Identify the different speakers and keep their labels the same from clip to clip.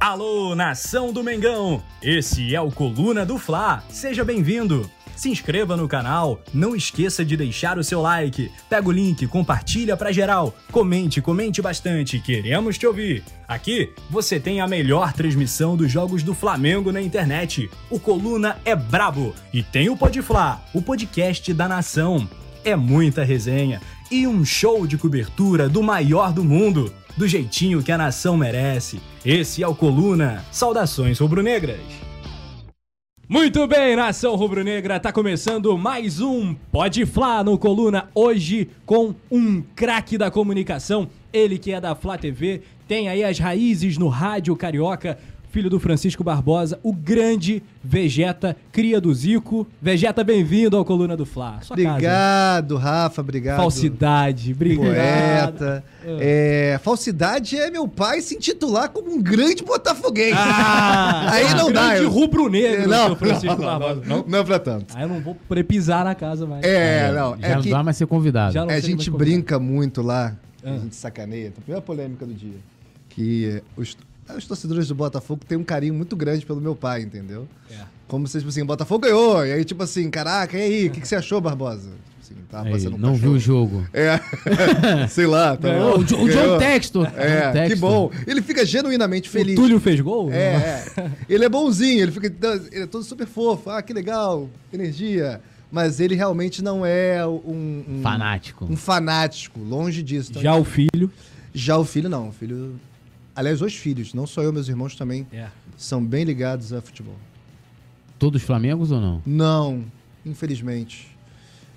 Speaker 1: Alô, nação do Mengão! Esse é o Coluna do Fla. Seja bem-vindo. Se inscreva no canal, não esqueça de deixar o seu like, pega o link, compartilha pra geral, comente, comente bastante, queremos te ouvir. Aqui você tem a melhor transmissão dos jogos do Flamengo na internet. O Coluna é brabo e tem o Podfla, o podcast da nação. É muita resenha e um show de cobertura do maior do mundo, do jeitinho que a nação merece. Esse é o Coluna. Saudações rubro-negras. Muito bem, nação rubro-negra, tá começando mais um Pode Flá no Coluna, hoje com um craque da comunicação, ele que é da Flá TV, tem aí as raízes no rádio carioca, filho do Francisco Barbosa, o grande Vegeta, cria do Zico. Vegeta, bem-vindo ao Coluna do Flá, sua casa.
Speaker 2: Obrigado, Rafa, obrigado.
Speaker 1: Falsidade, obrigado.
Speaker 2: Poeta. É, falsidade é meu pai se intitular como um grande botafoguense.
Speaker 1: Ah,
Speaker 2: Aí
Speaker 1: é um
Speaker 2: não dá,
Speaker 1: grande
Speaker 2: eu-
Speaker 1: rubro-negro,
Speaker 2: Não,
Speaker 1: seu Francisco
Speaker 2: não,
Speaker 1: Barbosa.
Speaker 2: Não, não pra tanto.
Speaker 1: Aí eu não vou prepisar na casa mais.
Speaker 2: É, não.
Speaker 3: Já
Speaker 2: É
Speaker 3: não
Speaker 2: que
Speaker 3: dá mais ser convidado.
Speaker 1: Já não sei
Speaker 2: a
Speaker 1: mais
Speaker 2: gente
Speaker 1: como- é.
Speaker 2: brinca muito lá,
Speaker 1: Ah.
Speaker 2: a gente sacaneia. Então, primeira polêmica do dia. Que os, os torcedores do Botafogo têm um carinho muito grande pelo meu pai, entendeu?
Speaker 1: É.
Speaker 2: Como se, tipo assim, o Botafogo ganhou. E aí, tipo assim, caraca, e aí, o que, que você achou, Barbosa? Tipo assim,
Speaker 1: É,
Speaker 2: tava
Speaker 3: Aí,
Speaker 2: passando um
Speaker 3: não viu o
Speaker 2: cachorro.
Speaker 3: jogo.
Speaker 2: É, sei lá. Tá
Speaker 3: Ô,
Speaker 2: bom.
Speaker 3: o, jo o
Speaker 2: Ganhou.
Speaker 3: John Textor.
Speaker 2: É,
Speaker 3: John né? Textor.
Speaker 2: que bom. Ele fica genuinamente feliz.
Speaker 1: O Túlio fez gol?
Speaker 2: É, é. Ele é bonzinho, ele fica. Ele é todo super fofo. Ah, que legal, energia. Mas ele realmente não é um. um
Speaker 3: Fanático.
Speaker 2: Um fanático, longe disso. Então,
Speaker 1: Já o filho.
Speaker 2: já o filho, não. O filho. Aliás, os filhos, não só eu, meus irmãos também
Speaker 1: É.
Speaker 2: são bem ligados a futebol.
Speaker 3: Todos Flamengos ou não?
Speaker 2: Não, infelizmente.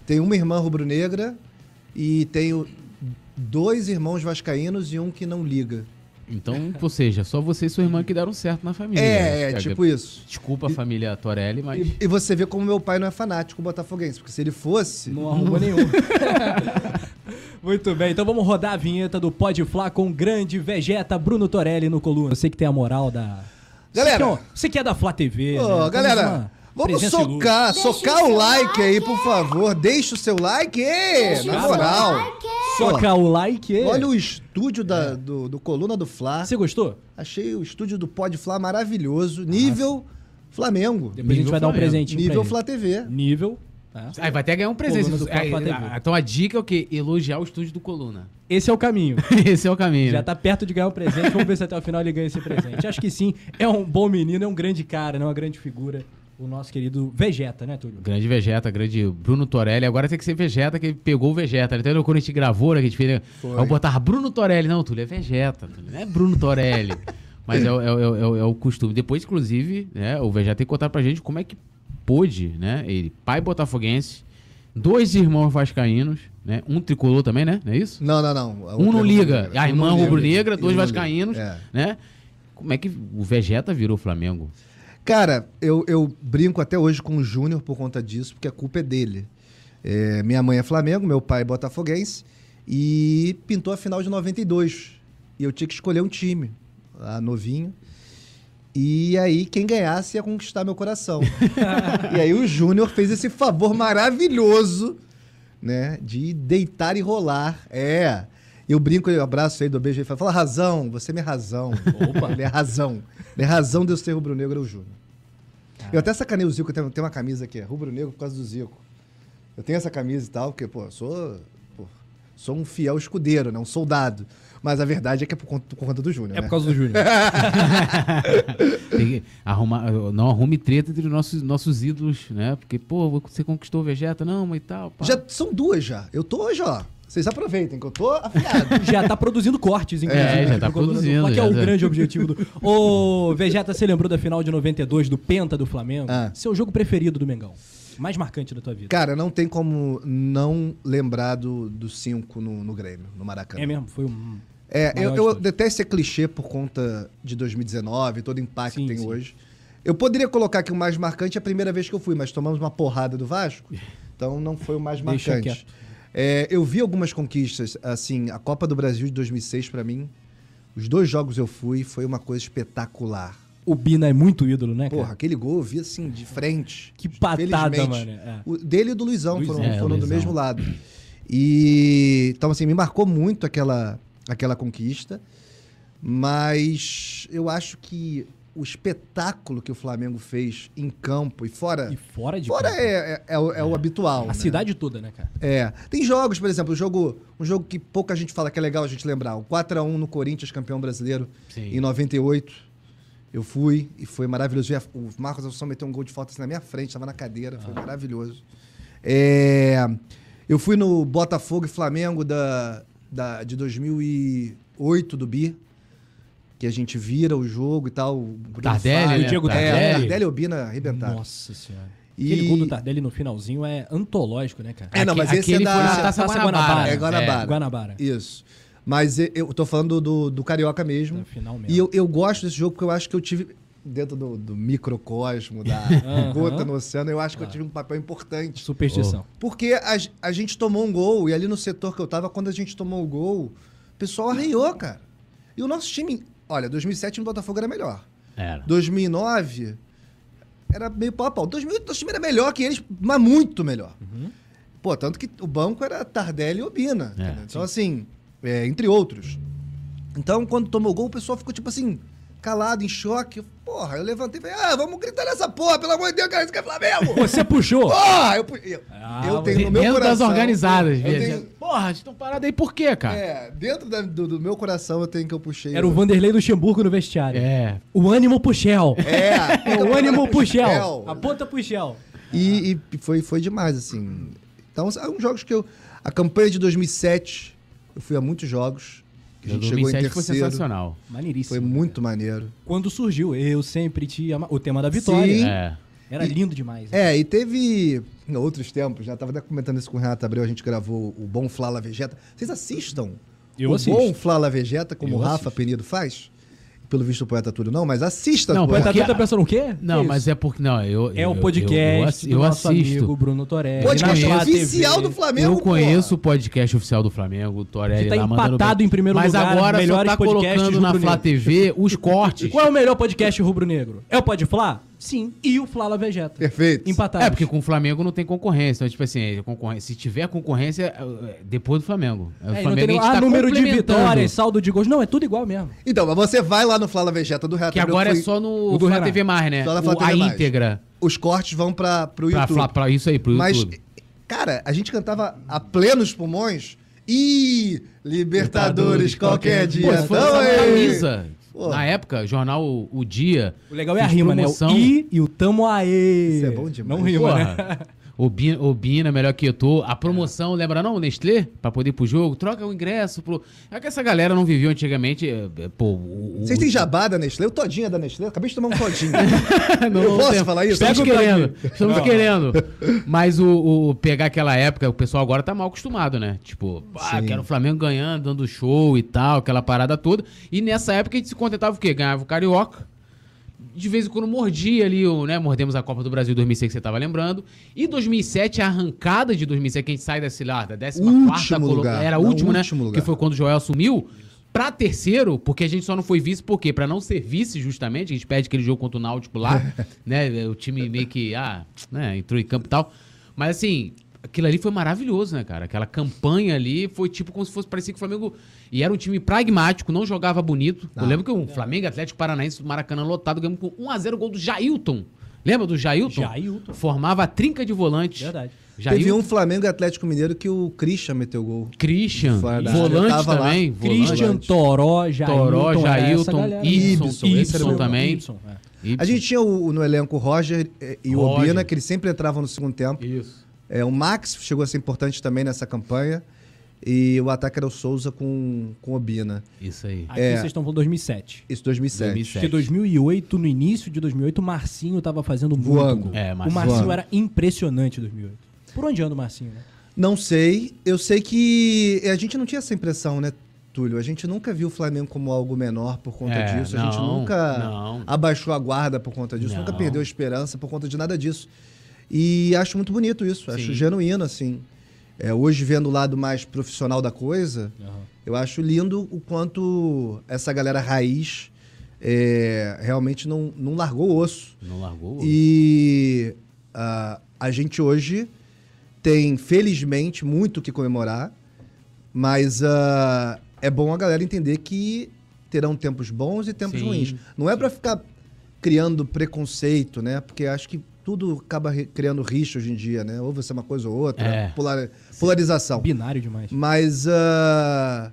Speaker 2: Tem uma irmã rubro-negra e tenho dois irmãos vascaínos e um que não liga.
Speaker 3: Então, ou seja, só você e sua irmã que deram certo na família.
Speaker 2: É, é,
Speaker 3: Cara,
Speaker 2: tipo isso.
Speaker 3: Desculpa a família Torelli, mas.
Speaker 2: E, e você vê como meu pai não é fanático botafoguense, porque se ele fosse.
Speaker 1: Não arrumou nenhum. Muito bem, então vamos rodar a vinheta do Pode Flá com o grande Vegeta Bruno Torelli no coluna. Eu sei que tem a moral da. Você
Speaker 2: Galera!
Speaker 1: que é, um- você que é da Flá TV. né?
Speaker 2: Ô,
Speaker 1: Temos uma
Speaker 2: galera, vamos
Speaker 1: presença
Speaker 2: socar,
Speaker 4: Deixa
Speaker 2: socar
Speaker 4: o
Speaker 2: o
Speaker 4: seu
Speaker 2: like aí,
Speaker 4: like.
Speaker 2: por favor. Deixa o seu like, ê,
Speaker 4: Deixa
Speaker 2: na
Speaker 4: o seu
Speaker 2: moral.
Speaker 4: like.
Speaker 1: ilustre. Soca É. o like.
Speaker 2: Olha o estúdio da, do, do Coluna do Fla.
Speaker 1: Você gostou?
Speaker 2: Achei o estúdio do Pod Fla maravilhoso. Nível Flamengo.
Speaker 1: Depois a gente
Speaker 3: Nível
Speaker 1: vai dar um
Speaker 3: Flamengo.
Speaker 1: presentinho.
Speaker 2: Nível
Speaker 1: pra
Speaker 2: Fla
Speaker 1: ele.
Speaker 2: TV.
Speaker 1: Nível. tá?
Speaker 3: Aí vai até ganhar um presente.
Speaker 1: Coluna do
Speaker 3: Aí,
Speaker 1: Flá TV.
Speaker 3: a- então a dica é o quê? Elogiar o estúdio do Coluna.
Speaker 1: Esse é o caminho.
Speaker 3: Esse é o caminho.
Speaker 1: Já tá perto de ganhar o presente. Vamos ver se até o final ele ganha esse presente. Acho que sim. É um bom menino, é um grande cara, né? uma grande figura. O nosso querido Vegeta, né, Túlio?
Speaker 3: Grande Vegeta, grande Bruno Torelli. Agora tem que ser Vegeta, que ele pegou o Vegeta. Até quando a gente gravou, né, que a gente fez. né, Aí eu botava Bruno Torelli. Não, Túlio, é Vegeta. Túlio, não é Bruno Torelli. Mas é, o- é o- é o- é o- é o costume. Depois, inclusive, né, o Vegeta tem que contar pra gente como é que pôde, né? Ele, pai botafoguense, dois irmãos vascaínos, né? Um tricolor também, né? Não é isso?
Speaker 2: Não, não, não. A
Speaker 3: Um
Speaker 2: outra
Speaker 3: não
Speaker 2: é
Speaker 3: liga.
Speaker 2: rubro-negra.
Speaker 3: A
Speaker 2: Um
Speaker 3: irmã
Speaker 2: não liga.
Speaker 3: rubro-negra,
Speaker 2: E
Speaker 3: dois
Speaker 2: um não liga.
Speaker 3: vascaínos,
Speaker 2: É.
Speaker 3: né? Como é que o Vegeta virou Flamengo?
Speaker 2: Cara, eu, eu brinco até hoje com o Júnior por conta disso, porque a culpa é dele. É, minha mãe é Flamengo, meu pai é botafoguense, e pintou a final de 92. E eu tinha que escolher um time, lá novinho. E aí, quem ganhasse ia conquistar meu coração. e aí, o Júnior fez esse favor maravilhoso, né? De deitar e rolar. É. Eu brinco, eu abraço aí do beijo e fala: razão, você é minha razão. Opa. Ele é razão. Ele é razão de eu ser rubro-negro, é o Júnior. Eu até sacanei o Zico, eu tenho, tenho uma camisa aqui, é rubro-negro por causa do Zico. Eu tenho essa camisa e tal, porque, pô, eu sou. pô, sou um fiel escudeiro, né? Um soldado. Mas a verdade é que é por conta, por conta do Júnior.
Speaker 1: É
Speaker 2: né?
Speaker 1: por causa do Júnior.
Speaker 3: Tem que arrumar, não arrume treta entre os nossos, nossos ídolos, né? Porque, pô, você conquistou o Vegeta, não, mas e tal. pá.
Speaker 2: Já são duas já. Eu tô hoje, ó. Vocês aproveitem que eu tô afiado.
Speaker 1: já tá produzindo cortes, inclusive.
Speaker 3: É, já tá
Speaker 1: Pro Coluna do
Speaker 3: produzindo,
Speaker 1: Fla, Que é
Speaker 3: já
Speaker 1: o
Speaker 3: tá.
Speaker 1: grande objetivo do. Ô, Vegeta, você lembrou da final de 92 do Penta do Flamengo?
Speaker 2: Ah.
Speaker 1: Seu jogo preferido do Mengão. Mais marcante da tua vida.
Speaker 2: Cara, não tem como não lembrar do, do cinco no, no Grêmio, no Maracanã.
Speaker 1: é mesmo? Foi um.
Speaker 2: É,
Speaker 1: Maior
Speaker 2: eu,
Speaker 1: de
Speaker 2: eu
Speaker 1: todos.
Speaker 2: detesto ser clichê por conta de 2019, todo o impacto
Speaker 1: Sim,
Speaker 2: que tem
Speaker 1: sim.
Speaker 2: hoje. Eu poderia colocar que o mais marcante é a primeira vez que eu fui, mas tomamos uma porrada do Vasco, então não foi o mais
Speaker 1: Deixa
Speaker 2: marcante.
Speaker 1: quieto.
Speaker 2: É, eu vi algumas conquistas, assim, a Copa do Brasil de 2006 pra mim, os dois jogos eu fui, foi uma coisa espetacular.
Speaker 1: O Bina é muito ídolo, né, cara?
Speaker 2: Porra, aquele gol eu vi assim, de frente.
Speaker 1: Que patada,
Speaker 2: Felizmente.
Speaker 1: mano, é.
Speaker 2: O dele e do Luizão
Speaker 1: Luizão.
Speaker 2: foram,
Speaker 3: É,
Speaker 2: foram do
Speaker 3: Luizão.
Speaker 2: mesmo lado. E. Então, assim, me marcou muito aquela, aquela conquista. Mas eu acho que o espetáculo que o Flamengo fez em campo e fora.
Speaker 1: E fora de
Speaker 2: fora
Speaker 1: campo.
Speaker 2: é, é- é o, é o habitual.
Speaker 1: A
Speaker 2: né?
Speaker 1: cidade toda, né, cara?
Speaker 2: É. Tem jogos, por exemplo, um jogo, um jogo que pouca gente fala que é legal a gente lembrar. O 4x1 no Corinthians, campeão brasileiro,
Speaker 3: Sim.
Speaker 2: em 98. Eu fui e foi maravilhoso. ver a- O Marcos Assunção meteu um gol de falta assim na minha frente, estava na cadeira,
Speaker 3: Ah.
Speaker 2: foi maravilhoso. É, eu fui no Botafogo e Flamengo da, da- de 2008 do Bi, que a gente vira o jogo e tal. O Bruno
Speaker 3: Tardelli,
Speaker 2: Fábio.
Speaker 3: né?
Speaker 1: O Diego
Speaker 2: É,
Speaker 1: Tardelli.
Speaker 2: Tardelli e o Bina arrebentaram.
Speaker 1: Nossa senhora.
Speaker 2: Tá. E-
Speaker 1: Aquele gol do Tardelli no finalzinho é antológico, né, cara?
Speaker 2: É, não, mas esse é
Speaker 3: Aquele
Speaker 2: da-
Speaker 3: foi na Taça
Speaker 1: Taça
Speaker 3: Guanabara.
Speaker 1: Guanabara.
Speaker 2: É Guanabara.
Speaker 1: Guanabara.
Speaker 2: Isso. Mas e- eu tô falando do, do Carioca mesmo.
Speaker 1: Da É final mesmo.
Speaker 2: E eu, eu gosto desse jogo porque eu acho que eu tive, dentro do, do microcosmo, da
Speaker 1: Aham. Ah.
Speaker 2: gota no oceano, eu acho que eu tive um papel importante.
Speaker 1: Superstição.
Speaker 2: Porque a, g- a gente tomou um gol, e ali no setor que eu tava, quando a gente tomou o gol, o pessoal arreiou, cara. E o nosso time, olha, 2007 no Botafogo era melhor.
Speaker 3: Era.
Speaker 2: 2009 era meio pau a pau. 2008 nosso time era melhor que eles, mas muito melhor. Pô, tanto que o banco era Tardelli e Obina.
Speaker 3: É,
Speaker 2: entendeu? então, assim, é, entre outros. Então, quando tomou o gol, o pessoal ficou, tipo assim, calado, em choque. Porra, eu levantei e falei, ah, vamos gritar nessa porra, pelo amor de Deus, cara, isso que é Flamengo!
Speaker 1: Você puxou!
Speaker 2: Porra! Eu, pu- eu,
Speaker 1: Ah,
Speaker 2: eu tenho no meu
Speaker 3: Dentro
Speaker 2: coração...
Speaker 3: das organizadas.
Speaker 2: eu
Speaker 3: via-
Speaker 2: tenho-
Speaker 3: Porra, vocês estão parados aí por quê, cara?
Speaker 2: é, dentro da- do, do meu coração eu tenho que eu puxei...
Speaker 1: Era o Vanderlei Luxemburgo no vestiário.
Speaker 3: É.
Speaker 1: O ânimo puxel.
Speaker 2: É,
Speaker 1: É o ânimo puxel.
Speaker 2: Puxel.
Speaker 1: A ponta puxel.
Speaker 2: E, e foi, foi demais, assim. Então, alguns jogos que eu. A campanha de 2007, eu fui a muitos jogos. Que a gente chegou em
Speaker 3: 2007 foi
Speaker 2: terceiro. Foi,
Speaker 3: sensacional.
Speaker 1: Maneiríssimo.
Speaker 2: muito maneiro.
Speaker 1: Quando surgiu, eu sempre te ama... O tema da vitória.
Speaker 2: Sim.
Speaker 3: É.
Speaker 1: Era lindo demais. né?
Speaker 2: É, e teve em outros tempos, já tava até comentando isso com o Renato Abreu, a gente gravou o Bom Flala Vegeta. Vocês assistam
Speaker 1: Eu
Speaker 2: o
Speaker 1: assisto.
Speaker 2: Bom Flala Vegeta, como
Speaker 1: Eu
Speaker 2: o Rafa
Speaker 1: assisto.
Speaker 2: Penido faz? Pelo visto o Poeta Túlio não, mas assista.
Speaker 3: Não,
Speaker 2: pô.
Speaker 1: Mas tá
Speaker 3: Porque-
Speaker 1: toda pensando o quê?
Speaker 3: Não,
Speaker 1: Isso.
Speaker 3: mas é porque. Não, eu.
Speaker 1: É
Speaker 3: eu-
Speaker 1: o
Speaker 3: eu-
Speaker 1: podcast
Speaker 3: Eu, eu,
Speaker 1: do nosso amigo
Speaker 3: assisto.
Speaker 1: Bruno Torelli.
Speaker 2: Podcast
Speaker 1: na Flá
Speaker 2: oficial
Speaker 1: TV.
Speaker 2: do Flamengo,
Speaker 3: eu conheço o podcast oficial do Flamengo, o Torelli
Speaker 1: Que tá
Speaker 3: lá, mandando
Speaker 1: empatado
Speaker 3: bem.
Speaker 1: em primeiro
Speaker 3: Mas
Speaker 1: lugar,
Speaker 3: agora só
Speaker 1: melhores
Speaker 3: tá
Speaker 1: podcasts
Speaker 3: colocando na
Speaker 1: rubro-negro.
Speaker 3: Flá TV os cortes.
Speaker 1: Qual é o melhor podcast rubro-negro? É o Pode Flá? Sim. E o Flala Vegeta.
Speaker 2: Perfeito.
Speaker 1: Empatados.
Speaker 3: É, porque com o Flamengo não tem concorrência. Então, tipo assim, concorrência, se tiver concorrência, é depois do Flamengo. É, o
Speaker 1: É, e não
Speaker 3: Flamengo
Speaker 1: tem nem-
Speaker 3: a gente
Speaker 1: ah,
Speaker 3: tá
Speaker 1: número de
Speaker 3: complementando.
Speaker 1: vitórias, saldo de gols. Não, é tudo igual mesmo.
Speaker 2: Então, mas você vai lá no Flala Vegeta do Renato
Speaker 3: Que
Speaker 2: Abreu,
Speaker 3: agora é
Speaker 2: foi-
Speaker 3: só no
Speaker 1: o do
Speaker 3: Flá
Speaker 1: Renato.
Speaker 3: TV mais, né?
Speaker 2: Só na
Speaker 3: O-
Speaker 2: Flá
Speaker 3: a
Speaker 2: TV+.
Speaker 3: íntegra.
Speaker 2: Os cortes vão para pro
Speaker 3: Pra,
Speaker 2: YouTube.
Speaker 3: Flá- pra isso aí, pro
Speaker 2: Mas,
Speaker 3: YouTube.
Speaker 2: cara, a gente cantava a plenos pulmões e Libertadores qualquer dia.
Speaker 3: Pô, se for
Speaker 2: Então,
Speaker 3: lançar
Speaker 2: é-
Speaker 3: na camisa.
Speaker 2: Pô.
Speaker 3: Na época, jornal O, O Dia.
Speaker 1: O legal é a
Speaker 3: fez
Speaker 1: rima,
Speaker 3: promoção.
Speaker 1: né? O I e o Tamo Aê.
Speaker 2: Isso é bom demais.
Speaker 1: Não rima, né?
Speaker 3: Porra. Obina, Obina, melhor que eu tô.
Speaker 2: É.
Speaker 3: A promoção, lembra não? O Nestlé? Pra poder ir pro jogo. Troca o ingresso pro... É que essa galera não viveu antigamente... é, é, Pô, o... o-
Speaker 2: Vocês têm jabá da Nestlé? O todinho é da Nestlé? Eu Acabei de tomar um todinho.
Speaker 3: Não,
Speaker 2: Eu
Speaker 3: não
Speaker 2: posso
Speaker 3: tem-
Speaker 2: falar isso?
Speaker 3: Estamos
Speaker 2: Pega o
Speaker 3: querendo. Estamos querendo. Mas o, o- pegar aquela época, o pessoal agora tá mal acostumado, né? Tipo, ah, quero o Flamengo ganhando, dando show e tal, aquela parada toda. E nessa época a gente se contentava o quê? Ganhava o Carioca. De vez em quando mordia ali, o, né? Mordemos a Copa do Brasil 2006, que você tava lembrando. E 2007, a arrancada de 2007, que a gente sai da, sei lá, da 14 quarta
Speaker 2: Último
Speaker 3: colo-
Speaker 2: lugar.
Speaker 3: Era
Speaker 2: Não,
Speaker 3: último, né?
Speaker 2: último lugar.
Speaker 3: Que foi quando o Joel sumiu. Pra terceiro, porque a gente só não foi vice, por quê? Pra não ser vice, justamente, a gente perde aquele jogo contra o Náutico lá, né? O time meio que, ah, né, entrou em campo e tal. Mas assim, aquilo ali foi maravilhoso, né, cara? Aquela campanha ali foi tipo como se fosse, parecia que o Flamengo. E era um time pragmático, não jogava bonito.
Speaker 2: Ah.
Speaker 3: Eu lembro que o Flamengo Atlético Paranaense, Maracanã lotado, ganhamos com 1x0 o gol do Jailton. Lembra do Jailton?
Speaker 1: Jailton.
Speaker 3: Formava a trinca de volantes.
Speaker 1: Verdade.
Speaker 2: Teve
Speaker 3: Jailton.
Speaker 2: um Flamengo e Atlético Mineiro que o Christian meteu gol.
Speaker 3: Christian,
Speaker 2: Verdade. Eu
Speaker 3: volante
Speaker 2: tava lá.
Speaker 3: também. volante.
Speaker 1: Christian, Toró, Jailton.
Speaker 3: Toró,
Speaker 1: era essa
Speaker 3: Jailton,
Speaker 1: galera. né?
Speaker 3: Ibson,
Speaker 1: Ibson,
Speaker 3: Ibson
Speaker 1: esse era o meu
Speaker 3: também.
Speaker 1: nome, Ibson, é.
Speaker 3: Ibsen.
Speaker 2: A gente tinha o- no elenco o Roger eh, e o
Speaker 3: Roger.
Speaker 2: Obina, que eles sempre entravam no segundo tempo.
Speaker 3: Isso.
Speaker 2: É, o Max chegou a ser importante também nessa campanha. E o ataque era o Souza com, com o Obina.
Speaker 3: Isso aí.
Speaker 1: Aqui vocês estão falando 2007.
Speaker 2: Isso 2007.
Speaker 3: 2007.
Speaker 1: Porque 2008, no início de 2008, o Marcinho tava fazendo muito
Speaker 2: Voando.
Speaker 1: gol.
Speaker 3: É,
Speaker 1: o
Speaker 3: Marcinho.
Speaker 1: Marcinho
Speaker 2: Voando.
Speaker 1: era impressionante em 2008. Por onde anda o Marcinho, né?
Speaker 2: Não sei. Eu sei que eh, a gente não tinha essa impressão, né, Túlio? A gente nunca viu o Flamengo como algo menor por conta
Speaker 3: É,
Speaker 2: disso. a gente
Speaker 3: não,
Speaker 2: nunca
Speaker 3: não.
Speaker 2: abaixou a guarda por conta disso.
Speaker 3: Não.
Speaker 2: Nunca perdeu a esperança por conta de nada disso. E acho muito bonito isso. Acho genuíno, assim. É, hoje, vendo o lado mais profissional da coisa, eu acho lindo o quanto essa galera raiz é, realmente não, não largou o osso.
Speaker 3: Não largou?
Speaker 2: E ah, a gente hoje tem, felizmente, muito o que comemorar, mas ah, é bom a galera entender que terão tempos bons e tempos
Speaker 3: Sim,
Speaker 2: ruins. Não é para ficar criando preconceito, né? Porque acho que tudo acaba re- criando rixa hoje em dia, né? Ou você é uma coisa ou outra,
Speaker 3: É.
Speaker 2: polar- polarização.
Speaker 1: Binário demais.
Speaker 2: Mas ah,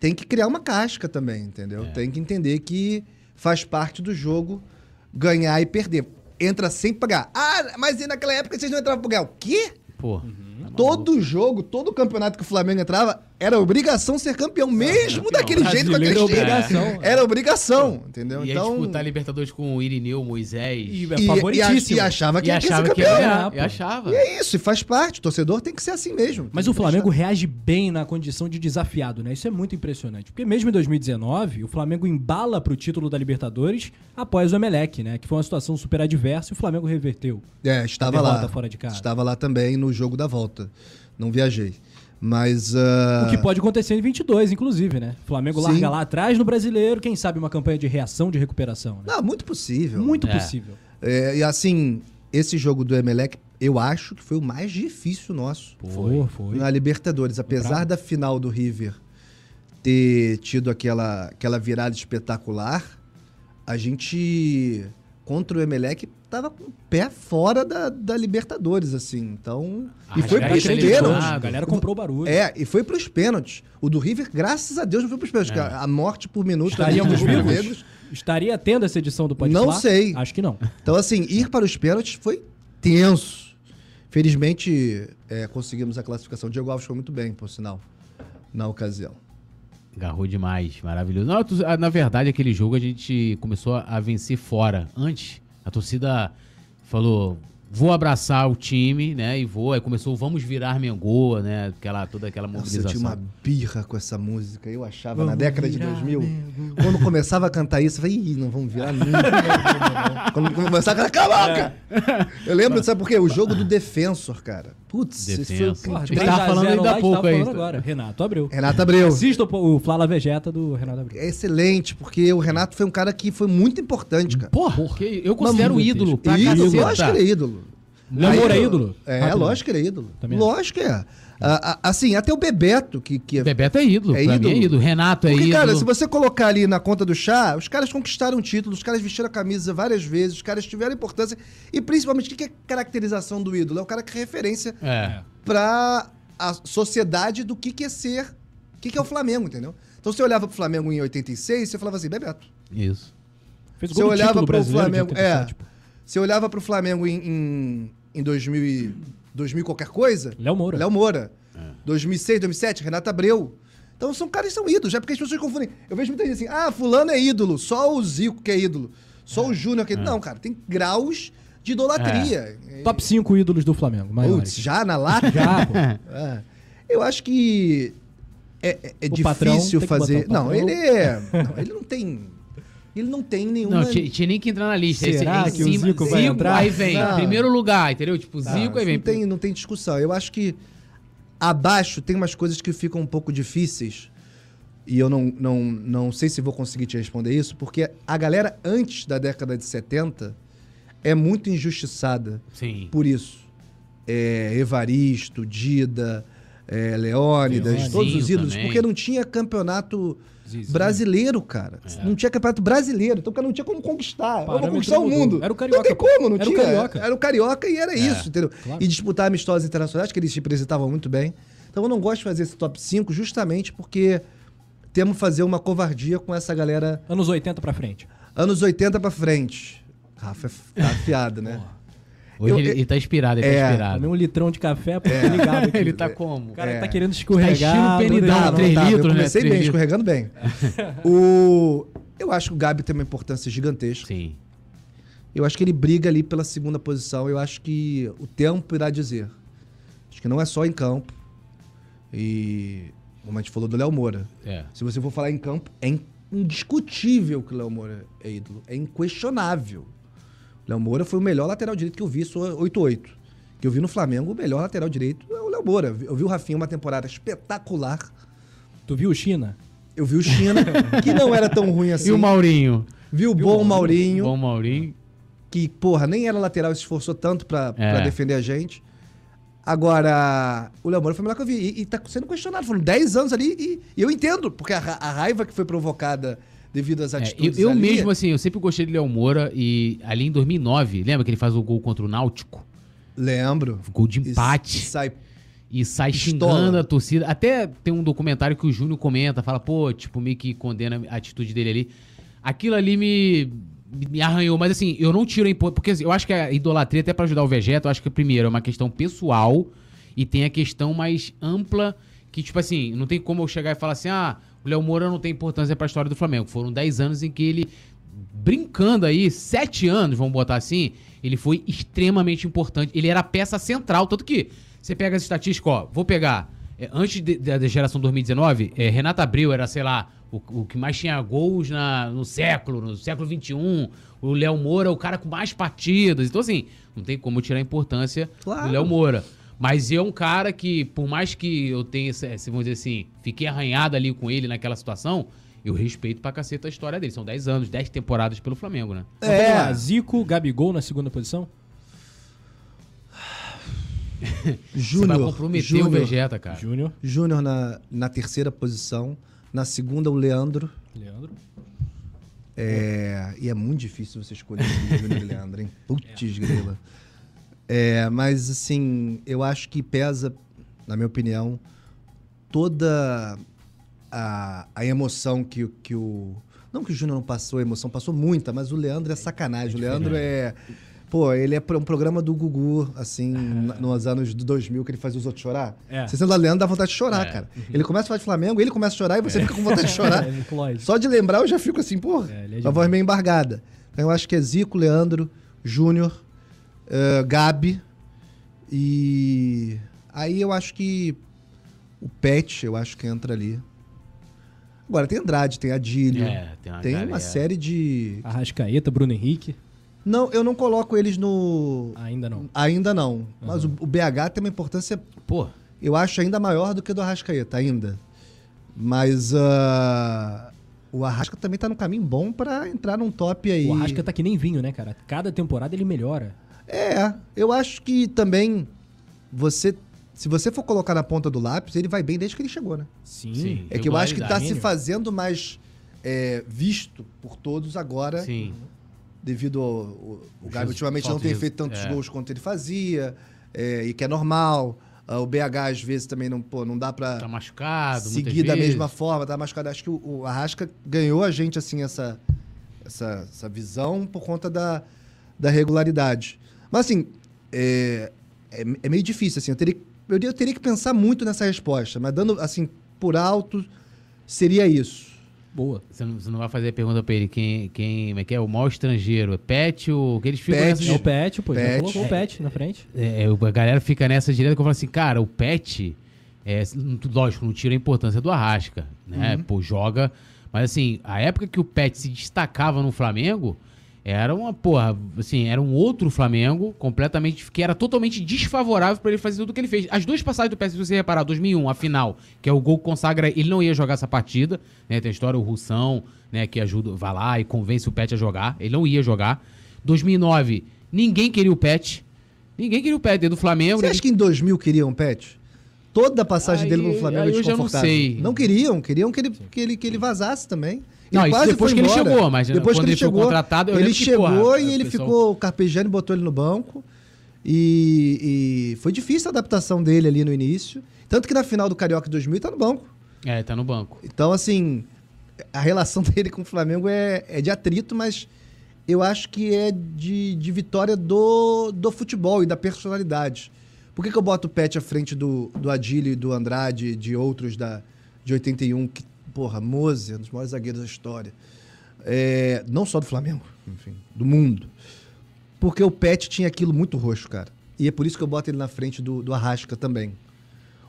Speaker 2: tem que criar uma casca também,
Speaker 3: É.
Speaker 2: entendeu? Tem que entender que faz parte do jogo ganhar e perder. Entra sem pagar. Ah, mas e naquela época vocês não entravam pra ganhar. O quê?
Speaker 3: Pô. tá
Speaker 2: Todo jogo, todo campeonato que o Flamengo entrava, era obrigação ser campeão, mesmo daquele jeito com aquele
Speaker 1: Brasileiro
Speaker 2: time.
Speaker 1: é obrigação.
Speaker 2: Era obrigação, entendeu?
Speaker 3: maluco. E aí tipo, tá
Speaker 2: Então.
Speaker 3: disputar a Libertadores com o Irineu, Moisés.
Speaker 1: E é
Speaker 2: E, e, a-
Speaker 1: favoritíssimo.
Speaker 2: e achava é que
Speaker 3: e
Speaker 2: ia ser
Speaker 3: achava que
Speaker 2: campeão.
Speaker 3: ia
Speaker 1: Ah,
Speaker 3: ganhar.
Speaker 1: pô.
Speaker 3: E achava.
Speaker 2: E é isso, e faz parte. O torcedor tem que ser assim mesmo.
Speaker 1: Mas o Flamengo reage bem na condição de desafiado, né? Isso é muito impressionante. Porque mesmo em 2019, o Flamengo embala pro título da Libertadores após o Emelec, né? Que foi uma situação super adversa e o Flamengo reverteu.
Speaker 2: É, estava
Speaker 1: derrota
Speaker 2: lá.
Speaker 1: fora de casa.
Speaker 2: Estava lá também no jogo da volta. Não viajei. Mas. ah,
Speaker 1: O que pode acontecer em 22, inclusive, né? O Flamengo
Speaker 2: Sim.
Speaker 1: larga lá atrás no brasileiro, quem sabe uma campanha de reação, de recuperação, né?
Speaker 2: Ah, muito possível.
Speaker 1: Muito
Speaker 3: É.
Speaker 1: possível.
Speaker 2: É, e assim, esse jogo do Emelec, eu acho que foi o mais difícil nosso.
Speaker 1: Foi, foi.
Speaker 2: Na Libertadores, apesar da final do River ter tido aquela, aquela virada espetacular, a gente, contra o Emelec, tava com o pé fora da, da Libertadores, assim. Então.
Speaker 3: Ah,
Speaker 2: e foi
Speaker 3: já
Speaker 2: pros
Speaker 3: era
Speaker 2: pênaltis.
Speaker 1: A galera comprou o barulho.
Speaker 2: É, e foi pros pênaltis. O do River, graças a Deus, não foi pros pênaltis. porque A a morte por minuto ali
Speaker 1: Estaríamos
Speaker 2: dos
Speaker 1: É. vivos? Estaria tendo essa edição do podcast?
Speaker 2: Não sei.
Speaker 1: Acho que não.
Speaker 2: Então, assim, ir para os pênaltis foi tenso. Felizmente, é, conseguimos a classificação. Diego Alves foi muito bem, por sinal, na ocasião.
Speaker 3: Agarrou demais, maravilhoso. Não, tu- ah, na verdade, aquele jogo a gente começou a- a vencer fora. Antes, a torcida falou: vou abraçar o time, né? E vou. Aí começou, vamos virar Mengoa, né? Aquela, toda aquela
Speaker 2: Nossa, eu
Speaker 3: mobilização.
Speaker 2: tinha uma birra com essa música. Eu achava, na
Speaker 1: Vamos
Speaker 2: década de
Speaker 1: virar né?
Speaker 2: 2000, quando começava a cantar isso, eu falei, Ih, não vamos virar nunca. né, quando começava a cantar, cala a boca!
Speaker 1: É.
Speaker 2: Eu lembro, sabe por quê? O jogo do Defensor, cara. Putz, isso foi- um
Speaker 3: Defensor.
Speaker 1: Porra,
Speaker 3: A gente
Speaker 1: 3
Speaker 3: tava
Speaker 1: a
Speaker 3: falando
Speaker 1: 0
Speaker 3: ainda
Speaker 1: lá,
Speaker 3: há
Speaker 1: a gente Tipo,
Speaker 3: pouco
Speaker 1: tava
Speaker 3: aí,
Speaker 1: falando
Speaker 3: Vitor.
Speaker 1: agora. Renato Abreu.
Speaker 2: Renato Abreu.
Speaker 1: Assista o, o Flala Vegeta do Renato Abreu.
Speaker 2: É excelente, porque o Renato foi um cara que foi muito importante, cara.
Speaker 3: Porra, que- eu considero
Speaker 1: Maluco,
Speaker 3: ídolo.
Speaker 1: bicho.
Speaker 3: Pra
Speaker 2: ídolo, lógico que ele
Speaker 3: caceta.
Speaker 2: é ídolo.
Speaker 1: Léo
Speaker 2: Aí,
Speaker 1: Moura é
Speaker 2: eu-
Speaker 1: ídolo?
Speaker 2: É,
Speaker 1: Rápido.
Speaker 2: lógico que ele é ídolo.
Speaker 1: Também acho.
Speaker 2: lógico que é. A- a- assim, até o Bebeto, que, que é.
Speaker 3: Bebeto é ídolo.
Speaker 2: É
Speaker 3: pra mim é
Speaker 2: ídolo.
Speaker 3: ídolo. Renato é
Speaker 2: Porque,
Speaker 3: ídolo.
Speaker 2: cara, se você colocar ali na conta do chá, os caras conquistaram títulos, os caras vestiram a camisa várias vezes, os caras tiveram importância. E principalmente, o que que é caracterização do ídolo? É o cara que é referência
Speaker 3: É.
Speaker 2: pra a sociedade do que, que é ser. O que, que é o Flamengo, entendeu? Então você olhava pro Flamengo em 86, você falava assim, Bebeto.
Speaker 3: Isso.
Speaker 1: Fez
Speaker 2: Você olhava para o
Speaker 1: brasileiro de
Speaker 2: Flamengo,
Speaker 1: 87,
Speaker 2: é,
Speaker 1: pô.
Speaker 2: você olhava para o Flamengo em, em, em 2000, e- 2000 qualquer coisa.
Speaker 1: Léo Moura.
Speaker 2: Léo Moura. 2006, 2007, Renato Abreu. Então são caras que são ídolos, é porque as pessoas confundem. Eu vejo muita gente assim: "Ah, fulano é ídolo, só o Zico que é ídolo, só o Júnior que é ídolo". Não, cara, tem graus de idolatria.
Speaker 1: Top 5 ídolos do Flamengo. É. Maiores.
Speaker 2: Putz, já na lata?
Speaker 1: Já, pô.
Speaker 2: É. Eu acho que é, é- é
Speaker 1: O patrão
Speaker 2: difícil
Speaker 1: tem que
Speaker 2: fazer.
Speaker 1: botar o
Speaker 2: Não,
Speaker 1: patrão.
Speaker 2: ele é. Não, ele não tem. Ele não tem um nenhuma.
Speaker 3: Não, tinha, tinha nem que entrar na lista. Esse-
Speaker 1: Será
Speaker 3: em
Speaker 1: que o Zico vai entrar?
Speaker 3: Aí vem,
Speaker 2: Não.
Speaker 3: primeiro lugar, entendeu? Tipo,
Speaker 2: Ah,
Speaker 3: Zico,
Speaker 2: isso
Speaker 3: aí vem.
Speaker 2: Não tem, não tem discussão. Eu acho que abaixo tem umas coisas que ficam um pouco difíceis. E eu não, não, não sei se vou conseguir te responder isso, porque a galera antes da década de 70 é muito injustiçada
Speaker 3: Sim.
Speaker 2: por isso. É, Evaristo, Dida, é, Leônidas,
Speaker 3: Leônidas
Speaker 2: todos os ídolos,
Speaker 3: também.
Speaker 2: porque não tinha campeonato
Speaker 1: Zizinho. É.
Speaker 2: brasileiro, cara. Não tinha campeonato brasileiro, então o cara não tinha como conquistar. Eu vou
Speaker 1: Parâmetro
Speaker 2: conquistar o
Speaker 1: mudou.
Speaker 2: mundo.
Speaker 1: Era o Carioca,
Speaker 2: Não tem como, não
Speaker 1: pô. Era o
Speaker 2: tinha.
Speaker 1: Carioca. É,
Speaker 2: Era o Carioca e era isso, entendeu?
Speaker 1: claro.
Speaker 2: E disputar amistosos internacionais, que eles se apresentavam muito bem. Então eu não gosto de fazer esse top 5 justamente porque temos que fazer uma covardia com essa galera
Speaker 1: Anos 80 pra frente.
Speaker 2: anos 80 pra frente. Rafa tá afiado, né?
Speaker 3: Hoje
Speaker 2: Eu-
Speaker 3: ele, ele tá inspirado, ele
Speaker 2: É,
Speaker 3: tá
Speaker 1: Tomei
Speaker 3: inspirado.
Speaker 1: um litrão de café pra ficar ligado aqui.
Speaker 3: ele tá como?
Speaker 1: O cara
Speaker 2: É.
Speaker 1: tá querendo escorregar.
Speaker 3: Tá estilo Penidão,
Speaker 1: não dá, não.
Speaker 3: três
Speaker 2: Eu
Speaker 3: litros, né?
Speaker 2: comecei
Speaker 3: Três
Speaker 2: bem,
Speaker 3: litros.
Speaker 2: escorregando bem. o... Eu acho que o Gabi tem uma importância gigantesca.
Speaker 3: Sim.
Speaker 2: Eu acho que ele briga ali pela segunda posição. Eu acho que o tempo irá dizer. Acho que não é só em campo. E como a gente falou do Léo Moura.
Speaker 3: É.
Speaker 2: Se você for falar em campo, é indiscutível que o Léo Moura é ídolo. É inquestionável. O Léo Moura foi o melhor lateral direito que eu vi, sou 8-8. Que eu vi no Flamengo, o melhor lateral direito é o Léo Moura. Eu vi o Rafinha uma temporada espetacular.
Speaker 1: Tu viu o China?
Speaker 2: Eu vi o China, que não era tão ruim assim.
Speaker 3: E o Maurinho?
Speaker 2: Vi o bom Maurinho
Speaker 3: Bom Maurinho.
Speaker 2: que, porra, nem era lateral e se esforçou tanto pra,
Speaker 3: É.
Speaker 2: pra defender a gente. Agora, o Léo Moura foi o melhor que eu vi. E, e tá sendo questionado. Foram 10 anos ali e, e eu entendo, porque a, ra- a raiva que foi provocada devido às
Speaker 3: É,
Speaker 2: atitudes
Speaker 3: eu eu
Speaker 2: ali.
Speaker 3: mesmo, assim, eu sempre gostei de Léo Moura e ali em 2009, lembra que ele faz o gol contra o Náutico?
Speaker 2: Lembro.
Speaker 3: Gol de
Speaker 2: E-
Speaker 3: empate.
Speaker 2: e sai
Speaker 3: E sai
Speaker 2: Pistola.
Speaker 3: xingando a torcida. Até tem um documentário que o Júnior comenta, fala, pô, tipo, meio que condena a atitude dele ali. Aquilo ali me, me arranhou, mas assim, eu não tiro a impo- Porque assim, eu acho que a idolatria, até pra ajudar o Vegeta, eu acho que primeiro é uma questão pessoal e tem a questão mais ampla que, tipo assim, não tem como eu chegar e falar assim, ah, o Léo Moura não tem importância pra história do Flamengo. Foram 10 anos em que ele, brincando aí, 7 anos, vamos botar assim, ele foi extremamente importante. Ele era a peça central, tanto que você pega as estatísticas, ó, vou pegar. é, antes de- da da geração 2019, é, Renato Abreu era, sei lá, o, o que mais tinha gols na, no século, no século XXI. O Léo Moura, é o cara com mais partidas. Então, assim, não tem como eu tirar a importância
Speaker 2: Claro.
Speaker 3: do Léo Moura. Mas é um cara que, por mais que eu tenha, esse- esse, vamos dizer assim, fiquei arranhado ali com ele naquela situação, eu respeito pra caceta a história dele. São 10 anos, 10 temporadas pelo Flamengo, né?
Speaker 1: Então, vamos
Speaker 2: É.
Speaker 1: lá, Zico, Gabigol na segunda posição.
Speaker 3: Você vai
Speaker 2: Júnior.
Speaker 3: comprometer o
Speaker 2: Júnior.
Speaker 3: Vegeta, cara.
Speaker 1: Júnior,
Speaker 2: Júnior na, na terceira posição. Na segunda, o Leandro.
Speaker 1: Leandro.
Speaker 2: É, e é muito difícil você escolher o Júnior e Leandro, hein? Putz, grila. É, mas, assim, eu acho que pesa, na minha opinião, toda a, a emoção que, o- que o. Não que o Júnior não passou emoção, passou muita, mas o Leandro é sacanagem. O Leandro é. Pô, ele é pro- um programa do Gugu, assim, na- nos anos do 2000, que ele fazia os outros chorar.
Speaker 1: É.
Speaker 2: Você sendo o Leandro, dá vontade de chorar,
Speaker 3: É.
Speaker 2: cara. Ele começa a falar de Flamengo, ele começa a chorar e você fica com vontade de chorar.
Speaker 1: É, Nicolás.
Speaker 2: Só de lembrar eu já fico assim, porra,
Speaker 1: É, ele é
Speaker 2: a voz meio embargada. Então eu acho que é Zico, Leandro, Júnior, eh, Gabi e. Aí eu acho que o Pet, eu acho que entra ali. Agora tem Andrade, tem Adílio,
Speaker 3: É, tem uma
Speaker 2: tem
Speaker 3: galera.
Speaker 2: uma série de.
Speaker 1: Arrascaeta, Bruno Henrique.
Speaker 2: Não, eu não coloco eles no.
Speaker 1: Ainda não.
Speaker 2: Ainda não. Mas o, o BH tem uma importância
Speaker 3: Pô,
Speaker 2: eu acho ainda maior do que o do Arrascaeta, ainda. Mas ah, o Arrasca também tá num caminho bom pra entrar num top aí.
Speaker 1: O Arrasca tá que nem vinho, né, cara? Cada temporada ele melhora.
Speaker 2: É, eu acho que também você. Se você for colocar na ponta do lápis, ele vai bem desde que ele chegou, né?
Speaker 1: Sim.
Speaker 3: Sim.
Speaker 2: É que eu acho que tá se
Speaker 1: Regularidade.
Speaker 2: fazendo mais é, visto por todos agora,
Speaker 3: sim.
Speaker 2: devido ao. O, o Gabi
Speaker 3: Justo,
Speaker 2: ultimamente não
Speaker 3: falta
Speaker 2: tem
Speaker 3: de-
Speaker 2: feito tantos
Speaker 3: é.
Speaker 2: gols quanto ele fazia, é, e que é normal. Ah, o BH às vezes também não, pô, não dá pra.
Speaker 3: Tá machucado, muitas
Speaker 2: seguir da
Speaker 3: vezes.
Speaker 2: mesma forma, tá machucado. Acho que o, o Arrasca ganhou a gente, assim, essa, essa, essa visão por conta da, da regularidade. Mas, assim, é, é, é meio difícil, assim. Eu teria, eu, eu teria que pensar muito nessa resposta, mas dando, assim, por alto, seria isso.
Speaker 1: Boa.
Speaker 3: Você não, você não vai fazer a pergunta pra ele quem, quem como é que é o maior estrangeiro? É Pet ou que eles ficam
Speaker 2: Pet.
Speaker 1: É o
Speaker 3: nessa.
Speaker 1: Pet, pô. Já
Speaker 2: Pet.
Speaker 1: colocou o Pet na frente.
Speaker 3: É, eu- a galera fica nessa direita que eu falo assim, cara, o Pet, é, n- lógico, não tira a importância do Arrasca, né? Pô, joga. Mas assim, a época que o Pet se destacava no Flamengo era uma, porra, assim, era um outro Flamengo completamente, que era totalmente desfavorável pra ele fazer tudo o que ele fez. As duas passagens do Pet, se você reparar, 2001, a final, que é o gol que consagra, ele não ia jogar essa partida, né? Tem a história, o Russão, né, que ajuda, vai lá e convence o Pet a jogar, ele não ia jogar. 2009, ninguém queria o Pet. Ninguém queria o Pet dentro do Flamengo. né?
Speaker 2: Você acha que em 2000 queriam o Pet? Toda a passagem
Speaker 3: Aí-
Speaker 2: dele no Flamengo
Speaker 3: aí
Speaker 2: é
Speaker 3: eu já não
Speaker 2: desconfortável.
Speaker 3: sei.
Speaker 2: queriam, queriam que ele, que ele, que ele vazasse também.
Speaker 3: Não, isso depois
Speaker 2: foi
Speaker 3: que ele
Speaker 2: embora.
Speaker 3: chegou, mas, né,
Speaker 2: depois
Speaker 3: quando
Speaker 2: que ele
Speaker 3: ele foi
Speaker 2: chegou,
Speaker 3: contratado, eu
Speaker 2: ele
Speaker 3: lembro que,
Speaker 2: chegou
Speaker 3: porra,
Speaker 2: e
Speaker 3: o
Speaker 2: ele
Speaker 3: pessoal-
Speaker 2: ficou carpejando e botou ele no banco. E, e foi difícil a adaptação dele ali no início. Tanto que na final do Carioca 2000 ele tá no banco.
Speaker 3: ninguém- É, tá no banco.
Speaker 2: Então, assim, a relação dele com o Flamengo é, é de atrito, mas eu acho que é de, de vitória do, do futebol e da personalidade. Por que, que eu boto o Pet à frente do, do Adílio e do Andrade e de outros da, de 81? Que, porra, Mose, um dos maiores zagueiros da história. É, não só do Flamengo, enfim, do mundo. Porque o Pet tinha aquilo muito roxo, cara. E é por isso que eu boto ele na frente do, do Arrasca também.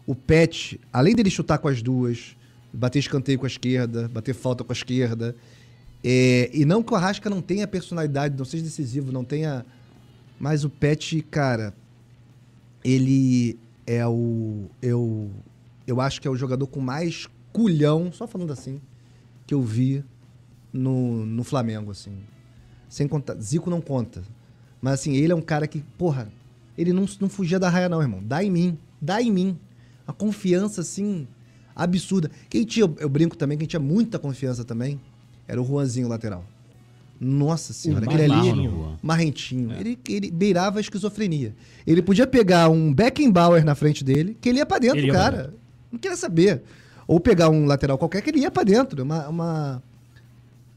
Speaker 2: O Pet, além dele chutar com as duas, bater escanteio com a esquerda, bater falta com a esquerda, é, e não que o Arrasca não tenha personalidade, não seja decisivo, não tenha. Mas o Pet, cara, ele é o. Eu, eu acho que é o jogador com mais culhão, só falando assim, que eu vi no, no Flamengo, assim. Sem contar. Zico não conta. Mas assim, ele é um cara que, porra, ele não, não fugia da raia, não, irmão. Dá em mim. Dá em mim. A confiança, assim, absurda. Quem tinha, eu brinco também, quem tinha muita confiança também, Era o Juanzinho lateral. Nossa senhora,
Speaker 3: O
Speaker 2: aquele ali.
Speaker 3: Marmarro no Juan.
Speaker 2: Marrentinho.
Speaker 1: É.
Speaker 2: Ele, ele beirava a esquizofrenia. Ele podia pegar um Beckenbauer na frente dele, que ele ia pra dentro,
Speaker 1: Ele ia pra
Speaker 2: cara. Não queria saber. Ou pegar um lateral qualquer, que ele ia pra dentro. Uma, uma,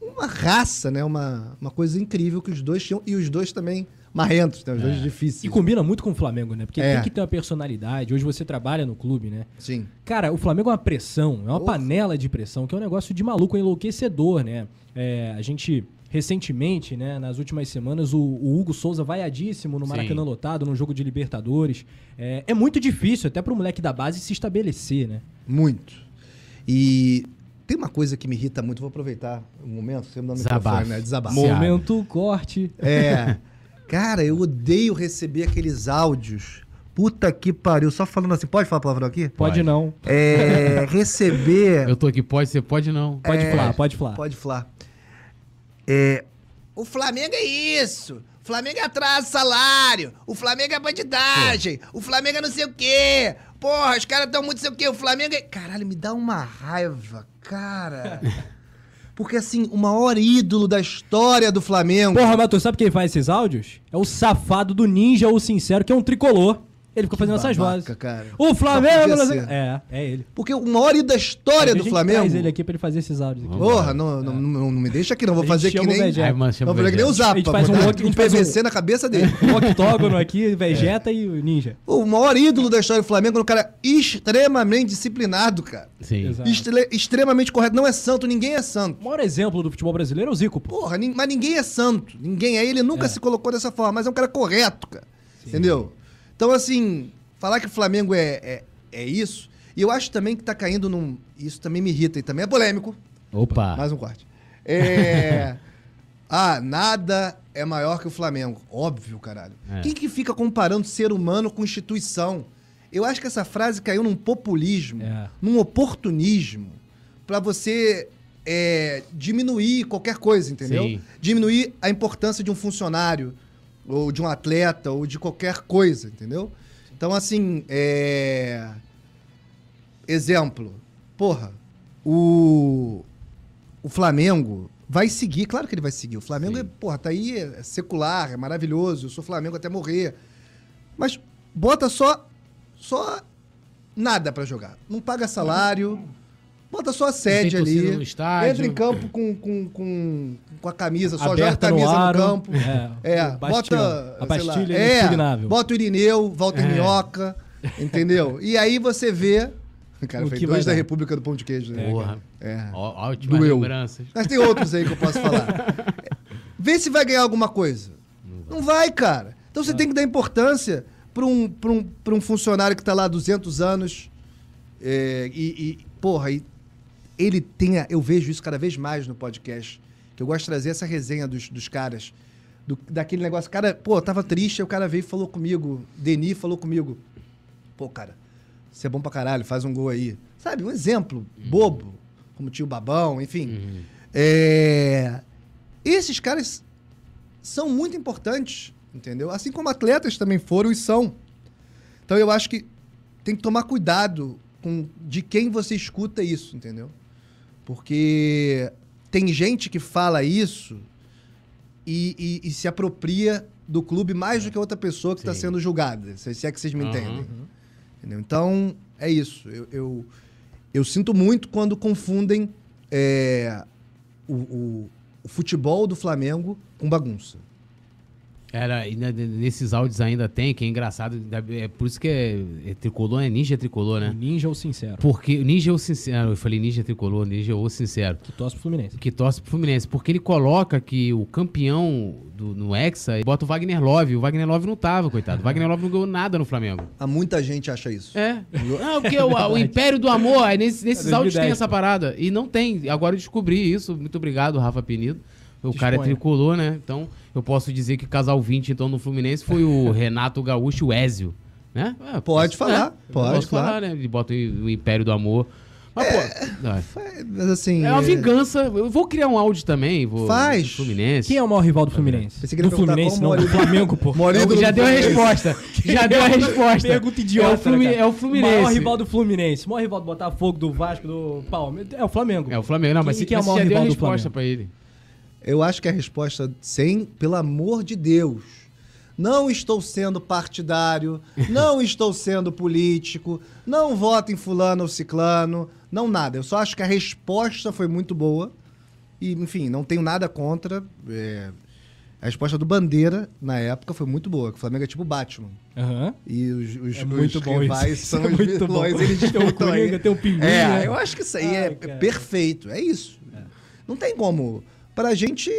Speaker 2: uma raça, né? Uma, uma coisa incrível que os dois tinham. E os dois também marrentos, né? Os dois difíceis.
Speaker 1: É. E combina muito com o Flamengo, né? Porque
Speaker 2: É.
Speaker 1: tem que ter uma personalidade. Hoje você trabalha no clube, né?
Speaker 2: Sim.
Speaker 1: Cara, o Flamengo é uma pressão, é uma
Speaker 2: Porra.
Speaker 1: panela de pressão, que é um negócio de maluco enlouquecedor, né? É, a gente, recentemente, né, nas últimas semanas, o, o Hugo Souza vaiadíssimo no
Speaker 3: Sim.
Speaker 1: Maracanã lotado, num jogo de Libertadores. É, é muito difícil, até pro moleque da base se estabelecer, né?
Speaker 2: Muito. E tem uma coisa que me irrita muito, vou aproveitar um momento, você me dá um
Speaker 3: Desabafo.
Speaker 2: microfone, né? Desabafo.
Speaker 3: Mo-
Speaker 1: Momento corte.
Speaker 2: É. Cara, eu odeio receber aqueles áudios. Puta que pariu. Só falando assim, pode falar palavrão aqui?
Speaker 1: Pode
Speaker 3: Pode.
Speaker 1: não.
Speaker 2: É. Receber.
Speaker 3: Eu tô aqui, pode ser, pode não.
Speaker 1: Pode falar, pode falar.
Speaker 2: É, Pode falar. É. O Flamengo é isso! O Flamengo atrasa salário! O Flamengo é bandidagem! O Flamengo é não sei o quê! Porra, os caras estão muito não sei o quê! O Flamengo é. Caralho, me dá uma raiva, cara! Porque assim, o maior ídolo da história do Flamengo.
Speaker 1: Porra, mas tu sabe quem faz esses áudios? É o safado do Ninja ou Sincero, que é um tricolor. Ele ficou fazendo essas
Speaker 2: babaca,
Speaker 1: vozes.
Speaker 2: cara.
Speaker 1: O
Speaker 2: Só
Speaker 1: Flamengo...
Speaker 2: podia
Speaker 1: não sei-
Speaker 2: ser.
Speaker 1: É, é ele.
Speaker 2: Porque o maior ídolo da história
Speaker 1: A
Speaker 2: do
Speaker 1: gente
Speaker 2: Flamengo.
Speaker 1: traz ele aqui pra ele fazer esses áudios aqui.
Speaker 2: Porra, não, não, não, não me deixa aqui, não. Vou
Speaker 1: É. A
Speaker 2: fazer
Speaker 1: gente
Speaker 2: que
Speaker 1: chama o
Speaker 2: nem.
Speaker 1: Vegeta.
Speaker 3: Ai, mano, chama
Speaker 2: Não, vou fazer que nem
Speaker 3: o
Speaker 2: o
Speaker 3: Vegeta.
Speaker 1: A
Speaker 2: Zapa.
Speaker 1: gente faz um
Speaker 2: botar
Speaker 1: outro- a
Speaker 2: um
Speaker 1: gente faz
Speaker 2: PVC na cabeça dele.
Speaker 1: um octógono aqui, Vegeta e o Ninja.
Speaker 2: O maior ídolo da história do Flamengo é um cara extremamente disciplinado, cara.
Speaker 3: Sim.
Speaker 1: Exato.
Speaker 2: Estre- extremamente correto. Não é santo, ninguém é santo.
Speaker 1: O maior exemplo do futebol brasileiro é o Zico, pô.
Speaker 2: Porra, nin- mas ninguém é santo. Ninguém é. Ele nunca
Speaker 1: É.
Speaker 2: se colocou dessa forma, mas é um cara correto, cara. Entendeu? Então, assim, falar que o Flamengo é, é, é isso. E eu acho também que tá caindo num. Isso também me irrita e também é polêmico.
Speaker 3: Opa.
Speaker 2: Mais um corte. É. ah, nada é maior que o Flamengo. Óbvio, caralho.
Speaker 3: É.
Speaker 2: Quem que fica comparando ser humano com instituição? Eu acho que essa frase caiu num populismo,
Speaker 1: É.
Speaker 2: num oportunismo, pra você é, diminuir qualquer coisa, entendeu?
Speaker 3: Sim.
Speaker 2: Diminuir a importância de um funcionário, ou de um atleta, ou de qualquer coisa, entendeu? Então, assim, é. Exemplo. Porra, o o Flamengo vai seguir, claro que ele vai seguir. O Flamengo, é, porra, tá aí, é secular, é maravilhoso, eu sou Flamengo até morrer. Mas bota só só nada pra jogar. Não paga salário, bota só a sede
Speaker 3: torcida
Speaker 2: ali.
Speaker 3: no estádio.
Speaker 2: Entra em campo com, com, com, com a camisa, só joga a
Speaker 1: Aberta
Speaker 2: camisa no,
Speaker 1: aro.
Speaker 2: campo.
Speaker 1: É,
Speaker 2: É,
Speaker 1: o bastião.
Speaker 2: bota.
Speaker 1: A
Speaker 2: sei lá,
Speaker 1: pastilha
Speaker 2: é,
Speaker 1: inexpugnável.
Speaker 2: Bota o Irineu, Walter
Speaker 3: É.
Speaker 2: Minhoca, entendeu? E aí você vê. Cara,
Speaker 1: O
Speaker 2: foi
Speaker 1: que
Speaker 2: dois
Speaker 1: vai
Speaker 2: da
Speaker 1: dar.
Speaker 2: República do Pão de Queijo, né?
Speaker 3: Porra.
Speaker 2: É.
Speaker 3: Ó, ótimas
Speaker 2: Doeu.
Speaker 3: lembranças.
Speaker 2: Mas tem outros aí que eu posso falar. Vê se vai ganhar alguma coisa. Não vai, cara. Então você tem que dar importância para um, pra um, pra um funcionário que tá lá há 200 anos. é, e, e, porra, e ele tem. a- eu vejo isso cada vez mais no podcast. Que eu gosto de trazer essa resenha dos, dos caras. do- daquele negócio. Cara, pô, eu tava triste, aí o cara veio e falou comigo. Denis falou comigo. Pô, cara, você é bom pra caralho, faz um gol aí. Sabe, um exemplo bobo, como tio Babão, enfim. É, Esses caras são muito importantes, entendeu? Assim como atletas também foram e são. Então eu acho que tem que tomar cuidado com de quem você escuta isso, entendeu? Porque tem gente que fala isso e, e- e se apropria do clube mais do que a outra pessoa que está
Speaker 3: Sim.
Speaker 2: sendo julgada, se se é que vocês me
Speaker 3: Aham.
Speaker 2: entendem. Entendeu? Então, é isso. Eu, eu, eu sinto muito quando confundem é, o, o- o futebol do Flamengo com bagunça.
Speaker 3: Era, e na- nesses áudios ainda tem, que é engraçado. ainda- É por isso que é, é tricolor, é ninja tricolor,
Speaker 1: O
Speaker 3: né?
Speaker 1: Ninja ou Sincero.
Speaker 3: Porque ninja ou sincero, eu falei ninja tricolor, ninja ou sincero.
Speaker 1: Que torce pro Fluminense.
Speaker 3: que torce pro Fluminense, porque ele coloca que o campeão do, no Hexa ele bota o Wagner Love. O Wagner Love não tava, coitado. O Wagner Love não ganhou nada no Flamengo.
Speaker 2: Há muita gente acha isso.
Speaker 3: É. Não, porque o, o Império do Amor, aí nesses, nesses
Speaker 1: É
Speaker 3: áudios
Speaker 1: 2010,
Speaker 3: tem essa
Speaker 1: pô.
Speaker 3: parada. E não tem. Agora eu descobri isso. Muito obrigado, Rafa Penido. O cara é
Speaker 1: Disponha.
Speaker 3: tricolor, né? Então eu posso dizer que o casal 20, então, no Fluminense foi o Renato Gaúcho e o Ezio. Né? É,
Speaker 2: Pode
Speaker 3: posso-
Speaker 2: falar,
Speaker 3: é,
Speaker 2: pode,
Speaker 3: posso
Speaker 2: claro.
Speaker 3: falar, né? Ele bota o Império do Amor. Mas, pô. não, é-
Speaker 2: Faz- Mas assim.
Speaker 3: É uma
Speaker 2: é-
Speaker 3: vingança. Eu vou criar um áudio também. Vou,
Speaker 2: Faz.
Speaker 3: do Fluminense.
Speaker 1: Quem é o maior rival do Fluminense?
Speaker 2: Pensei que ele
Speaker 1: do
Speaker 2: ia perguntar
Speaker 1: Fluminense,
Speaker 2: qual
Speaker 1: não.
Speaker 2: o
Speaker 1: Do
Speaker 2: maior-
Speaker 1: Flamengo, pô.
Speaker 2: Maior
Speaker 3: É o-
Speaker 2: ídolo
Speaker 3: Já
Speaker 2: do
Speaker 3: deu a
Speaker 2: Fluminense.
Speaker 3: resposta. Já deu a resposta.
Speaker 1: é Pergunta idiota.
Speaker 3: É o, Flumi-
Speaker 1: né, cara?
Speaker 3: é o Fluminense.
Speaker 1: Maior rival do Fluminense. Maior rival do Botafogo, do Vasco, do Palmeiras. É o Flamengo.
Speaker 3: É o Flamengo. Não, mas
Speaker 1: Quem
Speaker 3: você
Speaker 1: que é o
Speaker 3: mas você
Speaker 1: maior
Speaker 3: já deu a
Speaker 1: rival do
Speaker 3: resposta
Speaker 1: Flamengo?
Speaker 3: pra ele.
Speaker 2: Eu acho que a resposta sem, pelo amor de Deus. Não estou sendo partidário, não estou sendo político, não voto em fulano ou ciclano, não nada. Eu só acho que a resposta foi muito boa e, enfim, não tenho nada contra. É, a resposta do Bandeira, na época, foi muito boa. que O Flamengo é tipo Batman.
Speaker 1: Aham.
Speaker 2: E os, os,
Speaker 1: É muito
Speaker 2: os
Speaker 1: bom
Speaker 2: rivais
Speaker 1: isso.
Speaker 2: são
Speaker 1: Isso é
Speaker 2: os
Speaker 1: muito bom.
Speaker 2: vilões, eles
Speaker 1: Tem o
Speaker 2: disputam
Speaker 1: Coringa,
Speaker 2: aí.
Speaker 1: tem o Pinguim,
Speaker 2: É,
Speaker 1: né?
Speaker 2: eu acho que isso aí
Speaker 1: Ai,
Speaker 2: é
Speaker 1: cara.
Speaker 2: perfeito, é isso. Não tem como. Pra gente...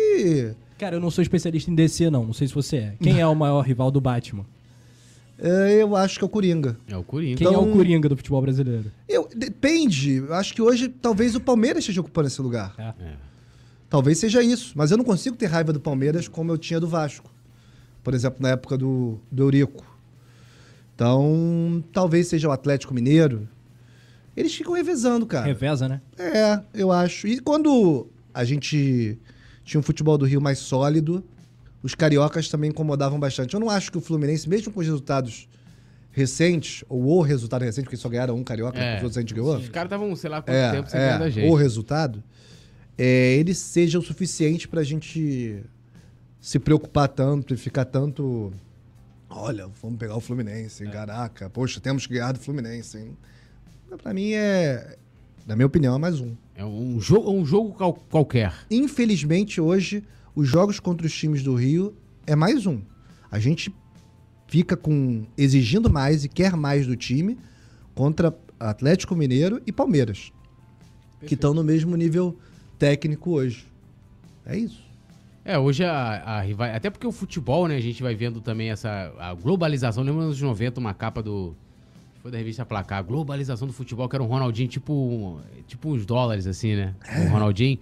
Speaker 1: Cara, eu não sou especialista em DC, não. Não sei se você é. Quem é o maior rival do Batman?
Speaker 2: é, eu acho que é o Coringa.
Speaker 3: É o Corinthians.
Speaker 1: Quem
Speaker 2: Então-
Speaker 1: é o Coringa do futebol brasileiro?
Speaker 2: Eu, depende. Eu acho que hoje talvez o Palmeiras esteja ocupando esse lugar.
Speaker 1: É.
Speaker 3: É.
Speaker 2: Talvez seja isso. Mas eu não consigo ter raiva do Palmeiras como eu tinha do Vasco. Por exemplo, na época do, do Eurico. Então, talvez seja o Atlético Mineiro. Eles ficam revezando, cara.
Speaker 1: Reveza, né?
Speaker 2: É, eu acho. E quando a gente tinha um futebol do Rio mais sólido, os cariocas também incomodavam bastante. Eu não acho que o Fluminense, mesmo com os resultados recentes, ou o resultado recente, porque só ganharam um carioca,
Speaker 3: É.
Speaker 2: os outros a gente ganhou.
Speaker 3: Os caras estavam, sei lá, quanto
Speaker 2: É,
Speaker 3: tempo sem ganhar da
Speaker 2: é,
Speaker 3: gente.
Speaker 2: o resultado, é, ele seja o suficiente pra gente se preocupar tanto e ficar tanto. Olha, vamos pegar o Fluminense,
Speaker 3: É.
Speaker 2: hein? caraca, poxa, temos que ganhar do Fluminense. Hein? Pra mim é, na minha opinião, é mais um.
Speaker 3: É um jogo, um jogo qual- qualquer.
Speaker 2: Infelizmente, hoje, os jogos contra os times do Rio é mais um. A gente fica com exigindo mais e quer mais do time contra Atlético Mineiro e Palmeiras, que estão no mesmo nível técnico hoje. É isso.
Speaker 3: É, hoje a, a rival. Até porque o futebol, né? A gente vai vendo também essa a globalização. Lembra nos anos 90 uma capa do. Foi da revista Placar, a globalização do futebol, que era um Ronaldinho, tipo, um- tipo uns dólares, assim, né?
Speaker 1: É.
Speaker 3: Um Ronaldinho.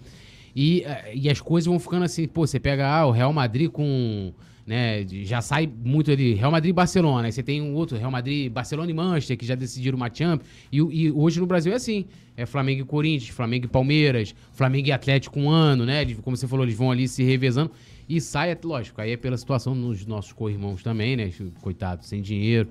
Speaker 3: E, eh, e as coisas vão ficando assim, pô, você pega ah, o Real Madrid com. Né, de- já sai muito ali, Real Madrid e Barcelona. Aí você tem um outro, Real Madrid, Barcelona e Manchester, que já decidiram uma Champions. E, o- e hoje no Brasil é assim: é Flamengo e Corinthians, Flamengo e Palmeiras, Flamengo e Atlético um ano, né? Eles- Como você falou, eles vão ali se revezando. E sai, é lógico, aí é pela situação dos nossos co-irmãos também, né? Coitado, sem dinheiro.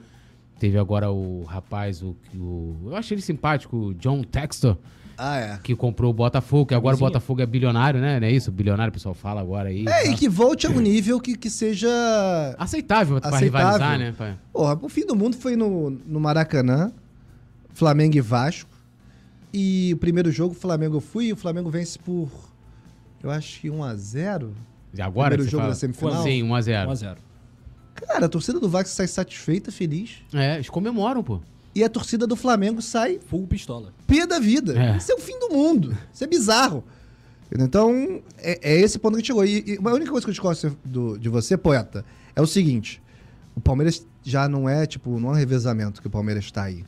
Speaker 3: Teve agora o rapaz, o, que o- eu achei ele simpático, o John Textor,
Speaker 2: Ah, é.
Speaker 3: que comprou o Botafogo, que agora o Botafogo é bilionário, né? Não é isso? Bilionário, o pessoal fala agora aí.
Speaker 2: É,
Speaker 3: tá?
Speaker 2: e que volte a um nível que, que seja.
Speaker 3: Aceitável, pra
Speaker 2: Aceitável.
Speaker 3: rivalizar, né? Pra-
Speaker 2: Porra, o fim do mundo foi no, no Maracanã, Flamengo e Vasco. E o primeiro jogo, o Flamengo eu fui e o Flamengo vence por. Eu acho que 1 a 0
Speaker 3: E Agora
Speaker 2: Primeiro
Speaker 3: que você
Speaker 2: jogo
Speaker 3: fala-
Speaker 2: da semifinal?
Speaker 3: Sim, 1x0.
Speaker 1: 1x0.
Speaker 2: Cara, a torcida do Vasco sai satisfeita, feliz.
Speaker 3: É, eles comemoram, pô.
Speaker 2: E a torcida do Flamengo sai
Speaker 1: Full pistola.
Speaker 2: pé da vida.
Speaker 3: É.
Speaker 2: Isso é o fim do mundo. Isso é bizarro. Então, é, é esse ponto que a gente chegou. E, e a única coisa que eu discordo do- de você, poeta, é o seguinte: o Palmeiras já não é, tipo, não é um revezamento que o Palmeiras tá aí.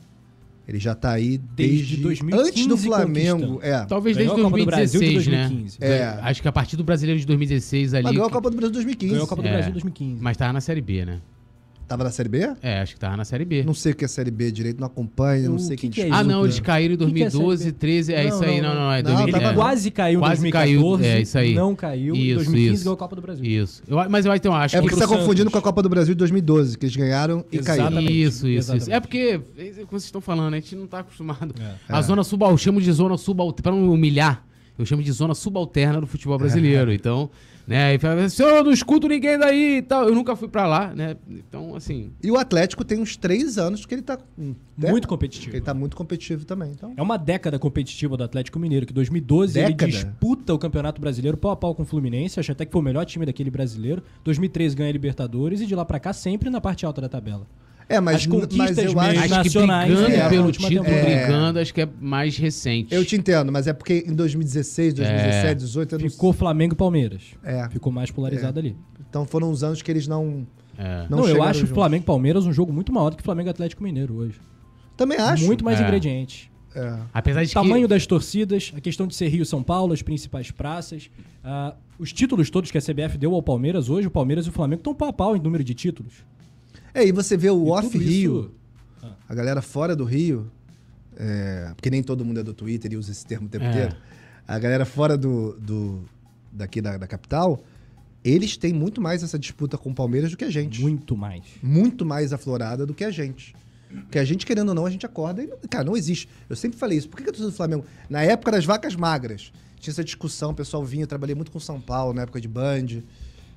Speaker 2: Ele já tá aí desde.
Speaker 1: Desde 2015
Speaker 2: antes do Flamengo.
Speaker 1: conquistando. Tá
Speaker 2: É.
Speaker 3: Talvez desde
Speaker 1: Ganhou a Copa do Brasil
Speaker 3: 2016,
Speaker 1: de
Speaker 3: né?
Speaker 1: 2015.
Speaker 2: É.
Speaker 3: Acho que a partir do Brasileiro de 2016 ali.
Speaker 2: Mas ganhou a
Speaker 3: que-
Speaker 2: Copa do Brasil em 2015.
Speaker 1: Ganhou a Copa do
Speaker 3: É.
Speaker 1: Brasil em 2015.
Speaker 3: Mas tava na Série B, né?
Speaker 2: Tava na Série B?
Speaker 3: É, acho que tava na Série B.
Speaker 2: Não sei o que é Série B direito, não acompanho, não
Speaker 1: O
Speaker 2: sei
Speaker 1: que
Speaker 2: quem
Speaker 1: que é
Speaker 2: disputa.
Speaker 3: Ah, não, eles
Speaker 1: Puta.
Speaker 3: caíram em
Speaker 1: Que que é
Speaker 3: 2012,
Speaker 1: Série
Speaker 3: 13, é
Speaker 2: Não,
Speaker 3: isso aí,
Speaker 2: não,
Speaker 3: não, não, é
Speaker 2: não, tava
Speaker 3: 2000,
Speaker 1: Ele
Speaker 3: é.
Speaker 1: quase caiu em
Speaker 3: Quase
Speaker 1: 2014.
Speaker 3: caiu, é, isso aí.
Speaker 1: Não caiu.
Speaker 3: Isso,
Speaker 1: Em 2015
Speaker 3: isso.
Speaker 1: ganhou a Copa do Brasil.
Speaker 3: Isso. Eu- mas eu, então, acho
Speaker 2: É
Speaker 3: que
Speaker 2: porque você tá
Speaker 1: Santos.
Speaker 2: confundindo com a Copa do Brasil de 2012, que eles ganharam e caíram.
Speaker 1: Exatamente.
Speaker 3: Isso, isso, isso.
Speaker 1: Exatamente.
Speaker 3: É porque, é isso que vocês estão falando, a gente não tá acostumado.
Speaker 1: É.
Speaker 3: A zona subal, eu chamo de zona subalterna, pra não humilhar, eu chamo de zona subalterna do futebol
Speaker 1: É.
Speaker 3: brasileiro. Então, né, e fala, assim, "Ô, eu não escuto ninguém daí e tal. Eu nunca fui pra lá, né? Então, assim,
Speaker 2: E o Atlético tem uns três anos que ele tá hum, né?
Speaker 1: Muito competitivo.
Speaker 2: Que Ele tá muito competitivo também. Então,
Speaker 1: É uma década competitiva do Atlético Mineiro, que em 2012
Speaker 2: Década?
Speaker 1: ele disputa o Campeonato Brasileiro pau a pau com o Fluminense, acho até que foi o melhor time daquele brasileiro. 2013 ganha a Libertadores e de lá pra cá sempre na parte alta da tabela.
Speaker 2: é, mas,
Speaker 1: As conquistas
Speaker 2: mas eu
Speaker 1: mesmo.
Speaker 2: acho.
Speaker 3: acho que
Speaker 1: nacionais,
Speaker 3: brigando
Speaker 2: né, na
Speaker 3: pelo
Speaker 1: última
Speaker 3: título,
Speaker 1: temporada.
Speaker 3: brigando, acho que é mais recente.
Speaker 2: Eu te entendo, mas é porque em 2016, 2017, 2018, eu não-
Speaker 1: É, Ficou Flamengo e Palmeiras.
Speaker 2: É.
Speaker 1: Ficou mais polarizado ali.
Speaker 2: então foram uns anos que eles não.
Speaker 3: É.
Speaker 1: Não,
Speaker 2: Não,
Speaker 1: eu
Speaker 2: chegaram
Speaker 1: acho
Speaker 2: juntos.
Speaker 1: Flamengo e Palmeiras um jogo muito maior do que Flamengo e Atlético Mineiro hoje.
Speaker 2: Também acho.
Speaker 1: Muito mais
Speaker 3: É.
Speaker 1: ingredientes.
Speaker 2: É.
Speaker 3: Apesar de
Speaker 1: O tamanho
Speaker 3: que...
Speaker 1: das torcidas, a questão de ser Rio e São Paulo, as principais praças, ah, os títulos todos que a CBF deu ao Palmeiras hoje, o Palmeiras e o Flamengo estão pau a pau em número de títulos.
Speaker 2: É, e você vê o
Speaker 1: E
Speaker 2: Off
Speaker 1: tudo isso-
Speaker 2: Rio, a galera fora do Rio, é, porque nem todo mundo é do Twitter e usa esse termo o tempo
Speaker 3: É.
Speaker 2: inteiro, a galera fora do, do- daqui da, da capital, eles têm muito mais essa disputa com o Palmeiras do que a gente.
Speaker 1: Muito mais.
Speaker 2: muito mais aflorada do que a gente. Porque a gente, querendo ou não, a gente acorda e, não- cara, não existe. Eu sempre falei isso. Por que que eu torcida do Flamengo? Na época das vacas magras, tinha essa discussão, o pessoal vinha, eu trabalhei muito com São Paulo, na época de Band,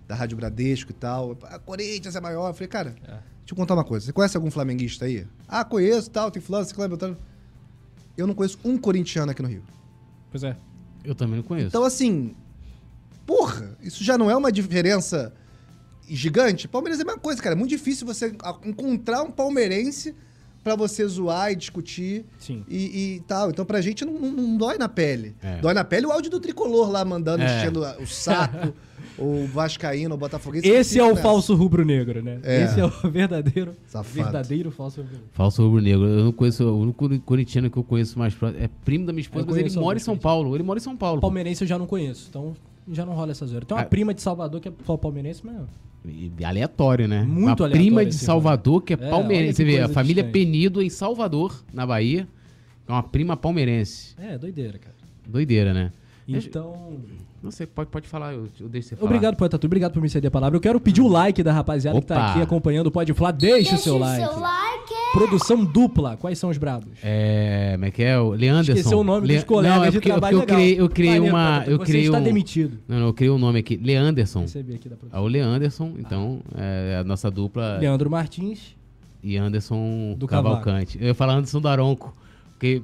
Speaker 2: da Rádio Bradesco e tal. Ah, Corinthians é maior. Eu falei, cara, deixa eu contar uma coisa. Você conhece algum flamenguista aí? Ah, conheço, tal, tem fulano, ciclano, beltrano. Eu não conheço um corintiano aqui no Rio.
Speaker 1: Pois é.
Speaker 3: Eu também não conheço.
Speaker 2: Então, assim, porra, isso já não é uma diferença gigante? Palmeiras é a mesma coisa, cara. É muito difícil você a- encontrar um palmeirense pra você zoar e discutir
Speaker 1: Sim.
Speaker 2: e, e tal. Então, pra gente, não, não- não dói na pele.
Speaker 3: É.
Speaker 2: Dói na pele o áudio do tricolor lá mandando,
Speaker 3: É.
Speaker 2: enchendo a- o saco, o vascaíno, o botafoguense.
Speaker 1: Esse é o
Speaker 2: Né?
Speaker 1: falso rubro-negro, né?
Speaker 2: É.
Speaker 1: Esse é o verdadeiro.
Speaker 2: Safado.
Speaker 1: Verdadeiro falso rubro-negro.
Speaker 3: Falso rubro-negro. Eu não conheço. O único corintiano que eu conheço mais próximo é primo da minha esposa,
Speaker 1: Eu
Speaker 3: mas ele
Speaker 1: conheço
Speaker 3: mora em
Speaker 1: alguns
Speaker 3: São Paulo. Ele mora em São Paulo.
Speaker 1: Palmeirense eu já não conheço, então já não rola essa zoeira. Tem uma
Speaker 3: Ah.
Speaker 1: prima de Salvador que é só palmeirense, mas.
Speaker 3: E Aleatório, né?
Speaker 1: Muito
Speaker 3: Uma
Speaker 1: aleatório
Speaker 3: prima de
Speaker 1: esse
Speaker 3: Salvador, que é,
Speaker 1: É, olha
Speaker 3: palmeirense.
Speaker 1: que
Speaker 3: Você vê, a
Speaker 1: coisa
Speaker 3: família é
Speaker 1: distante.
Speaker 3: Penido em Salvador, na Bahia. É uma prima palmeirense.
Speaker 1: É, doideira, cara.
Speaker 3: Doideira, né?
Speaker 1: Então.
Speaker 3: Não sei, pode, pode falar, eu, eu deixo você falar.
Speaker 1: Obrigado, Poeta Túlio. Obrigado por me ceder a palavra. Eu quero pedir o like da rapaziada que tá
Speaker 3: Opa.
Speaker 1: aqui acompanhando o Pode Flá. Deixa, o seu like. Produção dupla. Quais são os brabos?
Speaker 3: É, como é que é? O Leanderson.
Speaker 1: Esqueceu o nome
Speaker 3: Le-
Speaker 1: dos colegas
Speaker 3: não, é
Speaker 1: de
Speaker 3: porque,
Speaker 1: trabalho
Speaker 3: porque eu
Speaker 1: legal.
Speaker 3: criei, eu criei
Speaker 1: Valeu,
Speaker 3: uma...
Speaker 1: Pato,
Speaker 3: Eu
Speaker 1: você
Speaker 3: criei
Speaker 1: está
Speaker 3: um-
Speaker 1: demitido.
Speaker 3: Não, não, eu criei um nome aqui. Leanderson.
Speaker 1: Recebi aqui da
Speaker 3: É
Speaker 1: produção.
Speaker 3: o Leanderson, então,
Speaker 1: Ah.
Speaker 3: é a nossa dupla
Speaker 1: Leandro Martins.
Speaker 3: e Anderson
Speaker 1: Do
Speaker 3: Cavalcante. Eu ia falar Anderson Daronco. Porque,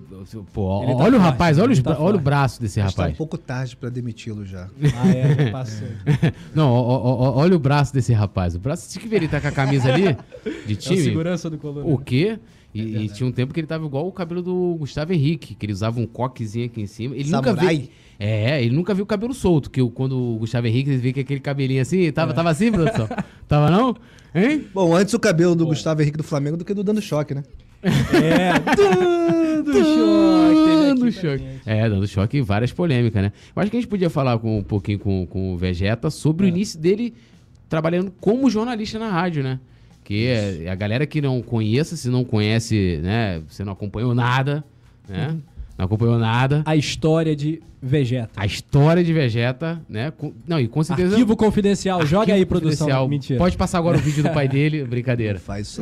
Speaker 3: pô, ó-
Speaker 1: Ele tá
Speaker 3: olha o
Speaker 1: forte,
Speaker 3: rapaz, olha, os
Speaker 1: ele tá
Speaker 3: bra- olha o
Speaker 1: forte.
Speaker 3: braço desse
Speaker 2: Acho que tá um
Speaker 3: rapaz.
Speaker 2: pouco tarde pra demiti-lo já.
Speaker 1: Ah, é, já passou.
Speaker 3: Não, ó- ó- ó- olha o braço desse rapaz. O braço, tinha que ver, ele tá com a camisa ali de
Speaker 1: É né? o
Speaker 3: time.
Speaker 1: segurança do Coluna.
Speaker 3: o quê? E, e tinha um tempo que ele tava igual o cabelo do Gustavo Henrique, que ele usava um coquezinho aqui em cima. Ele nunca
Speaker 2: Samurai?
Speaker 3: viu. É, ele nunca viu o cabelo solto, que o- quando o Gustavo Henrique ele vê que aquele cabelinho assim, tava, tava assim, produção? tava não? Hein?
Speaker 2: Bom, antes o cabelo do Gustavo Henrique do Flamengo do que do Dando Choque, né?
Speaker 1: É, tudo choque.
Speaker 3: Dando
Speaker 1: Teve aqui pra
Speaker 3: choque.
Speaker 1: gente.
Speaker 3: É, dando choque e várias polêmicas, né? Eu acho que a gente podia falar com, um pouquinho com, com o Vegeta sobre
Speaker 1: É.
Speaker 3: o início dele trabalhando como jornalista na rádio, né? Que é- a galera que não conheça, se não conhece, né? Você não acompanhou nada, né?
Speaker 1: Uhum.
Speaker 3: Não acompanhou nada.
Speaker 1: A história de Vegeta.
Speaker 3: A história de Vegeta, né? Com- não, e com
Speaker 2: é
Speaker 3: certeza.
Speaker 1: Arquivo confidencial. Joga
Speaker 3: arquivo
Speaker 1: aí, produção.
Speaker 3: confidencial.
Speaker 1: Mentira.
Speaker 3: Pode passar agora o vídeo do pai dele, brincadeira.
Speaker 2: Faz isso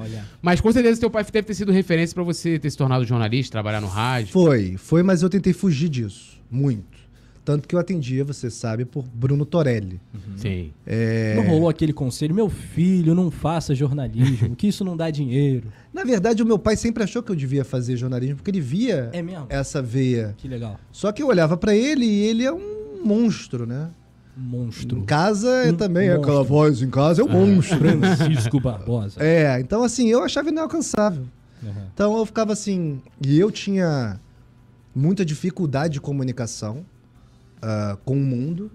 Speaker 1: Olha.
Speaker 3: Mas com certeza teu pai deve ter sido referência pra você ter se tornado jornalista, trabalhar no rádio.
Speaker 2: Foi, foi, mas eu tentei fugir disso. Muito. Tanto que eu atendia, você sabe, por Bruno Torelli.
Speaker 1: Uhum.
Speaker 3: Sim.
Speaker 2: É.
Speaker 1: Não rolou aquele conselho, meu filho, não faça jornalismo, que isso não dá dinheiro.
Speaker 2: Na verdade, o meu pai sempre achou que eu devia fazer jornalismo, porque ele via
Speaker 1: É mesmo?
Speaker 2: essa veia.
Speaker 1: Que legal.
Speaker 2: Só que eu olhava pra ele e ele é um monstro, né? Em
Speaker 1: Monstro.
Speaker 2: casa é
Speaker 1: Um
Speaker 2: também, é
Speaker 1: monstro. Ah.
Speaker 2: aquela voz em casa é um monstro.
Speaker 1: Francisco Barbosa.
Speaker 2: É, então assim, eu achava ele inalcançável.
Speaker 1: Aham.
Speaker 2: Então eu ficava assim, e eu tinha muita dificuldade de comunicação ah, com o mundo.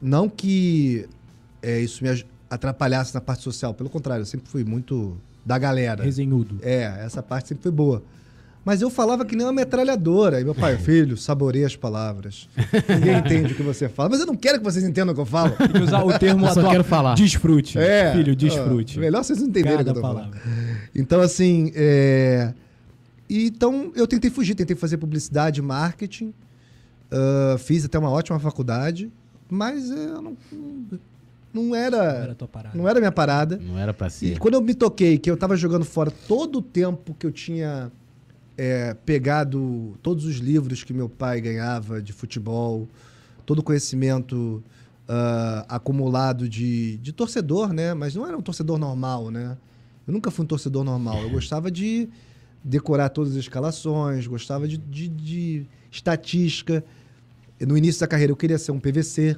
Speaker 2: Não que eh, isso me aj- atrapalhasse na parte social, pelo contrário, eu sempre fui muito da galera.
Speaker 1: Resenhudo.
Speaker 2: É, essa parte sempre foi boa. Mas eu falava que nem uma metralhadora. E meu pai, filho, saboreia as palavras. Ninguém entende o que você fala. Mas eu não quero que vocês entendam o que eu falo.
Speaker 1: Tem que usar o termo
Speaker 3: Eu só
Speaker 1: atual.
Speaker 3: quero falar.
Speaker 1: Desfrute.
Speaker 2: É,
Speaker 1: Filho,
Speaker 2: ó,
Speaker 1: desfrute.
Speaker 2: melhor vocês não entenderem o que
Speaker 1: Cada
Speaker 2: eu tô falando.
Speaker 1: palavra.
Speaker 2: Então, assim, é... e Então, eu tentei fugir, tentei fazer publicidade, marketing, ah, fiz até uma ótima faculdade, mas é, eu não, não
Speaker 1: Não era
Speaker 2: era...
Speaker 1: tua parada.
Speaker 2: É. Não era minha parada.
Speaker 3: Não era pra ser.
Speaker 2: E quando eu me toquei, que eu tava jogando fora todo o tempo que eu tinha é, pegado todos os livros que meu pai ganhava de futebol, todo o conhecimento ah, acumulado de, de torcedor, né? Mas não era um torcedor normal, né? Eu nunca fui um torcedor normal. Eu gostava de decorar todas as escalações, gostava de, de- de estatística. No início da carreira eu queria ser um PVC,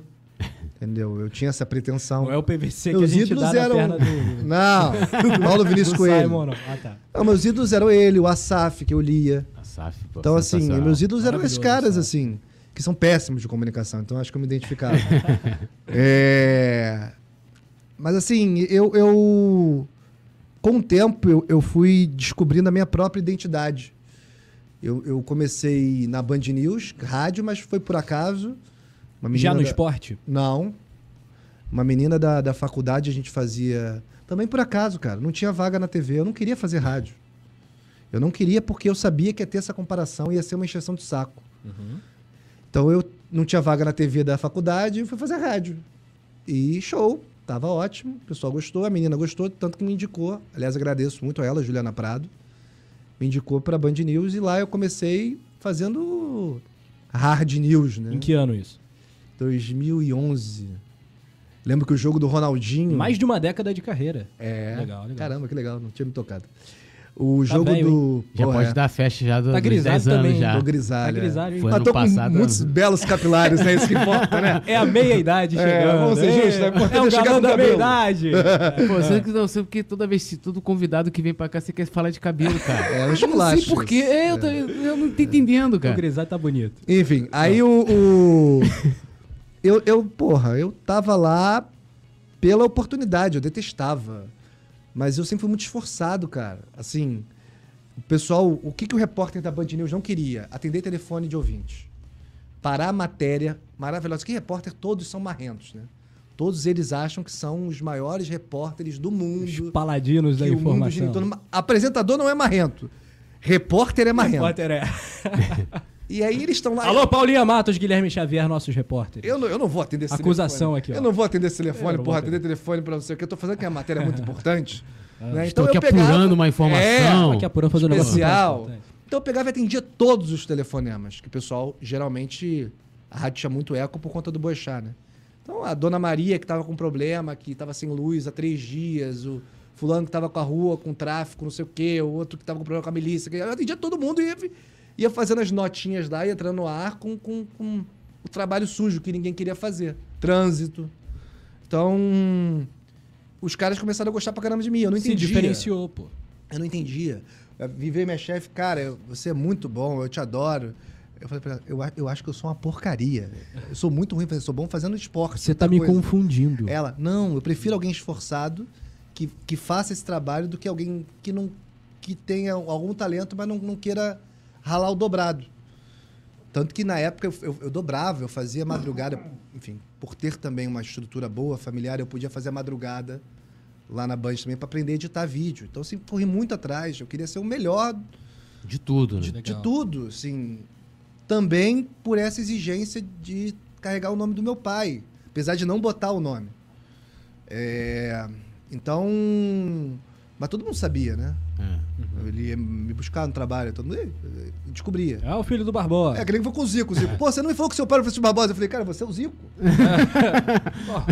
Speaker 2: entendeu? Eu tinha essa pretensão.
Speaker 1: Não é o PVC que
Speaker 2: Meus
Speaker 1: a gente
Speaker 2: ídolos
Speaker 1: dá na
Speaker 2: eram-
Speaker 1: perna do,
Speaker 2: Não, Paulo Vinícius
Speaker 1: do
Speaker 2: Coelho.
Speaker 1: Simon, não. Ah, tá.
Speaker 2: Não, meus ídolos eram ele, o Asaf, que eu lia.
Speaker 3: A SAF, pô,
Speaker 2: Então, assim,
Speaker 3: sensacional.
Speaker 2: meus ídolos eram esses
Speaker 1: Maravilhoso, né?
Speaker 2: caras,
Speaker 1: Asaf.
Speaker 2: assim, que são péssimos de comunicação, então acho que eu me identificava. É, Mas, assim, eu, eu- Com o tempo, eu, eu fui descobrindo a minha própria identidade. Eu, eu comecei na Band News, rádio, mas foi por acaso. Uma menina
Speaker 1: Já no
Speaker 2: da-
Speaker 1: esporte?
Speaker 2: Não. Uma menina da, da faculdade a gente fazia. Também por acaso, cara. Não tinha vaga na TV. Eu não queria fazer rádio. Eu Eu não queria porque eu sabia que ia ter essa comparação, ia ser uma encheção de saco. Então eu não tinha vaga na TV da faculdade, fui fazer rádio. E show, tava ótimo, o pessoal gostou, a menina gostou, tanto que me indicou. Aliás, agradeço muito a ela, Juliana Prado. Me indicou pra Band News e lá eu comecei fazendo hard news, né?
Speaker 1: Em que ano isso?
Speaker 2: 2011. Lembro que o jogo do Ronaldinho.
Speaker 1: Mais de uma década de carreira.
Speaker 2: É.
Speaker 1: Legal, legal. Tá
Speaker 2: Caramba, que legal, não tinha me tocado. O jogo
Speaker 1: bem,
Speaker 2: do.
Speaker 3: Já
Speaker 2: Pô,
Speaker 3: pode
Speaker 2: é,
Speaker 3: dar festa já do,
Speaker 1: Tá
Speaker 3: dos
Speaker 1: grisalho
Speaker 3: 10 anos
Speaker 1: também,
Speaker 3: já.
Speaker 2: Tô grisalho.
Speaker 1: Tá
Speaker 2: é.
Speaker 1: grisalho, hein?
Speaker 3: Foi
Speaker 2: Mas
Speaker 3: ano
Speaker 2: tô com
Speaker 3: passado,
Speaker 2: muitos
Speaker 3: né?
Speaker 2: belos capilares, né? Isso que importa, né?
Speaker 1: É a meia-idade
Speaker 2: É,
Speaker 1: chegando.
Speaker 2: vamos ser justos, né? Importante
Speaker 1: É o
Speaker 2: é chegar
Speaker 1: galão
Speaker 2: com
Speaker 1: da
Speaker 2: cabelo.
Speaker 1: meia-idade.
Speaker 3: Pô,
Speaker 2: é.
Speaker 3: você que não sei porque toda vez, se todo convidado que vem pra cá, você quer falar de cabelo, cara.
Speaker 2: É, uns
Speaker 3: eu não sei
Speaker 2: culachos.
Speaker 3: porquê. É, eu, tô- eu não tô entendendo,
Speaker 1: O
Speaker 3: cara.
Speaker 1: grisalho tá bonito.
Speaker 2: Enfim, aí o. o- eu, eu, porra, eu tava lá pela oportunidade, eu detestava. Mas eu sempre fui muito esforçado, cara. Assim, o pessoal, o que, que o repórter da Band News não queria? Atender telefone de ouvinte. Parar a matéria maravilhosa. Que repórter, todos são marrentos, né? Todos eles acham que são os maiores repórteres do
Speaker 1: Os
Speaker 2: mundo.
Speaker 1: paladinos da
Speaker 2: que o mundo gira
Speaker 1: informação.
Speaker 2: em torno- Apresentador não é marrento. Repórter é marrento.
Speaker 1: Repórter é.
Speaker 2: E aí eles estão lá.
Speaker 1: Alô, Paulinha Matos, Guilherme Xavier, nossos repórteres.
Speaker 2: Eu não, eu não vou atender esse
Speaker 1: Acusação
Speaker 2: telefone.
Speaker 1: aqui, ó.
Speaker 2: Eu não vou atender esse telefone,
Speaker 1: Eu não vou
Speaker 2: porra,
Speaker 1: atender. Ah,
Speaker 2: atender telefone pra não sei o que. Eu tô fazendo que a matéria é muito importante. né?
Speaker 3: Estou aqui apurando uma
Speaker 2: É,
Speaker 3: informação.
Speaker 1: Aqui apurando fazer um negócio
Speaker 2: especial.
Speaker 1: importante.
Speaker 2: Então eu pegava e atendia todos os telefonemas, que o pessoal geralmente. A rádio tinha muito eco por conta do Boechat, né? Então a dona Maria, que tava com problema, que tava sem luz há três dias, o fulano que tava com a rua, com tráfico, não sei o quê, o outro que tava com problema com a milícia. que- Eu atendia todo mundo e ia, ia fazendo as notinhas lá, ia entrando no ar com, com, com o trabalho sujo que ninguém queria fazer. Trânsito. Então. Os caras começaram a gostar pra caramba de mim. Eu não
Speaker 1: Se
Speaker 2: entendia.
Speaker 1: diferenciou, pô.
Speaker 2: Eu não entendia. Eu Viver minha chefe, cara, eu- você é muito bom, eu te adoro. Eu falei pra ela, eu, a- eu acho que eu sou uma porcaria. Eu sou muito ruim, eu sou bom fazendo esporte.
Speaker 1: Você tá
Speaker 2: outra
Speaker 1: me
Speaker 2: coisa. É
Speaker 1: confundindo.
Speaker 2: Ela, não, eu prefiro alguém esforçado que, que faça esse trabalho do que alguém que não que tenha algum talento, mas não, não queira ralar o dobrado. Tanto que na época eu, eu- eu dobrava, eu fazia madrugada, enfim, por ter também uma estrutura boa, familiar, eu podia fazer a madrugada lá na Band também para aprender a editar vídeo. Então eu sempre corri muito atrás, eu queria ser o melhor
Speaker 3: De tudo, né?
Speaker 2: de, de tudo, assim. Também por essa exigência de carregar o nome do meu pai, apesar de não botar o nome. É, então. Mas todo mundo sabia, né?
Speaker 3: É.
Speaker 2: Ele ia me buscar no trabalho, todo mundo eh, descobria.
Speaker 1: É o filho do Barbosa.
Speaker 2: É, que nem foi com o Zico. O Zico, pô, você não me falou que seu pai era o Francisco Barbosa? Eu falei, cara, você é o Zico. Porra,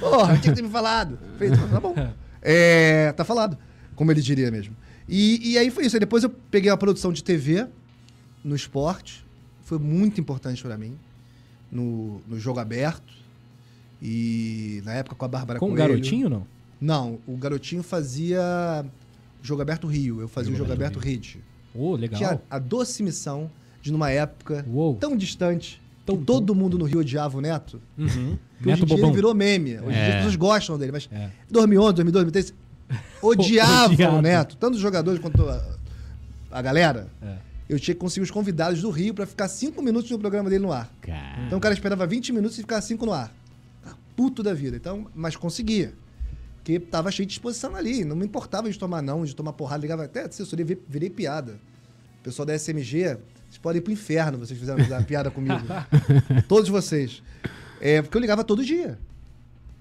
Speaker 2: Porra, tinha que ter me falado. Eu Falei, tá bom. É, tá falado, como ele diria mesmo. E, e aí foi isso. Aí depois eu peguei uma produção de TV no esporte. Foi muito importante pra mim. No, no jogo aberto. E na época É com a Bárbara
Speaker 1: tá Com o
Speaker 2: Coelho.
Speaker 1: garotinho, não?
Speaker 2: Não, o garotinho fazia jogo aberto Rio. Eu fazia o jogo aberto Rede
Speaker 1: Ô, legal.
Speaker 2: tinha a doce missão de numa época
Speaker 1: Uou.
Speaker 2: tão distante
Speaker 1: Tão-
Speaker 2: que todo mundo no Rio odiava o Neto.
Speaker 1: Uhum.
Speaker 2: Que hoje
Speaker 1: Neto
Speaker 2: em dia
Speaker 1: Bobão.
Speaker 2: ele virou meme. Hoje em
Speaker 3: É.
Speaker 2: dia as pessoas gostam dele, mas
Speaker 1: É.
Speaker 2: 2011, 2012, 2013 odiavam
Speaker 1: Odiado.
Speaker 2: o Neto, tanto os jogadores quanto a, a galera.
Speaker 1: É.
Speaker 2: Eu tinha que conseguir os convidados do Rio pra ficar cinco minutos no programa dele no ar.
Speaker 3: Cara.
Speaker 2: Então o cara esperava 20 minutos e ficava 5 no ar. Tá Puto da vida. Então, mas conseguia. Porque tava cheio de disposição ali. Não me importava de tomar não, de tomar porrada. Ligava até a assessoria, vi- virei piada. O pessoal da SMG, vocês podem ir pro inferno, vocês fizeram uma piada comigo. Todos vocês. É, porque eu ligava todo dia.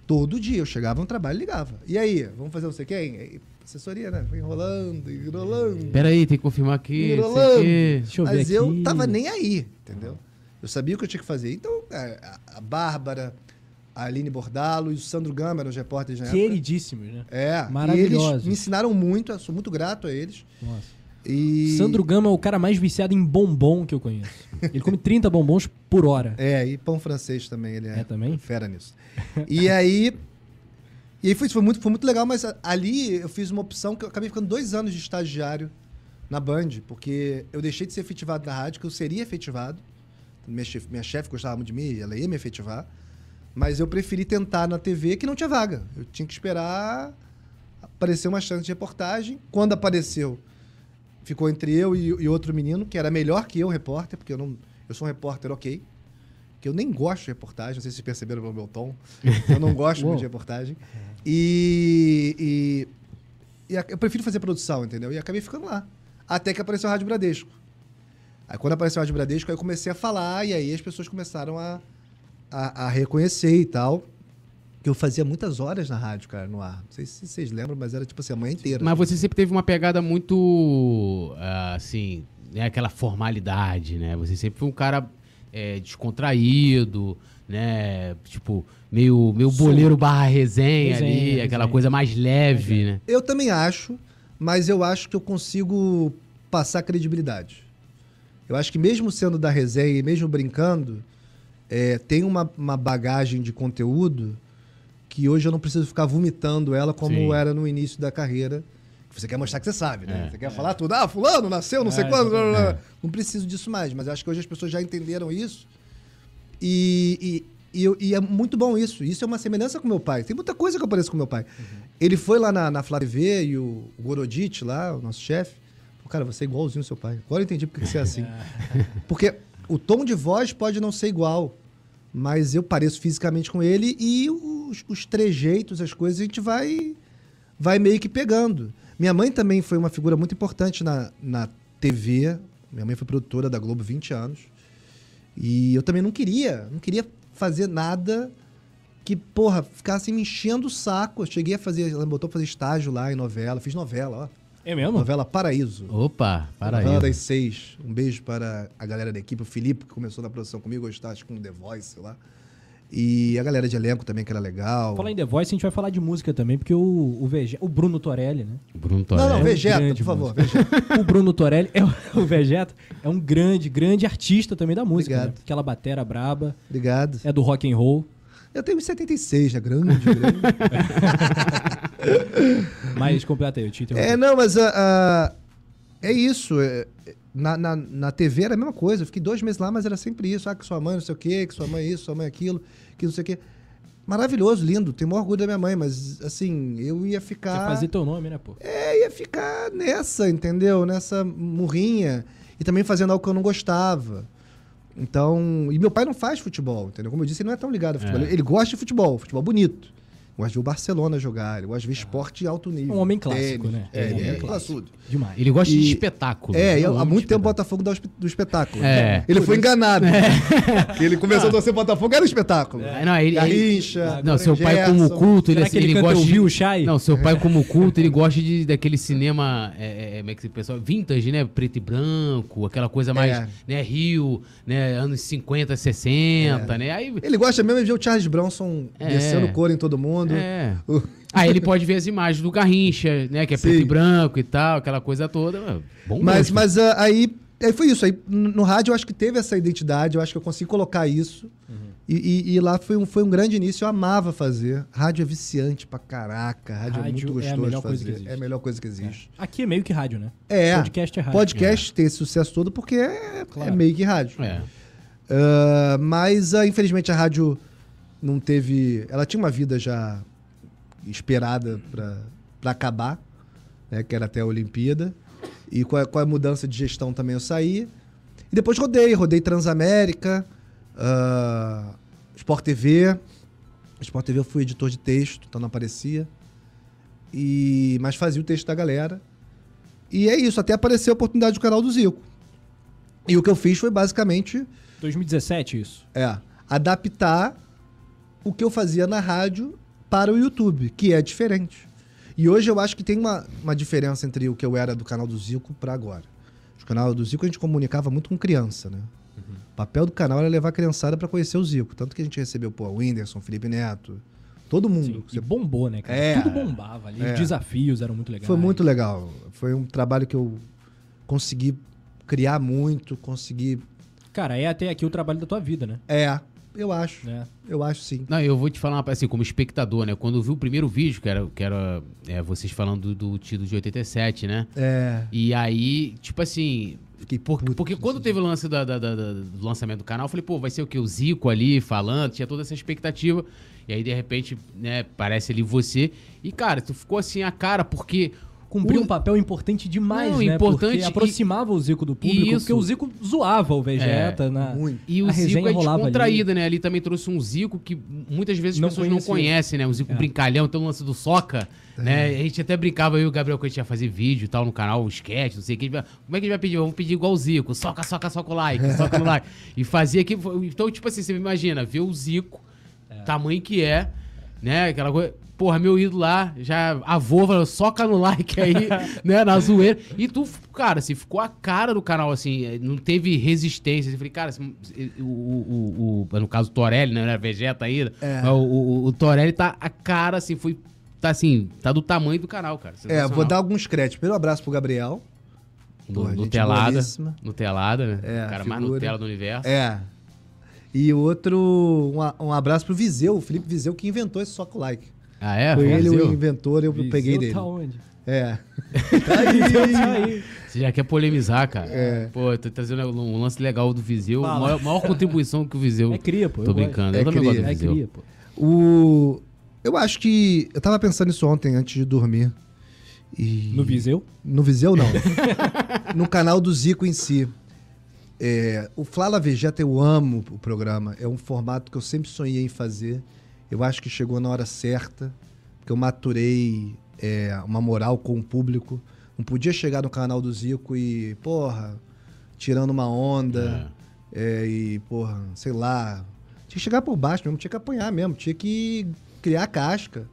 Speaker 2: Todo dia. Eu chegava no trabalho e ligava. E aí, vamos fazer não sei quem? Aí, Assessoria, né? Foi enrolando, enrolando.
Speaker 3: Pera aí, tem que confirmar aqui. não sei o
Speaker 2: Enrolando.
Speaker 3: quê.
Speaker 1: Deixa eu ver
Speaker 2: Mas eu
Speaker 1: aqui.
Speaker 2: tava nem aí, entendeu? Eu sabia o que eu tinha que fazer. Então, a, a- a Bárbara, a Aline Bordalo e o Sandro Gama eram os repórteres na época.
Speaker 1: Queridíssimos, É né?
Speaker 2: É,
Speaker 1: Maravilhosos.
Speaker 2: E eles me ensinaram muito, eu sou muito grato a eles.
Speaker 1: Nossa.
Speaker 2: É. E...
Speaker 1: Sandro Gama é o cara mais viciado em bombom que eu conheço. Ele come 30 bombons por hora.
Speaker 2: É, e pão francês também, ele é,
Speaker 1: É também?
Speaker 2: fera nisso. E aí. E aí foi, isso, foi, muito, foi muito legal, mas a- ali eu fiz uma opção que eu acabei ficando dois anos de estagiário na Band, porque eu deixei de ser efetivado na rádio, que eu seria efetivado. Minha chefe, minha chefe gostava muito de mim, ela ia me efetivar. Mas eu preferi tentar na TV, que não tinha vaga. Eu tinha que esperar aparecer uma chance de reportagem. Quando apareceu, ficou entre eu e, e outro menino, que era melhor que eu, repórter, porque eu, não, eu sou um repórter ok. Que eu nem gosto de reportagem, não sei se vocês perceberam pelo meu tom. Eu não gosto muito de reportagem. E, e- e a- eu prefiro fazer produção, entendeu? E acabei ficando lá. Até que apareceu a Rádio Bradesco. Aí quando apareceu a Rádio Bradesco, aí eu comecei a falar e aí as pessoas começaram a, a, a reconhecer e tal. Que eu fazia muitas horas na rádio, cara, no ar. Não sei se vocês lembram, mas era tipo assim, a manhã inteira.
Speaker 3: Mas você sempre teve uma pegada muito. ah, assim. Né, aquela formalidade, né? Você sempre foi um cara é, descontraído, né? Tipo, meio, meio boleiro barra resenha, ali,
Speaker 1: Resenha,
Speaker 3: aquela
Speaker 1: resenha.
Speaker 3: coisa mais leve, né?
Speaker 2: Eu também acho, mas eu acho que eu consigo passar credibilidade. Eu acho que mesmo sendo da resenha e mesmo brincando, é, tem uma, uma bagagem de conteúdo que hoje eu não preciso ficar vomitando ela como
Speaker 3: Sim.
Speaker 2: era no início da carreira. Você quer mostrar que você sabe, né?
Speaker 3: É.
Speaker 2: Você quer falar tudo. Ah, fulano nasceu, não sei
Speaker 1: É,
Speaker 2: quando. blá, blá, blá. Não preciso disso mais, mas eu acho que hoje as pessoas já entenderam isso. E, e- e eu- e é muito bom isso. Isso é uma semelhança com meu pai. Tem muita coisa que eu pareço com meu pai. Ele foi lá na, na Flá TV e o, o Gorodit lá, o nosso chefe, falou, cara, você é igualzinho ao seu pai. Agora eu entendi porque você é assim. porque o tom de voz pode não ser igual, mas eu pareço fisicamente com ele e os, os trejeitos, as coisas, a gente vai, vai meio que pegando. Minha mãe também foi uma figura muito importante na, na TV. Minha mãe foi produtora da Globo 20 anos. E eu também não queria, não queria fazer nada que, porra, ficasse me enchendo o saco. Eu cheguei a fazer, ela me botou pra fazer estágio lá em novela, fiz novela, ó.
Speaker 1: É mesmo?
Speaker 2: Novela Paraíso.
Speaker 3: Opa,
Speaker 2: Novela
Speaker 3: paraíso.
Speaker 2: das seis. Um beijo para a galera da equipe, o Felipe, que começou na produção comigo, hoje tá, acho que com The Voice, sei lá. E a galera de elenco também, que era legal.
Speaker 1: Falar em The Voice, a gente vai falar de música também, porque o, o, VG o Bruno Torelli, né?
Speaker 3: Bruno
Speaker 2: Não,
Speaker 3: Torelli.
Speaker 2: não, Vegeta,
Speaker 1: grande
Speaker 2: por favor.
Speaker 1: músico.
Speaker 2: Vegeta.
Speaker 1: O Bruno Torelli, é o, o Vegeta, é um grande, grande artista também da música.
Speaker 2: Obrigado.
Speaker 1: né? Aquela batera braba,
Speaker 2: Obrigado.
Speaker 1: é do rock and roll.
Speaker 2: Eu tenho 76, né? Grande, grande.
Speaker 1: Mas completa aí, eu te interrompi.
Speaker 2: É, não, mas a- a- é isso. é- é- na, na, na TV era a mesma coisa. Eu fiquei dois meses lá, mas era sempre isso. Ah, que sua mãe não sei o quê, que sua mãe isso, sua mãe aquilo, que não sei o quê. Maravilhoso, lindo. Tenho o maior orgulho da minha mãe, mas assim, eu ia
Speaker 1: Você
Speaker 2: ficar.
Speaker 1: fazer teu nome, né, pô?
Speaker 2: É, ia ficar nessa, entendeu? Nessa murrinha. E também fazendo algo que eu não gostava. Então. E meu pai não faz futebol, entendeu? Como eu disse, ele não é tão ligado a futebol. Ele gosta de futebol, futebol bonito. Gosta de ver o Barcelona jogar, ele gosta de ver esporte de alto nível.
Speaker 1: É um homem clássico, né?
Speaker 2: É,
Speaker 1: um
Speaker 2: ele
Speaker 1: homem
Speaker 2: é classudo.
Speaker 1: Demais.
Speaker 3: Ele gosta
Speaker 2: E-
Speaker 3: de espetáculo. Então,
Speaker 2: É, e
Speaker 3: Eu
Speaker 2: há
Speaker 3: amo
Speaker 2: muito tempo o
Speaker 3: espetáculo.
Speaker 2: Botafogo dá o espe- do espetáculo.
Speaker 3: É.
Speaker 2: Ele foi enganado. Que Ele começou a torcer Botafogo, era o espetáculo.
Speaker 3: É, não, ele-
Speaker 2: Garrincha,
Speaker 3: Não,
Speaker 2: agora
Speaker 3: seu pai
Speaker 2: Gerson.
Speaker 3: como culto,
Speaker 2: é
Speaker 3: ele,
Speaker 1: Será que
Speaker 2: assim,
Speaker 1: ele, canta
Speaker 3: gosta
Speaker 1: o
Speaker 3: de-
Speaker 1: Bill Shai?
Speaker 3: Não, seu pai como culto, ele gosta de, daquele cinema, é, é, é, como é que se pessoal, vintage, né? Preto e branco, aquela coisa mais,
Speaker 2: É.
Speaker 3: né, Rio, né, anos 50,
Speaker 2: É.
Speaker 3: 60, né? Aí,
Speaker 2: Ele gosta mesmo de ver o Charles Bronson
Speaker 3: É.
Speaker 2: descendo couro em todo mundo.
Speaker 3: é.
Speaker 2: O-
Speaker 3: Aí ele pode ver as imagens do Garrincha, né, que é preto
Speaker 2: Sim.
Speaker 3: e branco e tal, aquela coisa toda. mano, Bom
Speaker 1: Um
Speaker 2: Mas,
Speaker 3: gosto.
Speaker 2: mas ah, aí, aí foi isso. Aí, n- no rádio eu acho que teve essa identidade, eu acho que eu consegui colocar isso.
Speaker 1: Uhum.
Speaker 2: E, e- e lá foi um, foi um grande início, eu amava fazer. Rádio é viciante pra caraca, rádio, é
Speaker 1: Rádio
Speaker 2: muito
Speaker 1: é a
Speaker 2: gostoso
Speaker 1: melhor
Speaker 2: de
Speaker 1: coisa que
Speaker 2: fazer.
Speaker 1: existe.
Speaker 2: É a melhor coisa que existe.
Speaker 1: Aqui é meio que rádio, né?
Speaker 2: É.
Speaker 1: Podcast é rádio.
Speaker 2: Podcast ter esse sucesso todo porque é,
Speaker 1: Claro.
Speaker 2: é meio que rádio.
Speaker 3: É.
Speaker 2: Ah, mas ah, infelizmente a rádio não teve. Ela tinha uma vida já esperada pra- pra acabar, né, que era até a Olimpíada. E com a, com a mudança de gestão também eu saí. E depois rodei, rodei Transamérica, ah, Sport TV. Sport TV eu fui editor de texto, então não aparecia. E, mas fazia o texto da galera. E é isso, até apareceu a oportunidade do canal do Zico. E o que eu fiz foi basicamente
Speaker 1: É. 2017, isso.
Speaker 2: é, adaptar o que eu fazia na rádio para o YouTube, que é diferente. E hoje eu acho que tem uma, uma diferença entre o que eu era do canal do Zico para agora. O canal do Zico a gente comunicava muito com criança, né?
Speaker 3: Uhum.
Speaker 2: O papel do canal era levar a criançada para conhecer o Zico. Tanto que a gente recebeu, pô, o Whindersson, Felipe Neto, todo mundo.
Speaker 1: Sim. E bombou, né, cara?
Speaker 2: É.
Speaker 1: Tudo bombava ali.
Speaker 2: É.
Speaker 1: Os desafios eram muito legais.
Speaker 2: Foi muito legal. Foi um trabalho que eu consegui criar muito, consegui...
Speaker 1: Cara, é até aqui o trabalho da tua vida, né?
Speaker 2: É, eu acho.
Speaker 1: né?
Speaker 2: Eu acho sim.
Speaker 3: Não, eu vou te falar, assim, como espectador, né? Quando eu vi o primeiro vídeo, que era, que era é, vocês falando do, do título de 87, né?
Speaker 2: É,
Speaker 3: E aí, tipo assim.
Speaker 2: Fiquei
Speaker 3: por-
Speaker 2: puto
Speaker 3: porque quando teve o lance da- da- da- da- do lançamento do canal, eu falei, pô, vai ser o que? O Zico ali falando, tinha toda essa expectativa. E aí, de repente, né, parece ali você. E, cara, tu ficou assim a cara, porque
Speaker 1: cumpriu
Speaker 3: O-
Speaker 1: um papel importante demais,
Speaker 3: Não,
Speaker 1: né?
Speaker 3: importante
Speaker 1: Porque
Speaker 3: e-
Speaker 1: aproximava o Zico do público,
Speaker 3: Isso. É.
Speaker 1: porque o Zico zoava o Vegeta na
Speaker 2: Muito.
Speaker 3: E o
Speaker 1: a resenha
Speaker 3: Zico é
Speaker 1: rolava ali.
Speaker 3: descontraída, né? Ali também trouxe um Zico que muitas vezes as
Speaker 1: Não
Speaker 3: pessoas não
Speaker 1: conhecia. É.
Speaker 3: conhecem, né? O Zico brincalhão, tem o lance do Soca, né? A gente até brincava, eu e o Gabriel, que a gente ia fazer vídeo e tal no canal, um sketch, não sei o que. Como é que a gente vai pedir? Vamos pedir igual o Zico. Soca, soca, soca o like, soca no like. E fazia que... Então, tipo assim, você imagina, ver o Zico, tamanho que é, né? Aquela coisa... Porra, meu ídolo lá, já avô, falou, soca no like aí, né, na zoeira. E tu, cara, assim, ficou a cara do canal, assim, eh, não teve resistência. Eu falei, cara, assim, o, o, o- no caso o Torelli, né, não era Vegeta ainda,
Speaker 2: É.
Speaker 3: mas o, o, o Torelli tá a cara, assim, foi, tá assim, tá do tamanho do canal, cara.
Speaker 2: É, vou
Speaker 3: Sensacional.
Speaker 2: dar alguns créditos. Primeiro um abraço pro Gabriel.
Speaker 3: No,
Speaker 2: Porra,
Speaker 3: no
Speaker 2: gente é
Speaker 3: telada,
Speaker 2: boníssima.
Speaker 3: no telada, né,
Speaker 2: É,
Speaker 3: o cara mais
Speaker 2: figura.
Speaker 3: Nutella do universo.
Speaker 2: É. E outro, um, a- um abraço pro Viseu, o Felipe Viseu, que inventou esse soco like.
Speaker 3: Ah, é?
Speaker 2: Foi ele
Speaker 3: Brasil?
Speaker 2: o inventor, eu
Speaker 1: Viseu
Speaker 2: peguei
Speaker 1: tá
Speaker 2: dele.
Speaker 1: onde?
Speaker 2: É.
Speaker 1: Tá aí.
Speaker 3: Você já quer polemizar, cara.
Speaker 2: É.
Speaker 3: Pô, eu tô trazendo um lance legal do Viseu. A maior, maior contribuição que o Viseu.
Speaker 1: É cria, pô. eu
Speaker 3: Tô
Speaker 1: gosto.
Speaker 3: brincando.
Speaker 2: É
Speaker 3: eu também
Speaker 2: cria.
Speaker 3: gosto do
Speaker 1: É
Speaker 3: Viseu.
Speaker 1: cria, pô.
Speaker 2: O. Eu acho que. Eu tava pensando nisso ontem, antes de dormir. E...
Speaker 1: No Viseu?
Speaker 2: No Viseu, não. no canal do Zico em si. É, o Flala Vegeta, eu amo o programa. É um formato que eu sempre sonhei em fazer. Eu acho que chegou na hora certa, porque eu maturei é, uma moral com o público. Não podia chegar no canal do Zico e, porra, tirando uma onda. é, e, porra, sei lá. Tinha que chegar por baixo mesmo, tinha que apanhar mesmo, tinha que criar casca.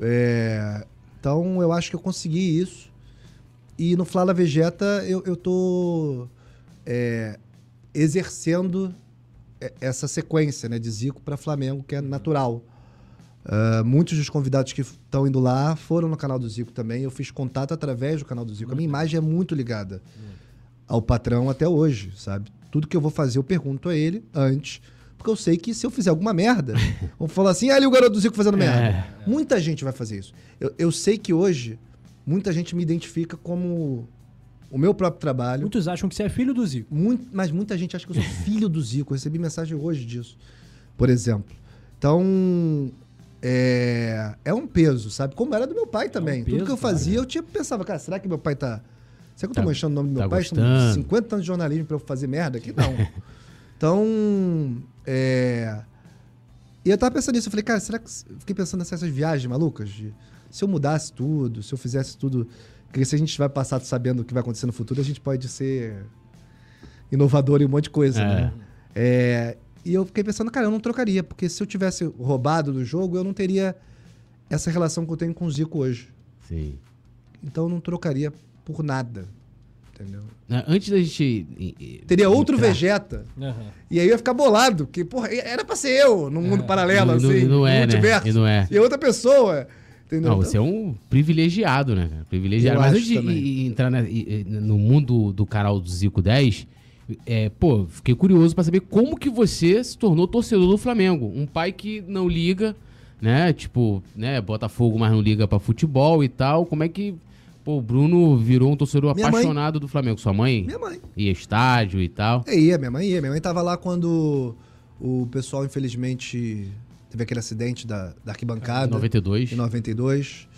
Speaker 2: É, então eu acho que eu consegui isso. E no Flala Vegeta eu, eu tô é, exercendo e- essa sequência né, de Zico para Flamengo, que é natural. Ah, muitos dos convidados que estão indo lá foram no canal do Zico também. Eu fiz contato através do canal do Zico. A minha imagem é muito ligada ao patrão até hoje, sabe? Tudo que eu vou fazer, eu pergunto a ele antes. Porque eu sei que se eu fizer alguma merda, vão falar assim, ah, ali o garoto do Zico fazendo merda. Muita gente vai fazer isso. Eu, eu sei que hoje, muita gente me identifica como o meu próprio trabalho.
Speaker 1: Muitos acham que você é filho do Zico.
Speaker 2: Muito- mas muita gente acha que eu sou filho do Zico. Eu recebi mensagem hoje disso, por exemplo. Então, é, é um peso, sabe? Como era do meu
Speaker 3: É um
Speaker 2: pai também. Tudo
Speaker 1: peso,
Speaker 2: que eu
Speaker 1: cara.
Speaker 2: fazia, eu tinha, pensava, cara, será que meu pai tá. Será que eu tô
Speaker 3: Tá-
Speaker 2: manchando o nome do meu
Speaker 3: tá
Speaker 2: pai?
Speaker 3: gostando.
Speaker 2: Estamos 50 anos de jornalismo pra eu fazer merda aqui? Não. então, é. E eu tava pensando nisso, eu falei, cara, será que. Fiquei pensando nessas essas viagens malucas? de- se eu mudasse tudo, se eu fizesse tudo. Porque se a gente vai passar sabendo o que vai acontecer no futuro, a gente pode ser inovador em um monte de coisa,
Speaker 3: É.
Speaker 2: né? É, e eu fiquei pensando, cara, eu não trocaria, porque se eu tivesse roubado do jogo, eu não teria essa relação que eu tenho com o Zico hoje.
Speaker 3: Sim.
Speaker 2: Então eu não trocaria por nada. Entendeu?
Speaker 3: Na- É, Antes da gente. i- i-
Speaker 2: Teria outro
Speaker 3: entrar
Speaker 2: Vegeta.
Speaker 1: Aham.
Speaker 2: E aí eu ia ficar bolado, que, porra, era pra ser eu, num mundo paralelo,
Speaker 3: E É, não-
Speaker 2: assim,
Speaker 3: e não
Speaker 2: num
Speaker 3: é, né?
Speaker 2: multiverso.
Speaker 3: E não é.
Speaker 2: E outra pessoa. Entendeu? Então,
Speaker 3: Não, você é um privilegiado, né? cara? Privilegiado.
Speaker 2: Eu
Speaker 3: Mas
Speaker 2: acho
Speaker 3: antes de
Speaker 2: também.
Speaker 3: i- i- entrar na- i- i- no mundo do canal do Zico 10, é, pô, fiquei curioso pra saber como que você se tornou torcedor do Flamengo. Um pai que não liga, né? Tipo, né, Botafogo, mas não liga pra futebol e tal. Como é que. Pô, o Bruno virou um torcedor
Speaker 2: Minha mãe.
Speaker 3: apaixonado do Flamengo. Sua mãe
Speaker 2: Minha mãe.
Speaker 3: ia estádio e tal.
Speaker 2: É, ia, minha mãe ia. Minha mãe tava lá quando o pessoal, infelizmente, teve aquele acidente da, da
Speaker 3: Em
Speaker 2: arquibancada.
Speaker 3: 92.
Speaker 2: Em 92.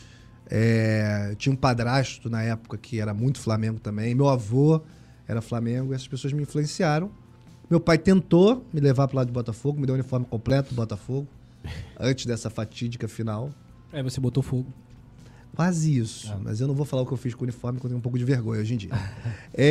Speaker 2: É, tinha um padrasto na época que era muito Flamengo também. Meu avô era Flamengo e essas pessoas me influenciaram. Meu pai tentou me levar pro lado do Botafogo, me deu o uniforme completo do Botafogo, antes dessa fatídica final.
Speaker 1: Aí você botou fogo.
Speaker 2: Quase
Speaker 1: É.
Speaker 2: isso. Mas eu não vou falar o que eu fiz com o uniforme, porque eu tenho um pouco de vergonha hoje em dia.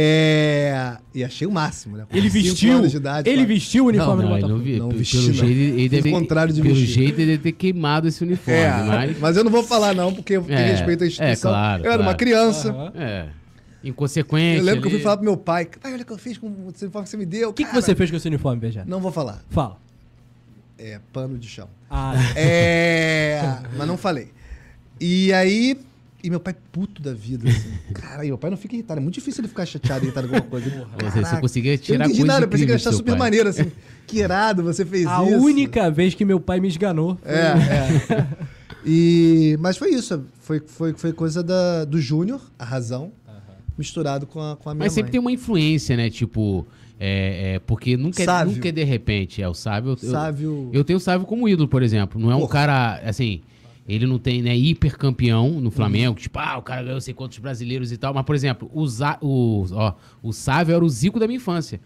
Speaker 2: É, E achei o máximo, né? Com
Speaker 1: Ele
Speaker 2: cinco
Speaker 1: vestiu.
Speaker 2: anos de idade,
Speaker 1: ele
Speaker 2: quase.
Speaker 1: vestiu o uniforme
Speaker 3: Não,
Speaker 1: do
Speaker 3: ele não
Speaker 1: Botafogo.
Speaker 3: vi.
Speaker 2: Não
Speaker 3: Pelo
Speaker 2: vesti,
Speaker 3: jeito,
Speaker 2: não.
Speaker 3: ele ele
Speaker 2: Fiz
Speaker 3: deve.
Speaker 2: o contrário de
Speaker 3: pelo
Speaker 2: vestir.
Speaker 3: jeito, ele deve ter queimado esse uniforme,
Speaker 2: É,
Speaker 3: mas.
Speaker 2: mas eu não vou falar não, porque eu
Speaker 3: É,
Speaker 2: respeito à
Speaker 3: é,
Speaker 2: instituição.
Speaker 3: claro,
Speaker 2: eu era uma
Speaker 3: claro.
Speaker 2: criança.
Speaker 1: Aham.
Speaker 3: É. Inconsequente.
Speaker 2: Eu lembro que eu fui
Speaker 3: ali.
Speaker 2: falar pro meu pai, pai, olha o que eu fiz com o uniforme que você me deu.
Speaker 1: O que, que
Speaker 2: cara."
Speaker 1: você fez com esse uniforme, Vegeta?
Speaker 2: Não vou falar.
Speaker 1: Fala.
Speaker 2: É, pano de chão.
Speaker 1: Ah,
Speaker 2: É, mas não falei. E aí... E meu pai puto da vida, assim. Cara, e meu pai não fica irritado. É muito difícil ele ficar chateado, irritado com alguma coisa.
Speaker 3: Você- você
Speaker 2: Caraca.
Speaker 3: conseguia
Speaker 2: eu
Speaker 3: tirar
Speaker 2: não entendi
Speaker 3: coisa
Speaker 2: nada, eu pensei que ele
Speaker 3: incrível
Speaker 2: achava
Speaker 3: do seu
Speaker 2: super
Speaker 3: pai.
Speaker 2: maneiro, assim. Que irado, você fez
Speaker 1: a
Speaker 2: isso.
Speaker 1: única vez que meu pai me esganou. foi-
Speaker 2: É, é. E, mas foi isso. Foi, foi, foi coisa da, do Júnior, a razão, misturado com a, com a minha
Speaker 3: Mas sempre tem
Speaker 2: mãe.
Speaker 3: uma influência, né? Tipo, é, é, porque nunca é,
Speaker 2: Sávio.
Speaker 3: nunca é de repente. É, o Sábio. eu-
Speaker 2: Sávio.
Speaker 3: Eu, eu tenho o Sábio como ídolo, por exemplo. Não é um
Speaker 2: Hum. Porra.
Speaker 3: cara, assim. Ele não tem, né, hipercampeão no Flamengo, tipo, ah, o cara ganhou sei quantos brasileiros e tal. Mas, por exemplo, o, Zá- o, ó, o Sávio era o Zico da minha infância.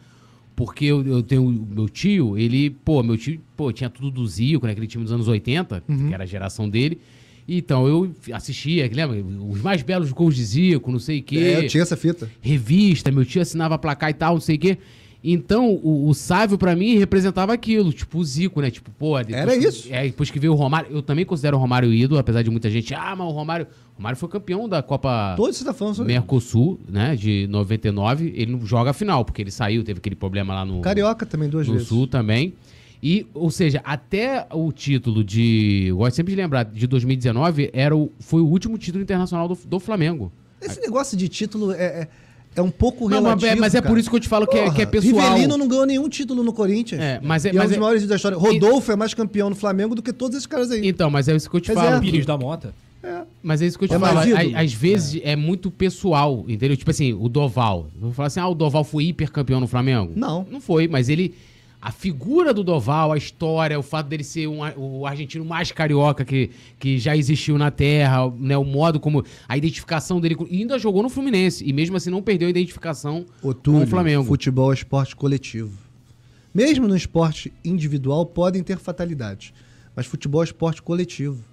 Speaker 3: Porque eu, eu tenho meu tio, ele, pô, meu tio, pô, tinha tudo do Zico, né, aquele time dos anos 80,
Speaker 2: Uhum.
Speaker 3: que era a geração dele. Então, eu assistia, que lembra? Os mais belos gols de Zico, não sei o quê
Speaker 2: É, eu tinha essa fita.
Speaker 3: revista, meu tio assinava placar e tal, não sei o quê. Então, o, o Sávio, pra mim, representava aquilo, tipo o Zico, né? Tipo, pô, depois
Speaker 2: Era
Speaker 3: que-
Speaker 2: isso.
Speaker 3: é, depois que veio o Romário, eu também considero o Romário ídolo, apesar de muita gente, ah, mas o Romário, o Romário foi campeão da Copa
Speaker 2: Todos você tá falando sobre.
Speaker 3: Mercosul, né, de 99, ele não joga a final, porque ele saiu, teve aquele problema lá no
Speaker 2: Carioca também duas
Speaker 3: no
Speaker 2: vezes.
Speaker 3: Sul também. E, ou seja, até o título de, eu gosto sempre de lembrar, de 2019, era o, foi o último título internacional do, do Flamengo.
Speaker 2: Esse negócio de título é, é, é um pouco
Speaker 3: Não, mas,
Speaker 2: relativo.
Speaker 3: é- mas é por
Speaker 2: cara.
Speaker 3: isso que eu te falo que é, que é
Speaker 2: Porra,
Speaker 3: pessoal.
Speaker 2: Rivelino não ganhou nenhum título no Corinthians.
Speaker 3: É, mas é-
Speaker 2: E é
Speaker 3: mas
Speaker 2: um dos
Speaker 3: é-
Speaker 2: maiores da história. Rodolfo é mais campeão no Flamengo do que todos esses caras aí.
Speaker 3: Então, mas é isso que eu te
Speaker 2: Mas
Speaker 3: falo.
Speaker 2: é.
Speaker 3: que-
Speaker 1: Pires da Mota.
Speaker 3: mas é isso que eu te
Speaker 2: É mais
Speaker 3: falo. Às-
Speaker 2: ídolo.
Speaker 3: Às vezes é. muito pessoal, entendeu? Tipo assim, o Doval. Eu vou falar assim, ah, o Doval foi hipercampeão no Flamengo?
Speaker 2: Não.
Speaker 3: Não foi, mas ele... A figura do Doval, a história, o fato dele ser um, ar- o argentino mais carioca que, que já existiu na Terra, né? O modo como... A identificação dele... com- E ainda jogou no Fluminense. E mesmo assim não perdeu a identificação
Speaker 2: O
Speaker 3: com o Flamengo.
Speaker 2: futebol é esporte coletivo. Mesmo no esporte individual, podem ter fatalidades. Mas futebol é esporte coletivo.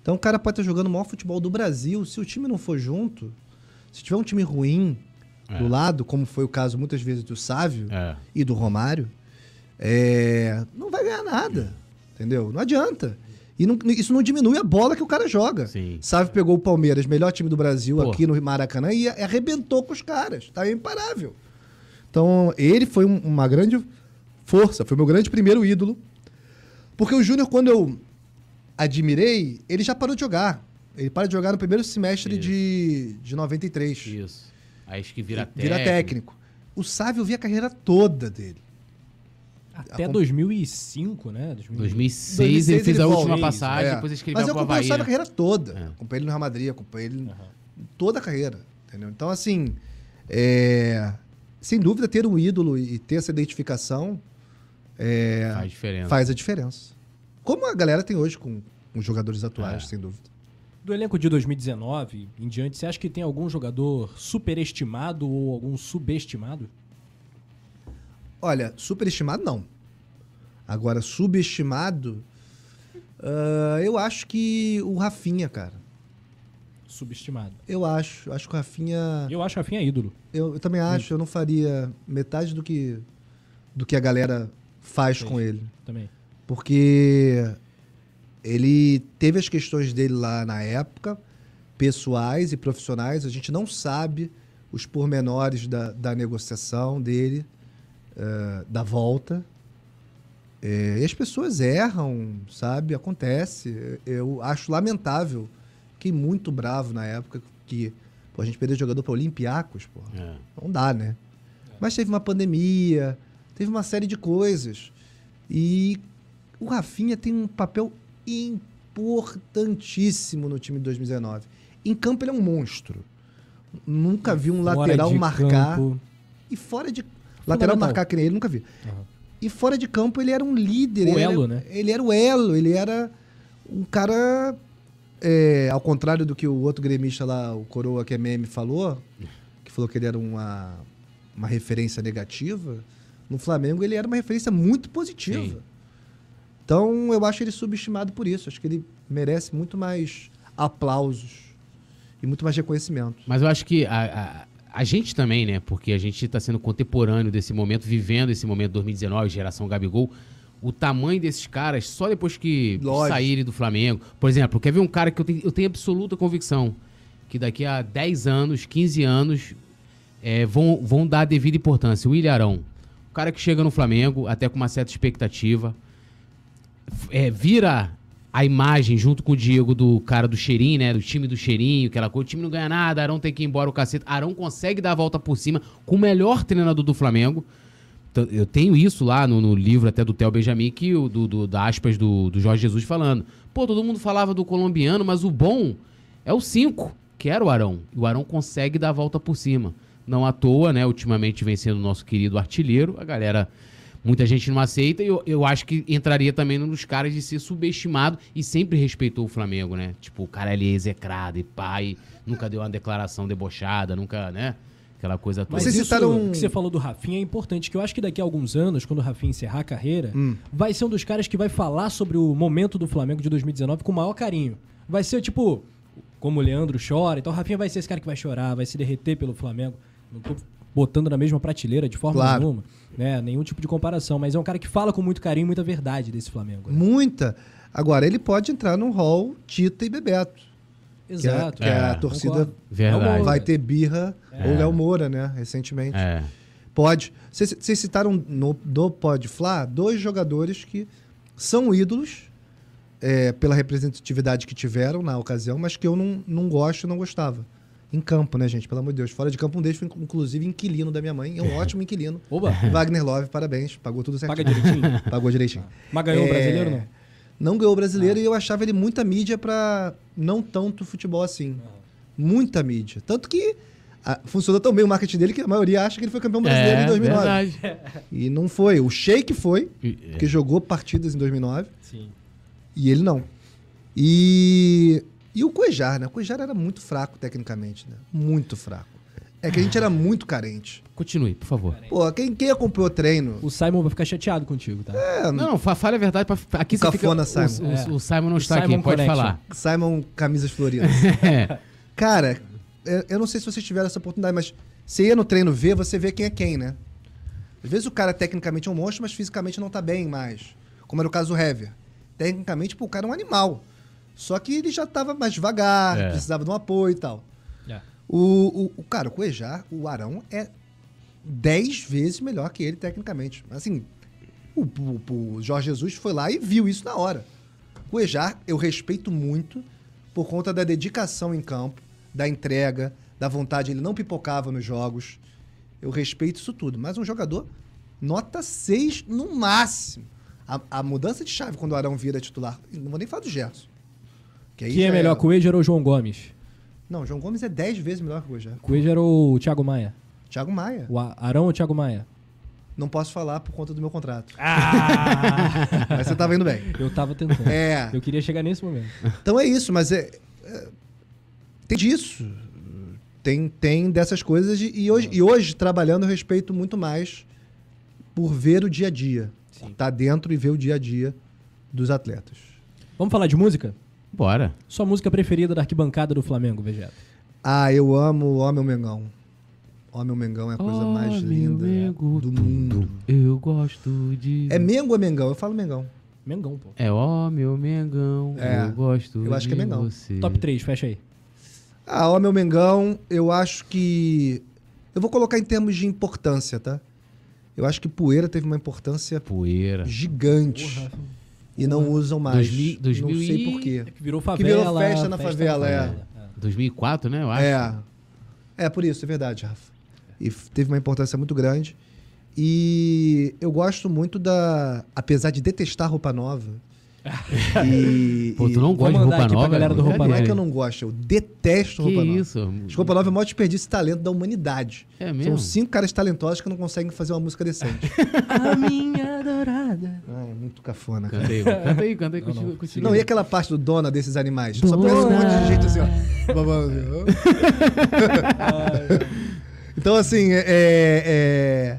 Speaker 2: Então o cara pode estar jogando o maior futebol do Brasil. Se o time não for junto, se tiver um time ruim do lado, como foi o caso muitas vezes do Sávio
Speaker 3: É.
Speaker 2: e do Romário, é, não vai ganhar nada. Entendeu? Não adianta. E não- isso não diminui a bola que o cara joga.
Speaker 3: Sim.
Speaker 2: Sávio pegou o Palmeiras, melhor time do Brasil
Speaker 3: Pô.
Speaker 2: aqui no Maracanã, e arrebentou com os caras. Tá imparável. Então, ele foi um- uma grande força, foi meu grande primeiro ídolo. Porque o Júnior, quando eu admirei, ele já parou de jogar. Ele para de jogar no primeiro semestre de, de 93.
Speaker 3: Isso. Aí acho que vira,
Speaker 2: Vira técnico. O Sávio eu vi a carreira toda dele.
Speaker 1: Até
Speaker 2: Acom-
Speaker 1: 2005, né?
Speaker 3: 2006,
Speaker 2: 2006
Speaker 3: ele fez
Speaker 2: ele
Speaker 3: a última
Speaker 1: volta.
Speaker 3: passagem, depois ele escreveu
Speaker 2: É. Mas eu
Speaker 3: pro
Speaker 2: acompanhei
Speaker 3: Havaí.
Speaker 2: o Sávio a
Speaker 3: né?
Speaker 2: carreira toda.
Speaker 3: É.
Speaker 2: Acompanhei ele no Real Madrid, acompanhei ele toda a carreira. Entendeu? Então, assim, é, sem dúvida, ter um ídolo e ter essa identificação é,
Speaker 3: Faz diferença.
Speaker 2: faz a diferença. Como a galera tem hoje com, com os jogadores atuais,
Speaker 3: É.
Speaker 2: sem dúvida.
Speaker 1: Do elenco de 2019 em diante, você acha que tem algum jogador superestimado ou algum subestimado?
Speaker 2: Olha, superestimado não. Agora, subestimado, ah, eu acho que o Rafinha, cara.
Speaker 1: Subestimado.
Speaker 2: Eu acho. Acho que o Rafinha.
Speaker 1: Eu acho o Rafinha ídolo.
Speaker 2: Eu, eu também acho, eu não faria metade do que, do que a galera faz com ele.
Speaker 1: Também.
Speaker 2: Porque ele teve as questões dele lá na época, pessoais e profissionais. A gente não sabe os pormenores da, da negociação dele, eh, da volta. Eh, e as pessoas erram, sabe? Acontece. Eu acho lamentável. Fiquei muito bravo na época que pô, a gente perdeu jogador para Olympiacos, porra.
Speaker 3: É.
Speaker 2: Não dá, né? Mas teve uma pandemia, teve uma série de coisas. E o Rafinha tem um papel importantíssimo no time de 2019. Em campo ele é um monstro. Nunca vi um lateral
Speaker 1: É, Fora de
Speaker 2: marcar.
Speaker 1: campo.
Speaker 2: E fora de. Lateral marcar que nem ele, nunca vi.
Speaker 1: Aham.
Speaker 2: E fora de campo ele era um líder.
Speaker 1: O
Speaker 2: ele
Speaker 1: elo,
Speaker 2: era,
Speaker 1: né?
Speaker 2: Ele era o elo, ele era um cara. é, ao contrário do que o outro gremista lá, o Coroa, que é meme, falou, que falou que ele era uma, uma referência negativa, no Flamengo ele era uma referência muito positiva.
Speaker 3: Sim.
Speaker 2: Então eu acho ele subestimado por isso. Acho que ele merece muito mais aplausos e muito mais reconhecimento.
Speaker 3: Mas eu acho que a, a, a gente também, né? Porque a gente está sendo contemporâneo desse momento, vivendo esse momento 2019, geração Gabigol. O tamanho desses caras, só depois que
Speaker 2: Lógico.
Speaker 3: saírem do Flamengo. Por exemplo, quer ver um cara que eu tenho, eu tenho absoluta convicção que daqui a 10 anos, 15 anos, é, vão, vão dar a devida importância. O Ilharão. O cara que chega no Flamengo, até com uma certa expectativa, é, vira a imagem junto com o Diego do cara do cheirinho, né? Do time do cheirinho, aquela coisa. O time não ganha nada, Arão tem que ir embora o cacete. Arão consegue dar a volta por cima com o melhor treinador do Flamengo. T- Eu tenho isso lá no, no livro até do Theo Benjamin, que o do, do- da aspas do, do Jorge Jesus falando. Pô, todo mundo falava do colombiano, mas o bom é o 5, que era o Arão. E o Arão consegue dar a volta por cima. Não à toa, né? Ultimamente vencendo o nosso querido artilheiro, a galera Muita gente não aceita e eu, eu acho que entraria também nos caras de ser subestimado e sempre respeitou o Flamengo, né? Tipo, o cara ele é execrado e pai, nunca deu uma declaração debochada, nunca, né? Aquela coisa toda.
Speaker 1: Mas
Speaker 2: Vocês
Speaker 1: isso
Speaker 2: citaram- um
Speaker 1: que você falou do Rafinha é importante, que eu acho que daqui a alguns anos, quando o Rafinha encerrar a carreira,
Speaker 2: Hum.
Speaker 1: vai ser um dos caras que vai falar sobre o momento do Flamengo de 2019 com o maior carinho. Vai ser tipo, como o Leandro chora, então o Rafinha vai ser esse cara que vai chorar, vai se derreter pelo Flamengo. Não tô botando na mesma prateleira de forma
Speaker 2: Claro.
Speaker 1: nenhuma, né? Nenhum tipo de comparação, mas é um cara que fala com muito carinho e muita verdade desse Flamengo. né?
Speaker 2: Muita. Agora, ele pode entrar no hall Tita e Bebeto. Que, a-
Speaker 1: Exato.
Speaker 2: que a,
Speaker 3: É.
Speaker 2: torcida
Speaker 1: Concordo. É
Speaker 3: Verdade.
Speaker 2: vai ter birra ou Léo Moura, né? Recentemente.
Speaker 3: É.
Speaker 2: Pode. Vocês vocês citaram no, no Pod Fla dois jogadores que são ídolos é, pela representatividade que tiveram na ocasião, mas que eu não, não gosto e não gostava. Em campo, né, gente? Pelo amor de Deus. Fora de campo, um deles foi, inclusive, inquilino da minha mãe. É um ótimo inquilino.
Speaker 1: Oba,
Speaker 2: Wagner Love, parabéns. Pagou tudo certinho.
Speaker 1: paga direitinho.
Speaker 2: Pagou direitinho.
Speaker 1: Mas ganhou o
Speaker 2: É,
Speaker 1: brasileiro, não? Ah.
Speaker 2: Não ganhou o brasileiro e eu achava ele muita mídia pra não tanto futebol assim.
Speaker 1: Ah.
Speaker 2: Muita mídia. Tanto que ah, funcionou tão bem o marketing dele que a maioria acha que ele foi campeão brasileiro em
Speaker 3: É,
Speaker 2: 2009.
Speaker 3: verdade.
Speaker 2: E não foi. O Sheik foi,
Speaker 1: É.
Speaker 3: E- é,
Speaker 2: que jogou partidas em 2009,
Speaker 1: Sim.
Speaker 2: e ele não. E, e o Cuejar, né? O Cuejar era muito fraco tecnicamente, né? Muito fraco. É que a gente era muito carente.
Speaker 3: Continue, por favor.
Speaker 2: Pô, quem, quem acompanhou o treino?
Speaker 1: O Simon vai ficar chateado contigo, tá?
Speaker 2: É.
Speaker 3: Não, não, fa- fale a verdade. Pra, pra- aqui
Speaker 2: O
Speaker 3: você
Speaker 2: cafona
Speaker 3: fica,
Speaker 2: Simon.
Speaker 3: O, É. o- o Simon não
Speaker 1: O
Speaker 3: está
Speaker 1: Simon
Speaker 3: aqui, pode
Speaker 1: Connection.
Speaker 3: falar. É,
Speaker 2: Simon Camisas Floridas. Cara, eu- eu não sei se vocês tiveram essa oportunidade, mas você ia no treino ver, você vê quem é quem, né? Às vezes o cara tecnicamente é um monstro, mas fisicamente não tá bem mais. Como era o caso do Hever. Tecnicamente, pô, o cara é um animal. Só que ele já tava mais devagar,
Speaker 3: É.
Speaker 2: precisava de um apoio e tal.
Speaker 1: É.
Speaker 2: O, o, o cara, o Cuejar, o Arão é 10 vezes melhor que ele tecnicamente. Assim, o, o- o Jorge Jesus foi lá e viu isso na hora. O Cuejar, eu respeito muito por conta da dedicação em campo, da entrega, da vontade. Ele não pipocava nos jogos. Eu respeito isso tudo. Mas um jogador, nota 6 no máximo. A, a mudança de chave quando o Arão vira titular. Não vou nem falar do Gerson. aí
Speaker 1: Quem
Speaker 2: já
Speaker 1: é melhor, Coelho ou João Gomes?
Speaker 2: Não, o João Gomes é 10 vezes melhor que o Cuejar.
Speaker 1: Cuejar ou o Thiago Maia?
Speaker 2: Thiago Maia.
Speaker 1: O A- Arão ou o Thiago Maia?
Speaker 2: Não posso falar por conta do meu contrato. Mas você tava indo bem.
Speaker 1: Eu tava tentando.
Speaker 2: É.
Speaker 1: Eu queria chegar nesse momento.
Speaker 2: Então é isso, mas é. é, tem disso. Tem, tem dessas coisas. de- e, hoje, e hoje, trabalhando, eu respeito muito mais por ver o dia a dia. Tá dentro e ver o dia a dia dos atletas.
Speaker 1: Vamos falar de música?
Speaker 3: Bora.
Speaker 1: Sua música preferida da arquibancada do Flamengo, Vegeta.
Speaker 2: Ah, eu amo Ó meu Mengão. Ó meu Mengão é a coisa mais linda do mundo.
Speaker 3: Eu gosto de.
Speaker 2: É Mengo ou Mengão? Eu falo Mengão.
Speaker 1: Mengão, pô.
Speaker 3: É ó, meu Mengão,
Speaker 2: É,
Speaker 3: eu gosto
Speaker 2: eu acho que
Speaker 3: de
Speaker 2: é Mengão.
Speaker 3: você.
Speaker 1: Top 3, fecha aí.
Speaker 2: Ah, ó, meu Mengão, eu acho que. Eu vou colocar em termos de importância, tá? Eu acho que poeira teve uma importância
Speaker 3: Poeira.
Speaker 2: gigante. E não usam mais.
Speaker 3: 2000,
Speaker 2: não
Speaker 3: 2000
Speaker 2: sei
Speaker 3: É. e-
Speaker 2: porquê.
Speaker 1: É Que virou favela.
Speaker 2: Que virou festa na favela, é.
Speaker 3: 2004, né, eu acho.
Speaker 2: É. É por isso, é verdade, Rafa. E f- teve uma importância muito grande. E eu gosto muito da. Apesar de detestar roupa nova. e,
Speaker 3: Pô,
Speaker 2: e-
Speaker 3: tu não
Speaker 1: Vou
Speaker 3: gosta
Speaker 1: mandar
Speaker 3: de roupa
Speaker 1: aqui pra
Speaker 3: nova?
Speaker 1: galera do Roupa
Speaker 2: Não é
Speaker 3: brincadeira.
Speaker 2: que eu não gosto, eu detesto
Speaker 3: Que
Speaker 2: roupa nova.
Speaker 3: isso?
Speaker 2: Acho que roupa nova é o maior desperdício de talento da humanidade.
Speaker 3: É mesmo?
Speaker 2: São cinco caras talentosos que não conseguem fazer uma música decente.
Speaker 1: A minha adorada.
Speaker 2: Ai, é muito cafona, cara.
Speaker 3: Canta aí, canta aí, canta aí, continua, continua.
Speaker 2: Não, e aquela parte do dona desses animais? Só pensa um monte de gente assim, ó. babando. então, assim, é. é,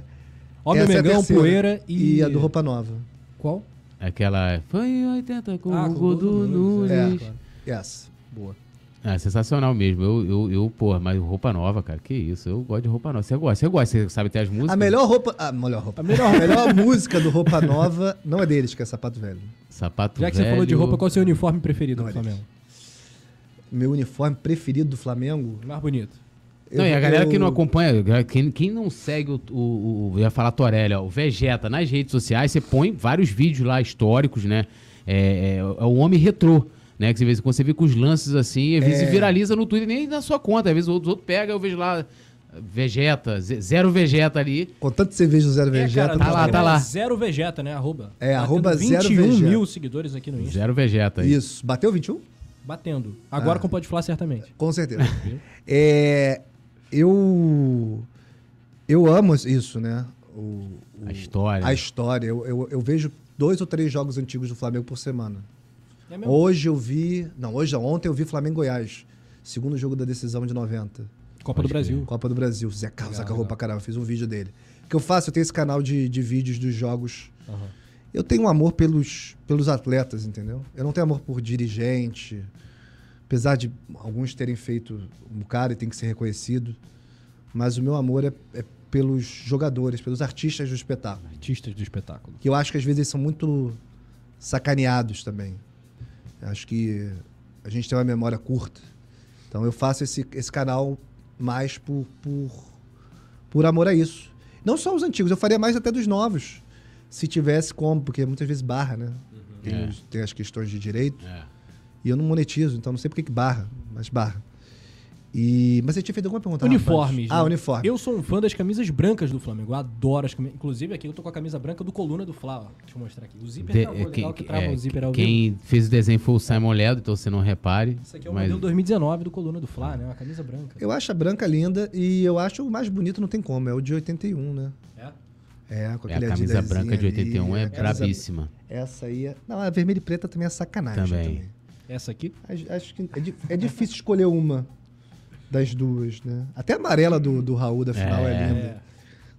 Speaker 1: Ó,
Speaker 2: é
Speaker 1: meu
Speaker 2: essa é a
Speaker 1: Mengão,
Speaker 2: terceira.
Speaker 1: poeira e.
Speaker 2: E a do Roupa Nova.
Speaker 1: Qual?
Speaker 3: Aquela. é, Foi em 80 com
Speaker 1: Ah,
Speaker 3: o
Speaker 1: com o
Speaker 3: Godu
Speaker 1: Godu Nunes,
Speaker 2: é.
Speaker 3: Nunes.
Speaker 2: Yes.
Speaker 1: Boa.
Speaker 3: É, sensacional mesmo. Eu, eu, eu, porra, mas roupa nova, cara, que isso. Eu gosto de roupa nova. Você gosta, você gosta, você sabe ter as músicas.
Speaker 2: A melhor roupa. A melhor roupa. A melhor, música do Roupa Nova não é deles, que é Sapato Velho.
Speaker 3: Sapato
Speaker 1: Já que
Speaker 3: velho.
Speaker 1: você falou de roupa, qual é o seu uniforme preferido
Speaker 2: Não,
Speaker 1: do Flamengo?
Speaker 2: Meu uniforme preferido do Flamengo.
Speaker 1: O mais bonito.
Speaker 2: eu-
Speaker 3: Não, e a galera que não
Speaker 2: eu-
Speaker 3: acompanha, quem, quem não segue o, o, o- eu ia falar Torelli, ó, o Vegeta nas redes sociais, você põe vários vídeos lá históricos, né? É, é- é o homem retrô, né? Que você vê, quando você vê com os lances assim, às vezes
Speaker 2: É.
Speaker 3: viraliza no Twitter, nem na sua conta, às vezes o outro, outro pega, eu vejo lá Vegeta, ze- zero Vegeta ali.
Speaker 2: Com tanto cerveja do Zero Vegeta.
Speaker 1: É, cara,
Speaker 3: tá
Speaker 1: no
Speaker 3: lá,
Speaker 1: Instagram
Speaker 3: tá lá.
Speaker 1: é Zero Vegeta, né? Arroba.
Speaker 2: É,
Speaker 1: Tá
Speaker 2: arroba
Speaker 1: tendo
Speaker 2: zero
Speaker 1: 21
Speaker 2: Vegeta.
Speaker 1: mil seguidores aqui no Insta.
Speaker 3: Zero Vegeta aí.
Speaker 2: Isso. Bateu 21?
Speaker 1: Batendo. Agora com o Pode Falar, certamente.
Speaker 2: Com certeza. É, eu eu amo isso, né? o- o-
Speaker 3: A história.
Speaker 2: A história. Eu, eu, eu vejo dois ou três jogos antigos do Flamengo por semana.
Speaker 1: É mesmo?
Speaker 2: Hoje eu vi. Não, hoje não, ontem eu vi Flamengo e Goiás. Segundo jogo da decisão de 90.
Speaker 1: Copa do Brasil.
Speaker 2: Copa do Brasil. Zé Carlos agarrou pra caramba, fiz um vídeo dele. O que eu faço? Eu tenho esse canal de, de vídeos dos jogos. Eu tenho um amor pelos, pelos atletas, entendeu? Eu não tenho amor por dirigente. Apesar de alguns terem feito um cara e tem que ser reconhecido. Mas o meu amor é, é pelos jogadores, pelos artistas do espetáculo.
Speaker 1: Artistas do espetáculo.
Speaker 2: Que eu acho que às vezes eles são muito sacaneados também. Acho que a gente tem uma memória curta. Então eu faço esse, esse canal mais por, por, por amor a isso. Não só os antigos, eu faria mais até dos novos. Se tivesse como, porque muitas vezes barra, né?
Speaker 1: Uhum.
Speaker 2: Tem,
Speaker 3: É.
Speaker 2: os- tem as questões de direito.
Speaker 3: É.
Speaker 2: E eu não monetizo, então não sei por que que barra, mas barra. E, mas você tinha feito alguma pergunta? rapaz?
Speaker 1: Uniformes.
Speaker 2: Ah,
Speaker 1: né?
Speaker 2: uniforme.
Speaker 1: Eu sou um fã das camisas brancas do Flamengo. Eu adoro as camisas. Inclusive, aqui eu tô com a camisa branca do Coluna do Fla. ó. Deixa eu mostrar aqui. O zíper
Speaker 3: De-
Speaker 1: travou,
Speaker 3: é, que-
Speaker 1: legal que trava
Speaker 3: é,
Speaker 1: o zíper ao vivo.
Speaker 3: quem fez o desenho foi o Simon Ledo, então você não repare.
Speaker 1: Isso aqui é o
Speaker 3: mas-
Speaker 1: modelo 2019 do Coluna do Fla, né? Uma camisa branca.
Speaker 2: Eu acho a branca linda e eu acho o mais bonito, não tem como, é o de 81, né?
Speaker 1: É?
Speaker 2: É, com aquele
Speaker 3: É, a camisa
Speaker 2: Adidasinho
Speaker 3: branca de
Speaker 2: ali,
Speaker 3: 81 é
Speaker 2: a camisa-
Speaker 3: brabíssima.
Speaker 2: Essa aí é... Não, a vermelha e preta também é sacanagem.
Speaker 3: Também.
Speaker 2: Também.
Speaker 1: Essa aqui.
Speaker 2: Acho- Acho que é, di- é difícil escolher uma das duas, né? Até a amarela do, do Raul da final é, linda.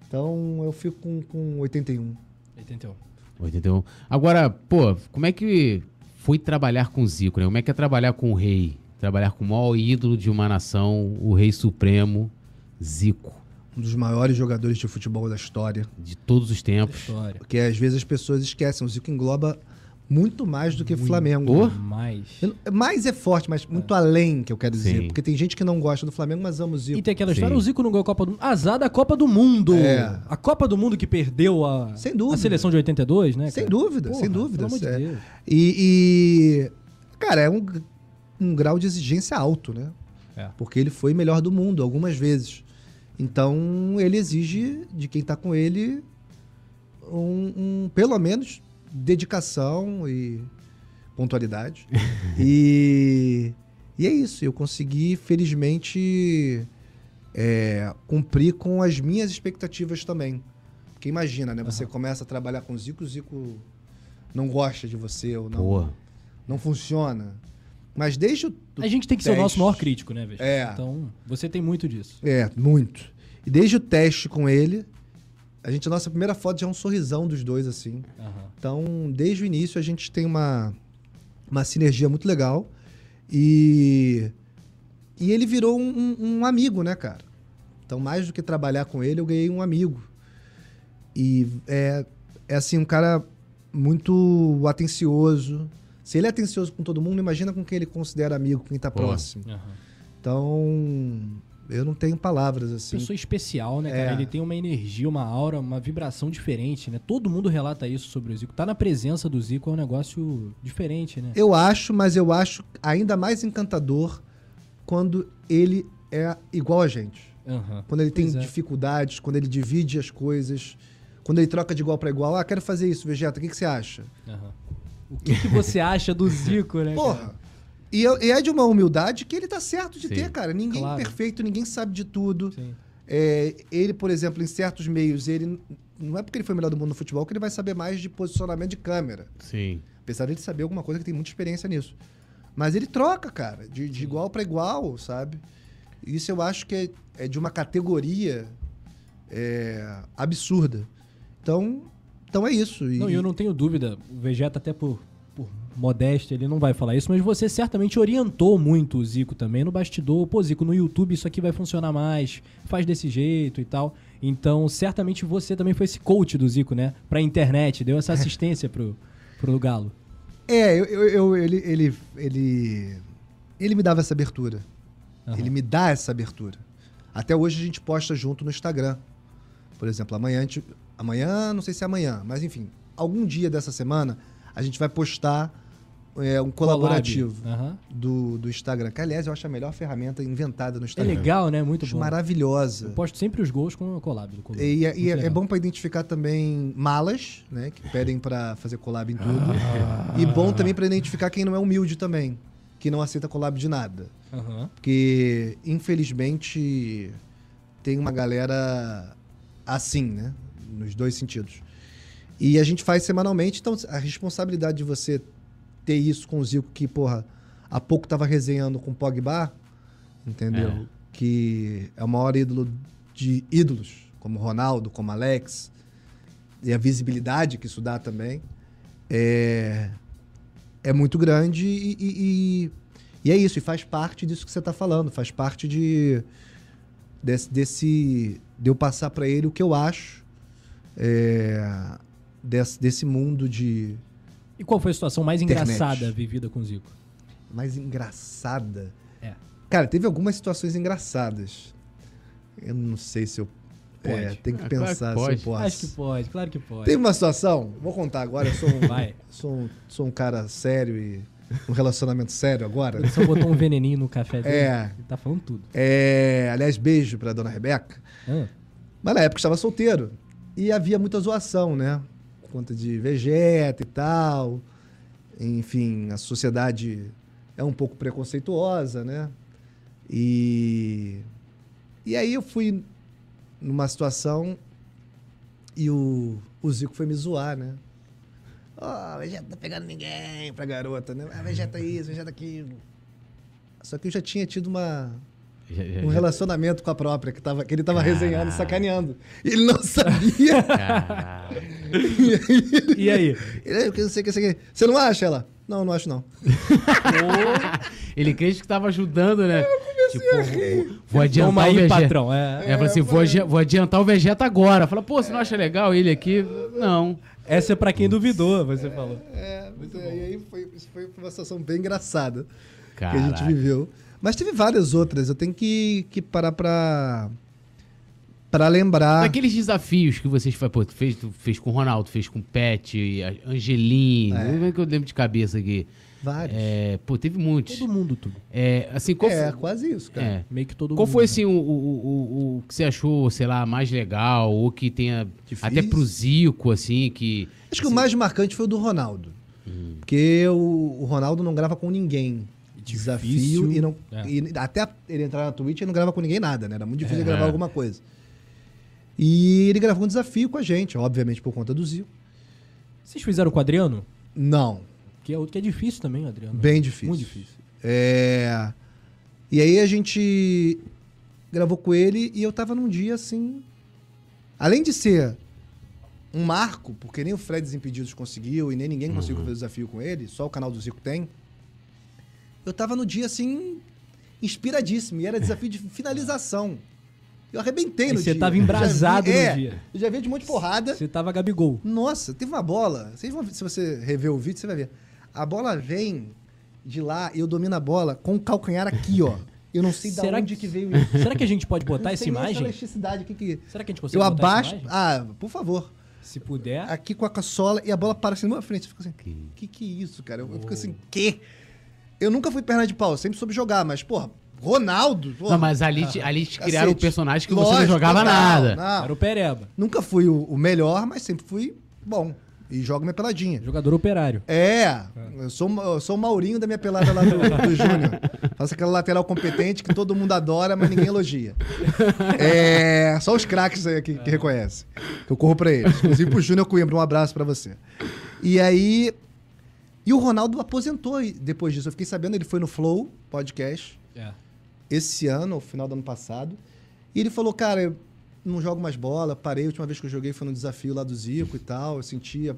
Speaker 2: Então eu fico com, com 81.
Speaker 1: 81.
Speaker 3: 81. Agora, pô, como é que foi trabalhar com o Zico, né? Como é que é trabalhar com o rei? Trabalhar com o maior ídolo de uma nação, o rei supremo, Zico,
Speaker 2: Um dos maiores jogadores de futebol da história.
Speaker 3: de todos os tempos.
Speaker 1: História.
Speaker 2: Porque às vezes as pessoas esquecem. O Zico engloba muito mais do que Flamengo.
Speaker 3: Oh.
Speaker 1: Mas.
Speaker 2: Eu não- Mais é forte, mas muito além, que eu quero dizer.
Speaker 3: Sim.
Speaker 2: Porque tem gente que não gosta do Flamengo, mas ama o Zico.
Speaker 1: E tem aquela
Speaker 3: Sim.
Speaker 1: história, o Zico não ganhou a Copa do Mundo. Azar da Copa do Mundo!
Speaker 2: É.
Speaker 1: A Copa do Mundo que perdeu a,
Speaker 2: Sem dúvida.
Speaker 1: a seleção de 82, né?
Speaker 2: Sem
Speaker 1: cara?
Speaker 2: dúvida,
Speaker 1: Porra,
Speaker 2: sem dúvida.
Speaker 1: Pelo amor de
Speaker 2: É.
Speaker 1: Deus.
Speaker 2: E, e, cara, é um, um grau de exigência alto, né?
Speaker 1: É.
Speaker 2: Porque ele foi melhor do mundo algumas vezes. Então, ele exige de quem tá com ele um, um, pelo menos, dedicação e pontualidade. e, e é isso. Eu consegui, felizmente, é, cumprir com as minhas expectativas também. Porque imagina, né? Você começa a trabalhar com o Zico, o Zico não gosta de você ou não,
Speaker 3: Pô,
Speaker 2: não funciona. Mas desde o. do-
Speaker 1: A gente tem que ser o nosso
Speaker 2: teste-
Speaker 1: maior crítico, né, velho?
Speaker 2: É.
Speaker 1: Então, você tem muito disso.
Speaker 2: É, muito. E desde o teste com ele, a gente, a nossa primeira foto já é um sorrisão dos dois, assim.
Speaker 1: Aham.
Speaker 2: Então, desde o início, a gente tem uma, uma sinergia muito legal. E, e ele virou um, um- um amigo, né, cara? Então, mais do que trabalhar com ele, eu ganhei um amigo. E é, é assim, um cara muito atencioso. Se ele é atencioso com todo mundo, imagina com quem ele considera amigo, quem tá
Speaker 3: Pô.
Speaker 2: próximo.
Speaker 1: Aham.
Speaker 2: Então, eu não tenho palavras, assim.
Speaker 1: Pessoa especial, né, cara?
Speaker 2: É.
Speaker 1: Ele tem uma energia, uma aura, uma vibração diferente, né? Todo mundo relata isso sobre o Zico. Tá na presença do Zico é um negócio diferente, né?
Speaker 2: Eu acho, mas eu acho ainda mais encantador quando ele é igual a gente.
Speaker 1: Aham.
Speaker 2: Quando ele tem
Speaker 1: Pois é.
Speaker 2: dificuldades, quando ele divide as coisas, quando ele troca de igual para igual. Ah, quero fazer isso, Vegeta, o que, que você acha?
Speaker 1: Aham. O que, que você acha do Zico, né? cara?
Speaker 2: Porra! E, eu- e é de uma humildade que ele tá certo de
Speaker 3: Sim.
Speaker 2: ter, cara. Ninguém
Speaker 1: Claro.
Speaker 2: é perfeito, ninguém sabe de tudo.
Speaker 1: Sim.
Speaker 2: É, ele, por exemplo, em certos meios, ele não é porque ele foi o melhor do mundo no futebol que ele vai saber mais de posicionamento de câmera.
Speaker 3: sim.
Speaker 2: Apesar dele saber alguma coisa que tem muita experiência nisso. Mas ele troca, cara, de, de igual para igual, sabe? Isso eu acho que é, é de uma categoria é, absurda. Então, então é isso. E-
Speaker 1: Não, e eu não tenho dúvida, o Vegeta até por, por modéstia, ele não vai falar isso, mas você certamente orientou muito o Zico também no bastidor. Pô, Zico, no YouTube isso aqui vai funcionar mais, faz desse jeito e tal. Então, certamente você também foi esse coach do Zico, né? Pra internet, deu essa assistência pro, pro Galo.
Speaker 2: É, eu, eu- eu- ele, ele, ele, ele me dava essa abertura.
Speaker 1: Aham.
Speaker 2: Ele me dá essa abertura. Até hoje a gente posta junto no Instagram. Por exemplo, amanhã, a gente- amanhã não sei se é amanhã, mas enfim, algum dia dessa semana a gente vai postar é, um colaborativo.
Speaker 1: Collab. Aham.
Speaker 2: do, do Instagram. Que, aliás, eu acho a melhor ferramenta inventada no
Speaker 1: É
Speaker 2: Instagram.
Speaker 1: legal, né? Muito
Speaker 2: Acho
Speaker 1: bom.
Speaker 2: maravilhosa.
Speaker 1: Eu posto sempre os gols com a collab do Coluna.
Speaker 2: E, e
Speaker 1: Muito
Speaker 2: é- é
Speaker 1: legal.
Speaker 2: bom para identificar também malas, né? Que pedem para fazer collab em tudo.
Speaker 1: Ah.
Speaker 2: E bom também para identificar quem não é humilde também. Que não aceita collab de nada.
Speaker 1: Aham.
Speaker 2: Porque, infelizmente, tem uma galera assim, né? nos dois sentidos. E a gente faz semanalmente, então a responsabilidade de você ter isso com o Zico, que, porra, há pouco tava resenhando com o Pogba, entendeu?
Speaker 3: É.
Speaker 2: Que é o maior ídolo de ídolos, como Ronaldo, como Alex, e a visibilidade que isso dá também, é, é muito grande e, e- e- e é isso, e faz parte disso que você tá falando, faz parte de desse, desse de eu passar para ele o que eu acho é, desse, desse mundo de
Speaker 1: E qual foi a situação mais
Speaker 2: Internet.
Speaker 1: engraçada vivida com o Zico?
Speaker 2: mais engraçada.
Speaker 1: É.
Speaker 2: Cara, teve algumas situações engraçadas. Eu não sei se eu é,
Speaker 1: Pode.
Speaker 2: tem que
Speaker 3: Ah, claro
Speaker 2: pensar
Speaker 3: que pode.
Speaker 2: se eu posso.
Speaker 1: Acho que pode, claro que pode.
Speaker 2: Tem uma situação, vou contar agora, eu sou um,
Speaker 1: Vai.
Speaker 2: sou um, sou um cara sério e um relacionamento sério agora.
Speaker 1: Ele só botou um veneninho no café dele.
Speaker 2: É.
Speaker 1: Ele tá falando tudo.
Speaker 2: É, aliás, beijo pra dona Rebeca.
Speaker 1: Ah,
Speaker 2: Mas na época eu estava solteiro. E havia muita zoação, né? Por conta de vegeta e tal. Enfim, a sociedade é um pouco preconceituosa, né? E. E aí eu fui numa situação e o, o Zico foi me zoar, né? Ó, a Vegeta não tá pegando ninguém pra garota, né? Ah, Vegeta isso, Vegeta aquilo. Só que eu já tinha tido uma,
Speaker 3: Já- É, já-
Speaker 2: um
Speaker 3: já-
Speaker 2: relacionamento com a própria, que, tava, que ele tava
Speaker 3: Caraca.
Speaker 2: resenhando, sacaneando. E ele não sabia.
Speaker 3: Caralho.
Speaker 2: e aí,
Speaker 1: E aí?
Speaker 2: ele, "Ah, eu não sei o que, não sei o que. Você não acha ela? Não, não acho não.
Speaker 3: Ele crente que tava ajudando, né? tipo, vou, vou adiantar
Speaker 1: Toma
Speaker 3: o
Speaker 1: aí,
Speaker 3: Vegeta.
Speaker 1: patrão. É.
Speaker 3: É, fala assim, vou, adi- vou adiantar o Vegeta agora. Fala, pô, você não acha legal ele aqui? Não.
Speaker 1: Essa é pra quem duvidou, você falou.
Speaker 2: É, mas aí, aí foi, isso foi uma situação bem engraçada que a gente
Speaker 3: Caraca.
Speaker 2: viveu. Mas teve várias outras, eu tenho que, que parar pra, pra lembrar.
Speaker 3: Daqueles desafios que vocês fa- pô, tu fez, tu fez com o Ronaldo, fez com o Pet, a Angeline,
Speaker 2: É.
Speaker 3: como é que eu lembro de cabeça aqui?
Speaker 2: Vários. É,
Speaker 3: É, pô, teve muitos.
Speaker 1: Todo mundo, tudo.
Speaker 3: É, assim, qual foi,
Speaker 2: quase isso, cara.
Speaker 3: é.
Speaker 1: Meio que todo
Speaker 3: Qual
Speaker 1: mundo.
Speaker 3: foi,
Speaker 1: né?
Speaker 3: assim, o, o, o, o que você achou, sei lá, mais legal, ou que tenha,
Speaker 2: Difícil.
Speaker 3: até pro Zico, assim, que...
Speaker 2: Acho que o mais marcante foi o do Ronaldo.
Speaker 3: Hum.
Speaker 2: Porque o, o Ronaldo não grava com ninguém. Desafio e não.
Speaker 1: É.
Speaker 2: e até ele entrar na Twitch, ele não grava com ninguém nada, né? Era muito difícil
Speaker 3: É.
Speaker 2: ele gravar alguma coisa. E ele gravou um desafio com a gente, obviamente por conta do Zico.
Speaker 1: Vocês fizeram com o Adriano?
Speaker 2: Não,
Speaker 1: Que é outro que é difícil também, o Adriano.
Speaker 2: bem difícil.
Speaker 1: Muito difícil.
Speaker 2: É... E aí a gente gravou com ele e eu tava num dia assim. Além de ser um marco, porque nem o Fred Desimpedidos conseguiu e nem ninguém conseguiu fazer o desafio com ele, só o canal do Zico tem. Eu tava no dia assim, inspiradíssimo, e era desafio de finalização. Eu arrebentei
Speaker 1: E
Speaker 2: no
Speaker 1: você
Speaker 2: dia.
Speaker 1: tava
Speaker 2: Eu já
Speaker 1: embrasado
Speaker 2: vi-
Speaker 1: no
Speaker 2: é,
Speaker 1: dia.
Speaker 2: Eu já vi de um monte de porrada.
Speaker 1: Você tava Gabigol.
Speaker 2: Nossa, teve uma bola. Vocês vão ver- se você rever o vídeo, você vai ver. A bola vem de lá e eu domino a bola com o calcanhar aqui, ó. Eu não sei da
Speaker 1: Será
Speaker 2: onde
Speaker 1: que-
Speaker 2: que, veio isso.
Speaker 1: Será que a gente pode
Speaker 2: Eu não
Speaker 1: botar essa
Speaker 2: sei nem
Speaker 1: imagem?
Speaker 2: elasticidade aqui que.
Speaker 1: Será que a gente consegue
Speaker 2: Eu
Speaker 1: botar
Speaker 2: abaixo.
Speaker 1: essa imagem? Ah.
Speaker 2: Ah, por favor.
Speaker 1: Se puder.
Speaker 2: Aqui com a caçola e a bola para assim na minha frente. Eu fico assim, que que é isso, cara? Eu, eu fico assim, quê? Eu nunca fui perna de pau, eu sempre soube jogar, mas, porra, Ronaldo. Porra,
Speaker 3: Não, mas ali, te- ali te criaram um
Speaker 2: cacete.
Speaker 3: personagem que você não
Speaker 2: Assim, tipo, Lógico,
Speaker 3: jogava nada.
Speaker 2: não.
Speaker 1: Era o Pereba.
Speaker 2: Nunca fui o, o melhor, mas sempre fui bom. E jogo minha peladinha.
Speaker 1: Jogador operário.
Speaker 2: É, eu sou, eu sou o Maurinho da minha pelada lá do, do Júnior. Faço aquela lateral competente que todo mundo adora, mas ninguém elogia. É, só os craques aí que, que reconhecem. Que eu corro pra eles. Inclusive pro Júnior Coimbra, um abraço pra você. E aí. E o Ronaldo aposentou e depois disso. Eu fiquei sabendo, ele foi no Flow Podcast
Speaker 1: É.
Speaker 2: esse ano, ao final do ano passado. E ele falou, cara, eu não jogo mais bola, parei. A última vez que eu joguei foi no desafio lá do Zico e tal. Eu sentia.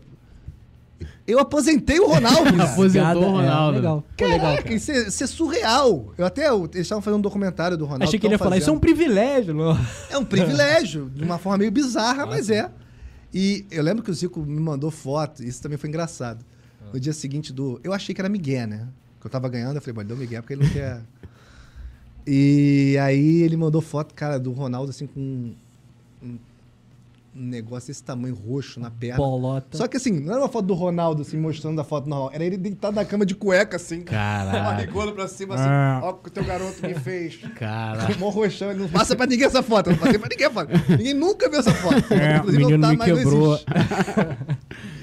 Speaker 2: Eu aposentei o Ronaldo. cara.
Speaker 3: Aposentou o Ronaldo.
Speaker 1: É, legal. Pô, legal,
Speaker 2: Caraca,
Speaker 1: cara.
Speaker 2: isso é, isso é surreal. Eu até. eu- Eles estavam fazendo um documentário do Ronaldo.
Speaker 1: Achei que ele ia
Speaker 2: tão
Speaker 1: falar, isso é um
Speaker 2: fazendo.
Speaker 1: privilégio. não?
Speaker 2: É um privilégio, de uma forma meio bizarra, mas é. E eu lembro que o Zico me mandou foto, isso também foi engraçado. No dia seguinte do. Eu achei que era Miguel, né? Que eu tava ganhando, eu falei, bom, ele deu Miguel porque ele não quer. E aí ele mandou foto, cara, do Ronaldo, assim, com um, um- um negócio desse tamanho roxo na perna.
Speaker 1: Bolota.
Speaker 2: Só que assim, não era uma foto do Ronaldo, assim, mostrando a foto normal. Era ele deitado na cama de cueca, assim.
Speaker 3: Caraca.
Speaker 2: Barrigando pra cima, assim. Ó, o que o teu garoto me fez.
Speaker 3: Caraca.
Speaker 2: Mó Tá roxão, ele não Ah. passa pra ninguém essa foto. Não passei pra ninguém a foto. Ninguém nunca viu essa foto.
Speaker 3: É, o menino me
Speaker 2: mais,
Speaker 3: quebrou.
Speaker 2: existe.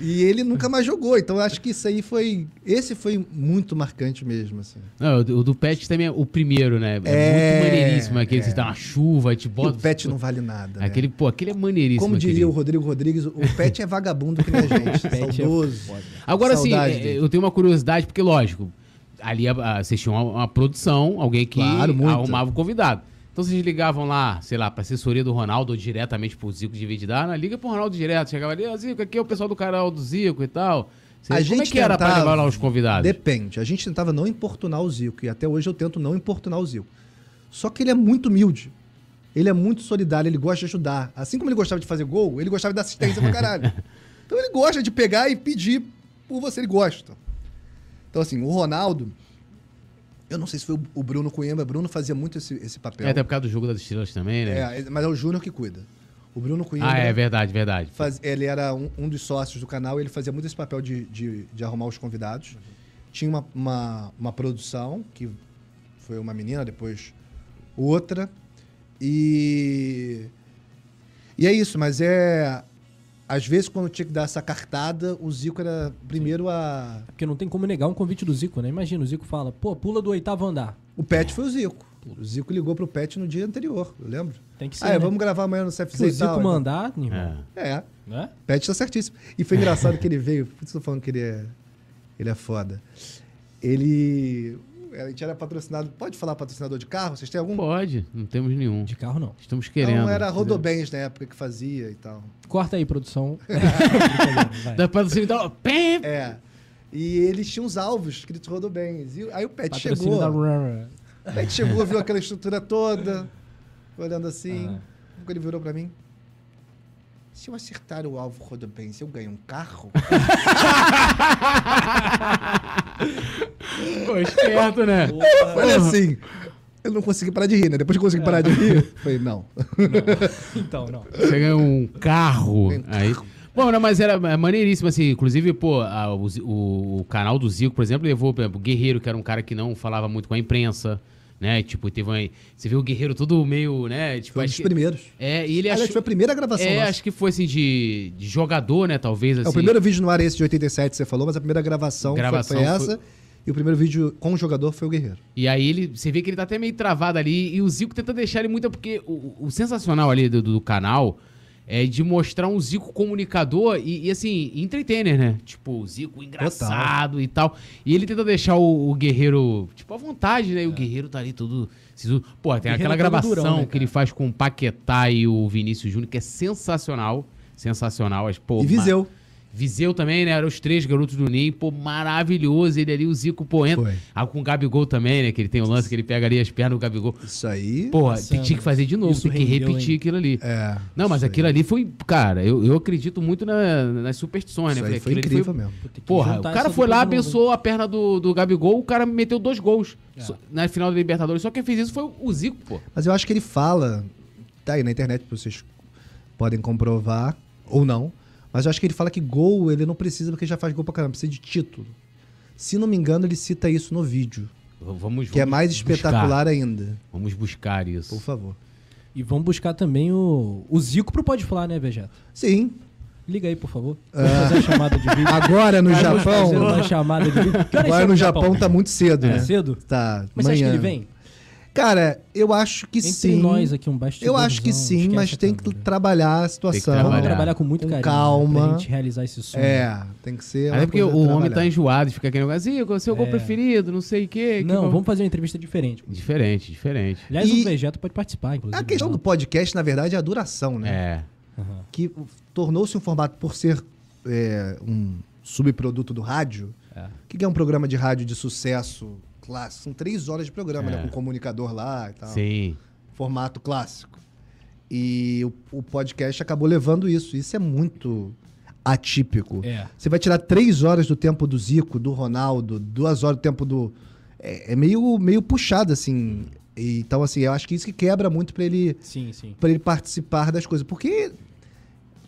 Speaker 2: E ele nunca mais jogou. Então eu acho que isso aí foi. Esse foi muito marcante mesmo. Assim.
Speaker 3: Não, o do- o do Pet também é o primeiro, né? É,
Speaker 2: É,
Speaker 3: muito maneiríssimo. Aquele que
Speaker 2: é.
Speaker 3: dá uma chuva, aí te
Speaker 2: E o
Speaker 3: bota.
Speaker 2: pet não vale nada. né?
Speaker 3: Aquele, pô, aquele é maneiríssimo.
Speaker 2: Como diria
Speaker 3: aquele. é
Speaker 2: o Rodrigo Rodrigues, o pet é vagabundo que nem a gente. saudoso.
Speaker 3: Agora sim,
Speaker 2: Saudade
Speaker 3: é,
Speaker 2: dele.
Speaker 3: eu tenho uma curiosidade, porque, lógico, ali a, a, vocês tinham uma, uma produção, alguém que
Speaker 2: Claro, muito.
Speaker 3: arrumava o convidado. Então vocês ligavam lá, sei lá, pra assessoria do Ronaldo ou diretamente pro Zico de Vidana, liga pro Ronaldo direto, chegava ali, ó, Zico, aqui é o pessoal do canal do Zico e tal. Você-
Speaker 2: A
Speaker 3: como é
Speaker 2: gente
Speaker 3: que era pra
Speaker 2: tentava-
Speaker 3: levar lá os convidados?
Speaker 2: Depende. A gente tentava não importunar o Zico, e até hoje eu tento não importunar o Zico. Só que ele é muito humilde. Ele é muito solidário, ele gosta de ajudar. Assim como ele gostava de fazer gol, ele gostava de dar assistência pra caralho. Então ele gosta de pegar e pedir por você, ele gosta. Então, assim, o Ronaldo. Eu não sei se foi o Bruno Coimbra. Bruno fazia muito esse, esse papel.
Speaker 3: É, até por causa do jogo das estrelas também, né?
Speaker 2: É, mas é o Júnior que cuida. O Bruno Coimbra.
Speaker 3: ah, é verdade, verdade.
Speaker 2: Faz- ele era um, um dos sócios do canal, ele fazia muito esse papel de, de- de arrumar os convidados. Tinha uma, uma, uma produção, que foi uma menina, depois outra. E. E é isso, mas é. Às vezes, quando tinha que dar essa cartada, o Zico era primeiro a.
Speaker 1: Porque não tem como negar um convite do Zico, né? Imagina, o Zico fala, pô, pula do oitavo andar.
Speaker 2: O Pet foi o Zico. O Zico ligou pro Pet no dia anterior, eu lembro.
Speaker 1: Tem que ser,
Speaker 2: Ah, é,
Speaker 1: né?
Speaker 2: vamos gravar amanhã no CFC
Speaker 1: Se o
Speaker 2: e tal. então.
Speaker 1: Zico mandar, irmão,
Speaker 3: É.
Speaker 2: É.
Speaker 1: né?
Speaker 2: Pet tá certíssimo. E foi engraçado que ele veio. Por isso que eu tô falando que ele é, ele é foda. Ele. A gente era patrocinado. Pode falar patrocinador de carro? Vocês têm algum?
Speaker 3: Pode, não temos nenhum.
Speaker 1: De carro, não.
Speaker 3: Estamos querendo.
Speaker 2: Não, era Rodobens na época que fazia e tal.
Speaker 1: Corta aí, produção. Brincadeira, vai.
Speaker 3: Dá pra você me dar. um- Pé!
Speaker 2: É. E eles tinham os alvos escritos Rodobens. E aí o Pet
Speaker 1: Patrocínio
Speaker 2: chegou.
Speaker 1: da Rara.
Speaker 2: O Pet chegou, viu aquela estrutura toda, olhando assim.
Speaker 1: Ah.
Speaker 2: Quando ele virou pra mim. Se eu acertar o alvo Rodobens, eu ganho um carro?
Speaker 3: Pô, esperto, né?
Speaker 2: Olha assim. Eu não consegui parar de rir, né? Depois que eu consegui parar de
Speaker 1: É.
Speaker 2: rir, eu falei, não.
Speaker 1: Então, não.
Speaker 3: Você ganhou um carro. Aí. Bom, não, mas era é maneiríssimo, assim. Inclusive, pô, a- o, Zi- o- o canal do Zico, por exemplo, levou, por exemplo, o Guerreiro, que era um cara que não falava muito com a imprensa, né? Tipo, teve uma. Você viu o Guerreiro todo meio, né? Tipo,
Speaker 2: Foi um
Speaker 3: acho
Speaker 2: dos
Speaker 3: que-
Speaker 2: primeiros.
Speaker 3: É, e ele
Speaker 2: Aliás,
Speaker 3: achou.
Speaker 2: foi a primeira gravação
Speaker 3: É,
Speaker 2: nossa.
Speaker 3: acho que foi assim de, de jogador, né? Talvez assim.
Speaker 2: É, o primeiro vídeo no ar é esse de 87 que você falou, mas a primeira gravação, foi-
Speaker 3: Gravação
Speaker 2: foi,
Speaker 3: foi-
Speaker 2: essa. E o primeiro vídeo com o jogador foi o Guerreiro.
Speaker 3: E aí ele, você vê que ele tá até meio travado ali e o Zico tenta deixar ele muito é porque o, o sensacional ali do, do canal é de mostrar um Zico comunicador e, e, assim, entertainer, né? Tipo, o Zico engraçado e tal. E ele tenta deixar o, o Guerreiro, tipo, à vontade, né? E o
Speaker 2: É.
Speaker 3: Guerreiro tá ali todo... sisudo. Pô, tem
Speaker 1: Guerreiro
Speaker 3: aquela
Speaker 1: todo
Speaker 2: tá
Speaker 3: gravação
Speaker 1: durão, né,
Speaker 3: que ele faz com o Paquetá e o Vinícius Júnior, que é sensacional. Sensacional. Mas, pô,
Speaker 2: e Viseu.
Speaker 3: Viseu também, né? Eram os três garotos do Ninho, pô, maravilhoso. Ele ali, o Zico, pô, entra.
Speaker 2: Foi.
Speaker 3: Ah, com o Gabigol também, né? Que ele tem o lance que ele pega ali as pernas do Gabigol.
Speaker 2: Isso aí.
Speaker 3: Pô,
Speaker 1: Nossa,
Speaker 3: tem- tinha que fazer de novo,
Speaker 1: isso
Speaker 3: tem que
Speaker 1: rendeu,
Speaker 3: repetir
Speaker 1: hein?
Speaker 3: aquilo ali.
Speaker 2: é.
Speaker 3: Não, mas
Speaker 2: isso aí.
Speaker 3: aquilo ali foi. Cara, eu, eu acredito muito na- nas superstições, né?
Speaker 2: Isso aí
Speaker 3: Porque
Speaker 2: foi
Speaker 3: aquilo ali
Speaker 2: incrível mesmo.
Speaker 1: Vou ter que
Speaker 3: Porra, o
Speaker 1: juntar
Speaker 3: cara
Speaker 1: essa
Speaker 3: foi
Speaker 1: dupla
Speaker 3: lá,
Speaker 1: de novo, hein?
Speaker 3: abençoou a perna do, do Gabigol, o cara meteu dois gols Só- na final da Libertadores. Só quem fez isso foi o Zico, pô.
Speaker 2: Mas eu acho que ele fala. Tá aí na internet, vocês podem comprovar ou não. Mas eu acho que ele fala que gol ele não precisa, porque ele já faz gol pra caramba, precisa de título. Se não me engano, ele cita isso no vídeo,
Speaker 3: V- Vamos,
Speaker 2: que é
Speaker 3: vamos
Speaker 2: mais
Speaker 3: buscar.
Speaker 2: espetacular ainda.
Speaker 3: Vamos buscar
Speaker 2: Por
Speaker 3: isso.
Speaker 2: favor.
Speaker 1: E vamos buscar também o, o Zico pro Pode Falar, né, Vegeta?
Speaker 2: Sim.
Speaker 1: Liga aí, por favor. Vamos fazer a chamada de vídeo.
Speaker 2: Agora no
Speaker 1: Vamos fazer uma
Speaker 2: É. Japão.
Speaker 1: chamada de vídeo. Que horas
Speaker 2: Agora
Speaker 1: são
Speaker 2: no Japão tá muito cedo, né?
Speaker 1: É cedo?
Speaker 2: Tá.
Speaker 1: Mas você acha que
Speaker 2: manhã.
Speaker 1: ele vem?
Speaker 2: Cara, eu acho que
Speaker 1: Entre
Speaker 2: sim.
Speaker 1: nós aqui, um bastidor.
Speaker 2: eu acho que sim, mas tem que trabalhar a situação.
Speaker 1: Vamos
Speaker 3: trabalhar.
Speaker 1: trabalhar com muito
Speaker 2: Com
Speaker 1: carinho.
Speaker 2: calma.
Speaker 1: Né, pra gente realizar esse sonho.
Speaker 2: É, tem que ser. uma
Speaker 3: Até porque
Speaker 2: coisa
Speaker 3: o homem tá
Speaker 2: trabalhada.
Speaker 3: enjoado, fica aquele negócio, Zico, seu gol preferido, não sei o quê. que
Speaker 1: Não,
Speaker 3: gol-
Speaker 1: vamos fazer uma entrevista diferente.
Speaker 3: Diferente, diferente.
Speaker 1: Aliás,
Speaker 2: E-
Speaker 1: o Vegeta pode participar, inclusive.
Speaker 2: A questão do podcast, na verdade, é a duração, né?
Speaker 3: né? É.
Speaker 2: Que tornou-se um formato, por ser é, um subproduto do rádio, O que que é um programa de rádio de sucesso clássico. São três horas de programa,
Speaker 1: É.
Speaker 2: né? Com o comunicador lá e tal.
Speaker 3: Sim.
Speaker 2: Formato clássico. E o, o podcast acabou levando isso. Isso é muito atípico.
Speaker 1: É.
Speaker 2: Você vai tirar três horas do tempo do Zico, do Ronaldo, duas horas do tempo do. É, é meio, meio puxado, assim. E, então, assim, eu acho que isso que quebra muito pra ele,
Speaker 1: Sim, sim.
Speaker 2: pra ele participar das coisas. Porque.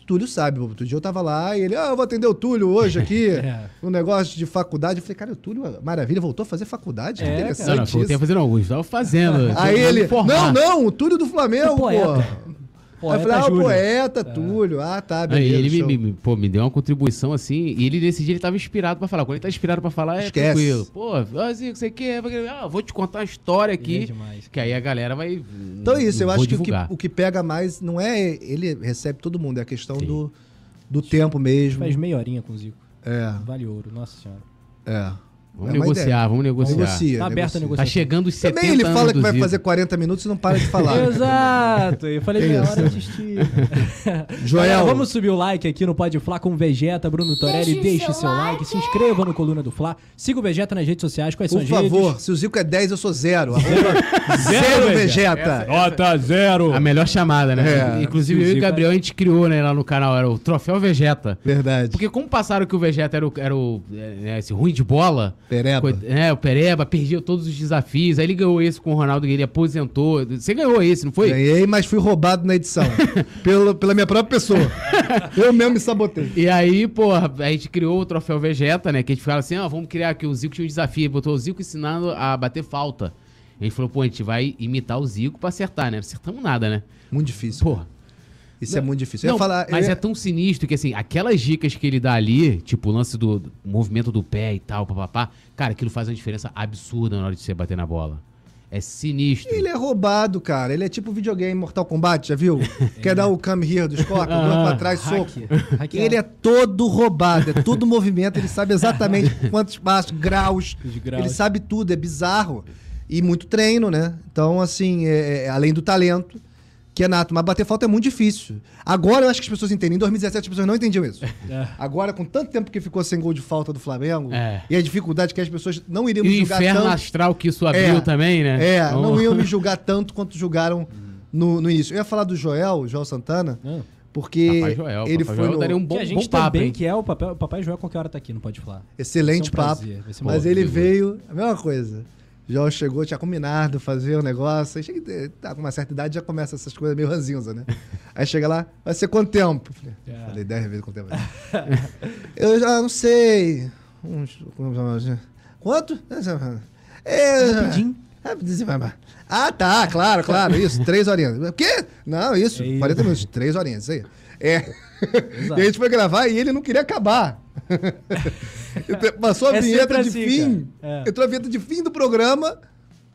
Speaker 2: Túlio sabe, outro dia eu tava lá e ele, ah, eu vou atender o Túlio hoje aqui,
Speaker 1: É.
Speaker 2: um negócio de faculdade. Eu falei, cara, o Túlio, maravilha, voltou a fazer faculdade? Que
Speaker 1: É,
Speaker 2: interessante
Speaker 3: Não, não,
Speaker 2: isso.
Speaker 3: foi o tempo fazendo alguns, tava fazendo.
Speaker 2: Aí
Speaker 3: tentando
Speaker 2: ele,
Speaker 3: formar. É um
Speaker 2: não, não, o Túlio do Flamengo,
Speaker 1: O poeta.
Speaker 2: pô. Aí eu falei, ah, o poeta, Túlio. Ah, tá,
Speaker 3: Aí
Speaker 2: beleza.
Speaker 3: ele
Speaker 2: show.
Speaker 3: me, me- pô, me deu uma contribuição assim, e ele nesse dia ele tava inspirado pra falar. Quando ele tá inspirado pra falar, é
Speaker 2: Esquece.
Speaker 3: tranquilo. Pô, ah, Zico, você quer? Ah, vou te contar uma história
Speaker 1: Ele é
Speaker 3: aqui.
Speaker 1: demais.
Speaker 3: que aí a galera vai.
Speaker 2: Então é isso, eu
Speaker 3: vou
Speaker 2: acho que o, que
Speaker 3: divulgar.
Speaker 2: o que pega mais não é ele recebe todo mundo, é a questão do, do tempo mesmo.
Speaker 1: Faz meia horinha com o Zico.
Speaker 2: É,
Speaker 1: Vale ouro, nossa senhora.
Speaker 2: é.
Speaker 3: Vamos
Speaker 2: É uma
Speaker 3: negociar,
Speaker 2: ideia.
Speaker 3: vamos negociar.
Speaker 2: Negocia,
Speaker 1: Tá aberto a
Speaker 2: negocia.
Speaker 3: Tá
Speaker 1: negociação.
Speaker 3: chegando os 70
Speaker 2: Também ele fala
Speaker 3: anos
Speaker 2: que
Speaker 3: do
Speaker 2: vai
Speaker 3: Zico.
Speaker 2: fazer 40 minutos e não para de falar.
Speaker 1: Exato, eu falei
Speaker 2: É
Speaker 1: meia
Speaker 2: isso.
Speaker 1: hora assisti.
Speaker 2: Joel.
Speaker 1: Galera, vamos subir o like aqui no Pode Flá com o Vegeta, Bruno Torelli.
Speaker 5: Deixe
Speaker 1: Deixe
Speaker 5: seu
Speaker 1: seu like, se inscreva no Coluna do Flá. Siga o Vegeta nas redes sociais, quais são
Speaker 2: Por
Speaker 1: as
Speaker 2: favor,
Speaker 1: redes?
Speaker 2: se o Zico é 10, eu sou zero. Arroba
Speaker 1: Zero,
Speaker 3: é
Speaker 2: zero
Speaker 1: Vegeta.
Speaker 2: Vegeta.
Speaker 1: Nota zero!
Speaker 3: A melhor chamada, né?
Speaker 2: É.
Speaker 3: Inclusive, eu e o Gabriel, a gente criou, né, lá no canal, era o Troféu Vegeta.
Speaker 2: Verdade.
Speaker 3: Porque como passaram que o Vegeta era, o, era o, é, é, esse ruim de bola...
Speaker 2: Pereba.
Speaker 3: coi- É, o Pereba, perdia todos os desafios. Aí ele ganhou esse com o Ronaldo, ele aposentou. Você ganhou esse, não foi?
Speaker 2: Ganhei, mas fui roubado na edição. pelo, pela minha própria pessoa. eu mesmo me sabotei.
Speaker 3: E aí, porra, a gente criou o Troféu Vegeta, né? Que a gente ficava assim, ó, vamos criar aqui, o Zico tinha um desafio. Botou o Zico ensinando a bater falta. A gente falou, pô, a gente vai imitar o Zico pra acertar, né? Não acertamos nada, né?
Speaker 2: Muito difícil.
Speaker 3: Porra.
Speaker 2: Isso é muito difícil. eu
Speaker 3: Não,
Speaker 2: ia falar, eu
Speaker 3: mas
Speaker 2: ia-
Speaker 3: é tão sinistro que, assim, aquelas dicas que ele dá ali, tipo o lance do, do movimento do pé e tal, papapá, cara, aquilo faz uma diferença absurda na hora de você bater na bola. É sinistro.
Speaker 2: Ele é roubado, cara. Ele é tipo videogame Mortal Kombat, já viu? Quer dar o come here do Scorpion,
Speaker 3: Ah,
Speaker 2: ah, pra trás,
Speaker 1: hack.
Speaker 2: soco.
Speaker 1: Hackeado.
Speaker 2: Ele é todo roubado, é todo movimento, ele sabe exatamente quantos passos, graus,
Speaker 1: Os graus.
Speaker 2: Ele sabe tudo, é bizarro. E muito treino, né? Então, assim, é- é- além do talento, que é nato. Mas bater falta é muito difícil. Agora eu acho que as pessoas entendem. Em 2017 as pessoas não entendiam isso.
Speaker 1: É.
Speaker 2: Agora, com tanto tempo que ficou sem gol de falta do Flamengo,
Speaker 3: É.
Speaker 2: e a dificuldade que as pessoas não iriam
Speaker 3: E o
Speaker 2: me julgar
Speaker 3: inferno
Speaker 2: tanto.
Speaker 3: astral que isso abriu
Speaker 2: É.
Speaker 3: também, né?
Speaker 2: É,
Speaker 3: Então-
Speaker 2: não iam me julgar tanto quanto julgaram no, no início. Eu ia falar do Joel, Joel Santana,
Speaker 1: Ah.
Speaker 2: porque
Speaker 3: Papai Joel,
Speaker 2: ele foi
Speaker 3: Papai Joel
Speaker 2: no-
Speaker 3: daria um
Speaker 1: Que
Speaker 3: bom,
Speaker 1: a
Speaker 3: bom
Speaker 1: gente
Speaker 3: papo,
Speaker 1: também,
Speaker 3: hein?
Speaker 1: que é o papel, o Papai Joel, qualquer hora tá aqui, não pode falar.
Speaker 2: excelente
Speaker 1: Vai ser um
Speaker 2: papo.
Speaker 1: prazer, vai ser um
Speaker 2: mas
Speaker 1: prazer.
Speaker 2: ele
Speaker 3: Deus.
Speaker 2: veio, a mesma coisa. Joel chegou, tinha com o Minardo fazer um negócio. Aí chega, tá com uma certa idade, já começa essas coisas meio ranzinza, né? Aí chega lá, vai ser quanto tempo? Falei,
Speaker 1: É.
Speaker 2: falei dez vezes quanto tempo. Eu já não sei. Uns- como chama? Quanto? É,
Speaker 1: Rapidinho.
Speaker 2: rapidinho, vai, vai. Ah, tá, claro, claro, isso, três horinhas. O quê? Não, isso,
Speaker 1: É isso.
Speaker 2: 40 minutos, três horinhas, isso aí. É. E a gente foi gravar e ele não queria acabar. Então, Passou a
Speaker 1: É
Speaker 2: vinheta
Speaker 1: sempre
Speaker 2: de
Speaker 1: assim,
Speaker 2: fim,
Speaker 1: cara. É.
Speaker 2: entrou a vinheta de fim do programa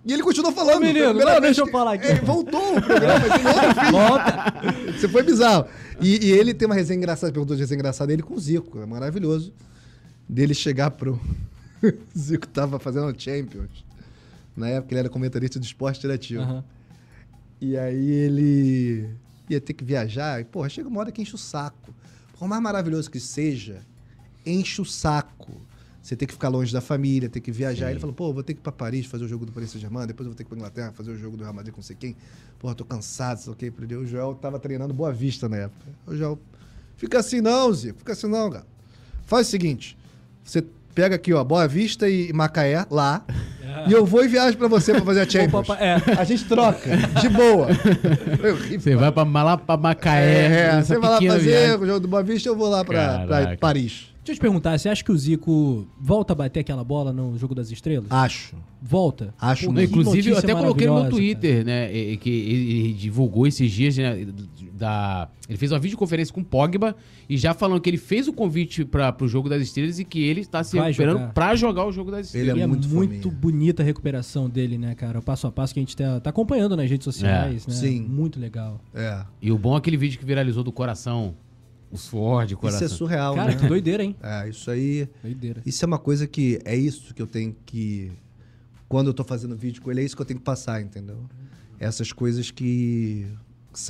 Speaker 2: e ele continuou falando.
Speaker 1: Ô, menino,
Speaker 2: Foi a primeira
Speaker 1: não,
Speaker 2: vez
Speaker 1: deixa eu
Speaker 2: que-
Speaker 1: falar aqui.
Speaker 2: É, voltou o programa, tem outro fim. Isso foi bizarro. E, e ele tem uma resenha engraçada, perguntou de resenha engraçada dele com o Zico, é maravilhoso. Dele chegar pro. o Zico tava fazendo o Champions. Na época ele era comentarista do esporte interativo.
Speaker 1: Aham.
Speaker 2: E aí ele ia ter que viajar. E, porra, chega uma hora que enche o saco. Por mais maravilhoso que seja, enche o saco. Você tem que ficar longe da família, tem que viajar. Ele falou, pô, vou ter que ir pra Paris fazer o jogo do Paris Saint-Germain, depois eu vou ter que ir pra Inglaterra fazer o jogo do Real Madrid com não sei quem. Porra, tô cansado, sei o que. O Joel tava treinando Boa Vista na época. O Joel, fica assim não, Zico, fica assim não, cara. Faz o seguinte, você pega aqui, ó, Boa Vista e Macaé, lá, e eu vou e viajo pra você pra fazer a Champions.
Speaker 1: papai- é.
Speaker 2: A gente troca, de boa. Eu ri,
Speaker 3: Você vai pra, lá pra Macaé.
Speaker 2: é,
Speaker 3: essa
Speaker 2: você vai lá
Speaker 3: pequena
Speaker 2: fazer
Speaker 3: viagem.
Speaker 2: o jogo do Boa Vista, eu vou lá pra, pra
Speaker 3: Caraca.
Speaker 2: Paris.
Speaker 1: Deixa eu te perguntar, você acha que o Zico volta a bater aquela bola no Jogo das Estrelas?
Speaker 2: Acho.
Speaker 1: Volta?
Speaker 2: Acho
Speaker 1: Pô,
Speaker 2: mesmo.
Speaker 1: que
Speaker 3: Inclusive,
Speaker 1: Tipo,
Speaker 3: eu
Speaker 1: notícia
Speaker 3: até coloquei no meu
Speaker 1: maravilhosa,
Speaker 3: Twitter, né? e- e Que ele ele divulgou esses dias, né? Da... Ele fez uma videoconferência com o Pogba e já falando que ele fez o convite para pro Jogo das Estrelas e que ele está se
Speaker 1: Vai
Speaker 3: recuperando
Speaker 1: jogar.
Speaker 3: pra jogar o Jogo das
Speaker 2: Ele
Speaker 3: Estrelas.
Speaker 2: é
Speaker 1: E é
Speaker 2: muito
Speaker 1: muito,
Speaker 2: fominha.
Speaker 1: bonita a recuperação dele, né, cara? O passo a passo que a gente tá, tá acompanhando nas redes sociais,
Speaker 2: É,
Speaker 1: né?
Speaker 2: sim.
Speaker 1: Muito legal.
Speaker 2: É.
Speaker 3: E o bom é aquele vídeo que viralizou do coração. O suor de
Speaker 2: Isso
Speaker 3: coração.
Speaker 2: é surreal,
Speaker 1: Cara,
Speaker 2: né?
Speaker 1: que doideira, hein?
Speaker 2: É, isso aí.
Speaker 1: Doideira.
Speaker 2: Isso é uma coisa que. É isso que eu tenho que. Quando eu tô fazendo vídeo com ele, é isso que eu tenho que passar, entendeu? Essas coisas que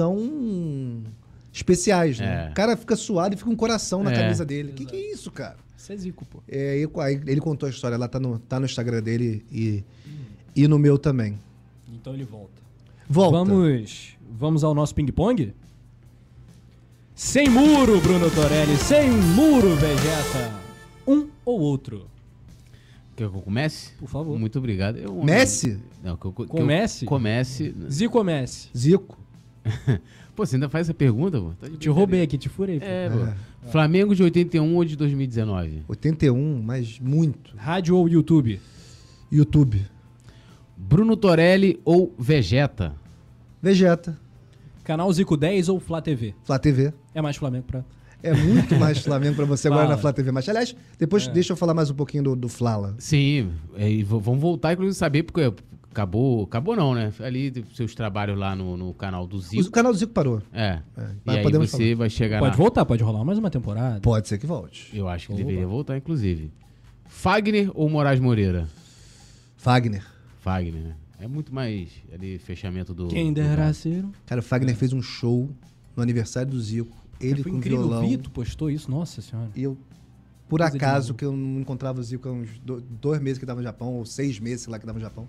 Speaker 2: são especiais, né?
Speaker 3: É.
Speaker 2: O cara fica suado e fica um coração na
Speaker 3: É.
Speaker 2: camisa dele. O que, que é isso, cara?
Speaker 1: Isso é Zico, pô.
Speaker 2: É, e co- aí ele contou a história lá, tá no, tá no Instagram dele e, e no meu também.
Speaker 1: Então ele volta.
Speaker 2: Volta.
Speaker 1: Vamos, vamos ao nosso ping-pong? Sem muro, Bruno Torelli. Sem muro, Vegeta. Um ou outro?
Speaker 3: Quer que eu comece?
Speaker 1: Por favor.
Speaker 3: Muito obrigado. Eu-
Speaker 2: Messi?
Speaker 3: Não, que eu, que eu-
Speaker 1: Comece?
Speaker 3: comece.
Speaker 1: Zico ou Messi?
Speaker 2: Zico.
Speaker 3: Pô, você ainda faz essa pergunta, pô? Tá de
Speaker 1: Te roubei aqui, te furei. pô.
Speaker 3: É, pô. Flamengo de 81 ou de 2019?
Speaker 2: 81, mas muito.
Speaker 1: Rádio ou YouTube?
Speaker 2: YouTube.
Speaker 3: Bruno Torelli ou Vegeta?
Speaker 2: Vegeta.
Speaker 1: Canal Zico 10 ou Flá TV?
Speaker 2: Flá TV.
Speaker 1: É mais Flamengo pra.
Speaker 2: É muito mais Flamengo pra você agora
Speaker 1: Fala. É.
Speaker 2: na Flá TV. Mas, aliás, depois deixa eu falar mais um pouquinho do, do Flala.
Speaker 3: Sim, é, e v- vamos voltar, inclusive, saber, porque acabou. Acabou não, né? Ali de- seus trabalhos lá no, no canal do
Speaker 2: O
Speaker 3: Zico.
Speaker 2: canal do Zico parou.
Speaker 3: É.
Speaker 2: mas
Speaker 3: e aí
Speaker 2: podemos
Speaker 3: você vai chegar
Speaker 1: Pode
Speaker 3: na-
Speaker 1: voltar, pode rolar mais uma temporada.
Speaker 2: Pode ser que volte.
Speaker 3: Eu acho que deveria voltar, inclusive. Fagner ou Moraes Moreira?
Speaker 2: Fagner.
Speaker 3: Fagner, né? É muito mais ali fechamento do.
Speaker 1: Quem
Speaker 3: do-
Speaker 1: dera ser. um-
Speaker 2: Cara, o Fagner fez um show no aniversário do Zico. Ele
Speaker 1: É, Foi
Speaker 2: com
Speaker 1: incrível.
Speaker 2: violão.
Speaker 1: O Vito postou isso, nossa senhora.
Speaker 2: E eu, por
Speaker 1: Coisa de
Speaker 2: acaso,
Speaker 1: maluco.
Speaker 2: que eu não encontrava o Zico há uns do- dois meses que eu tava no Japão, ou seis meses, sei lá, que eu tava no Japão.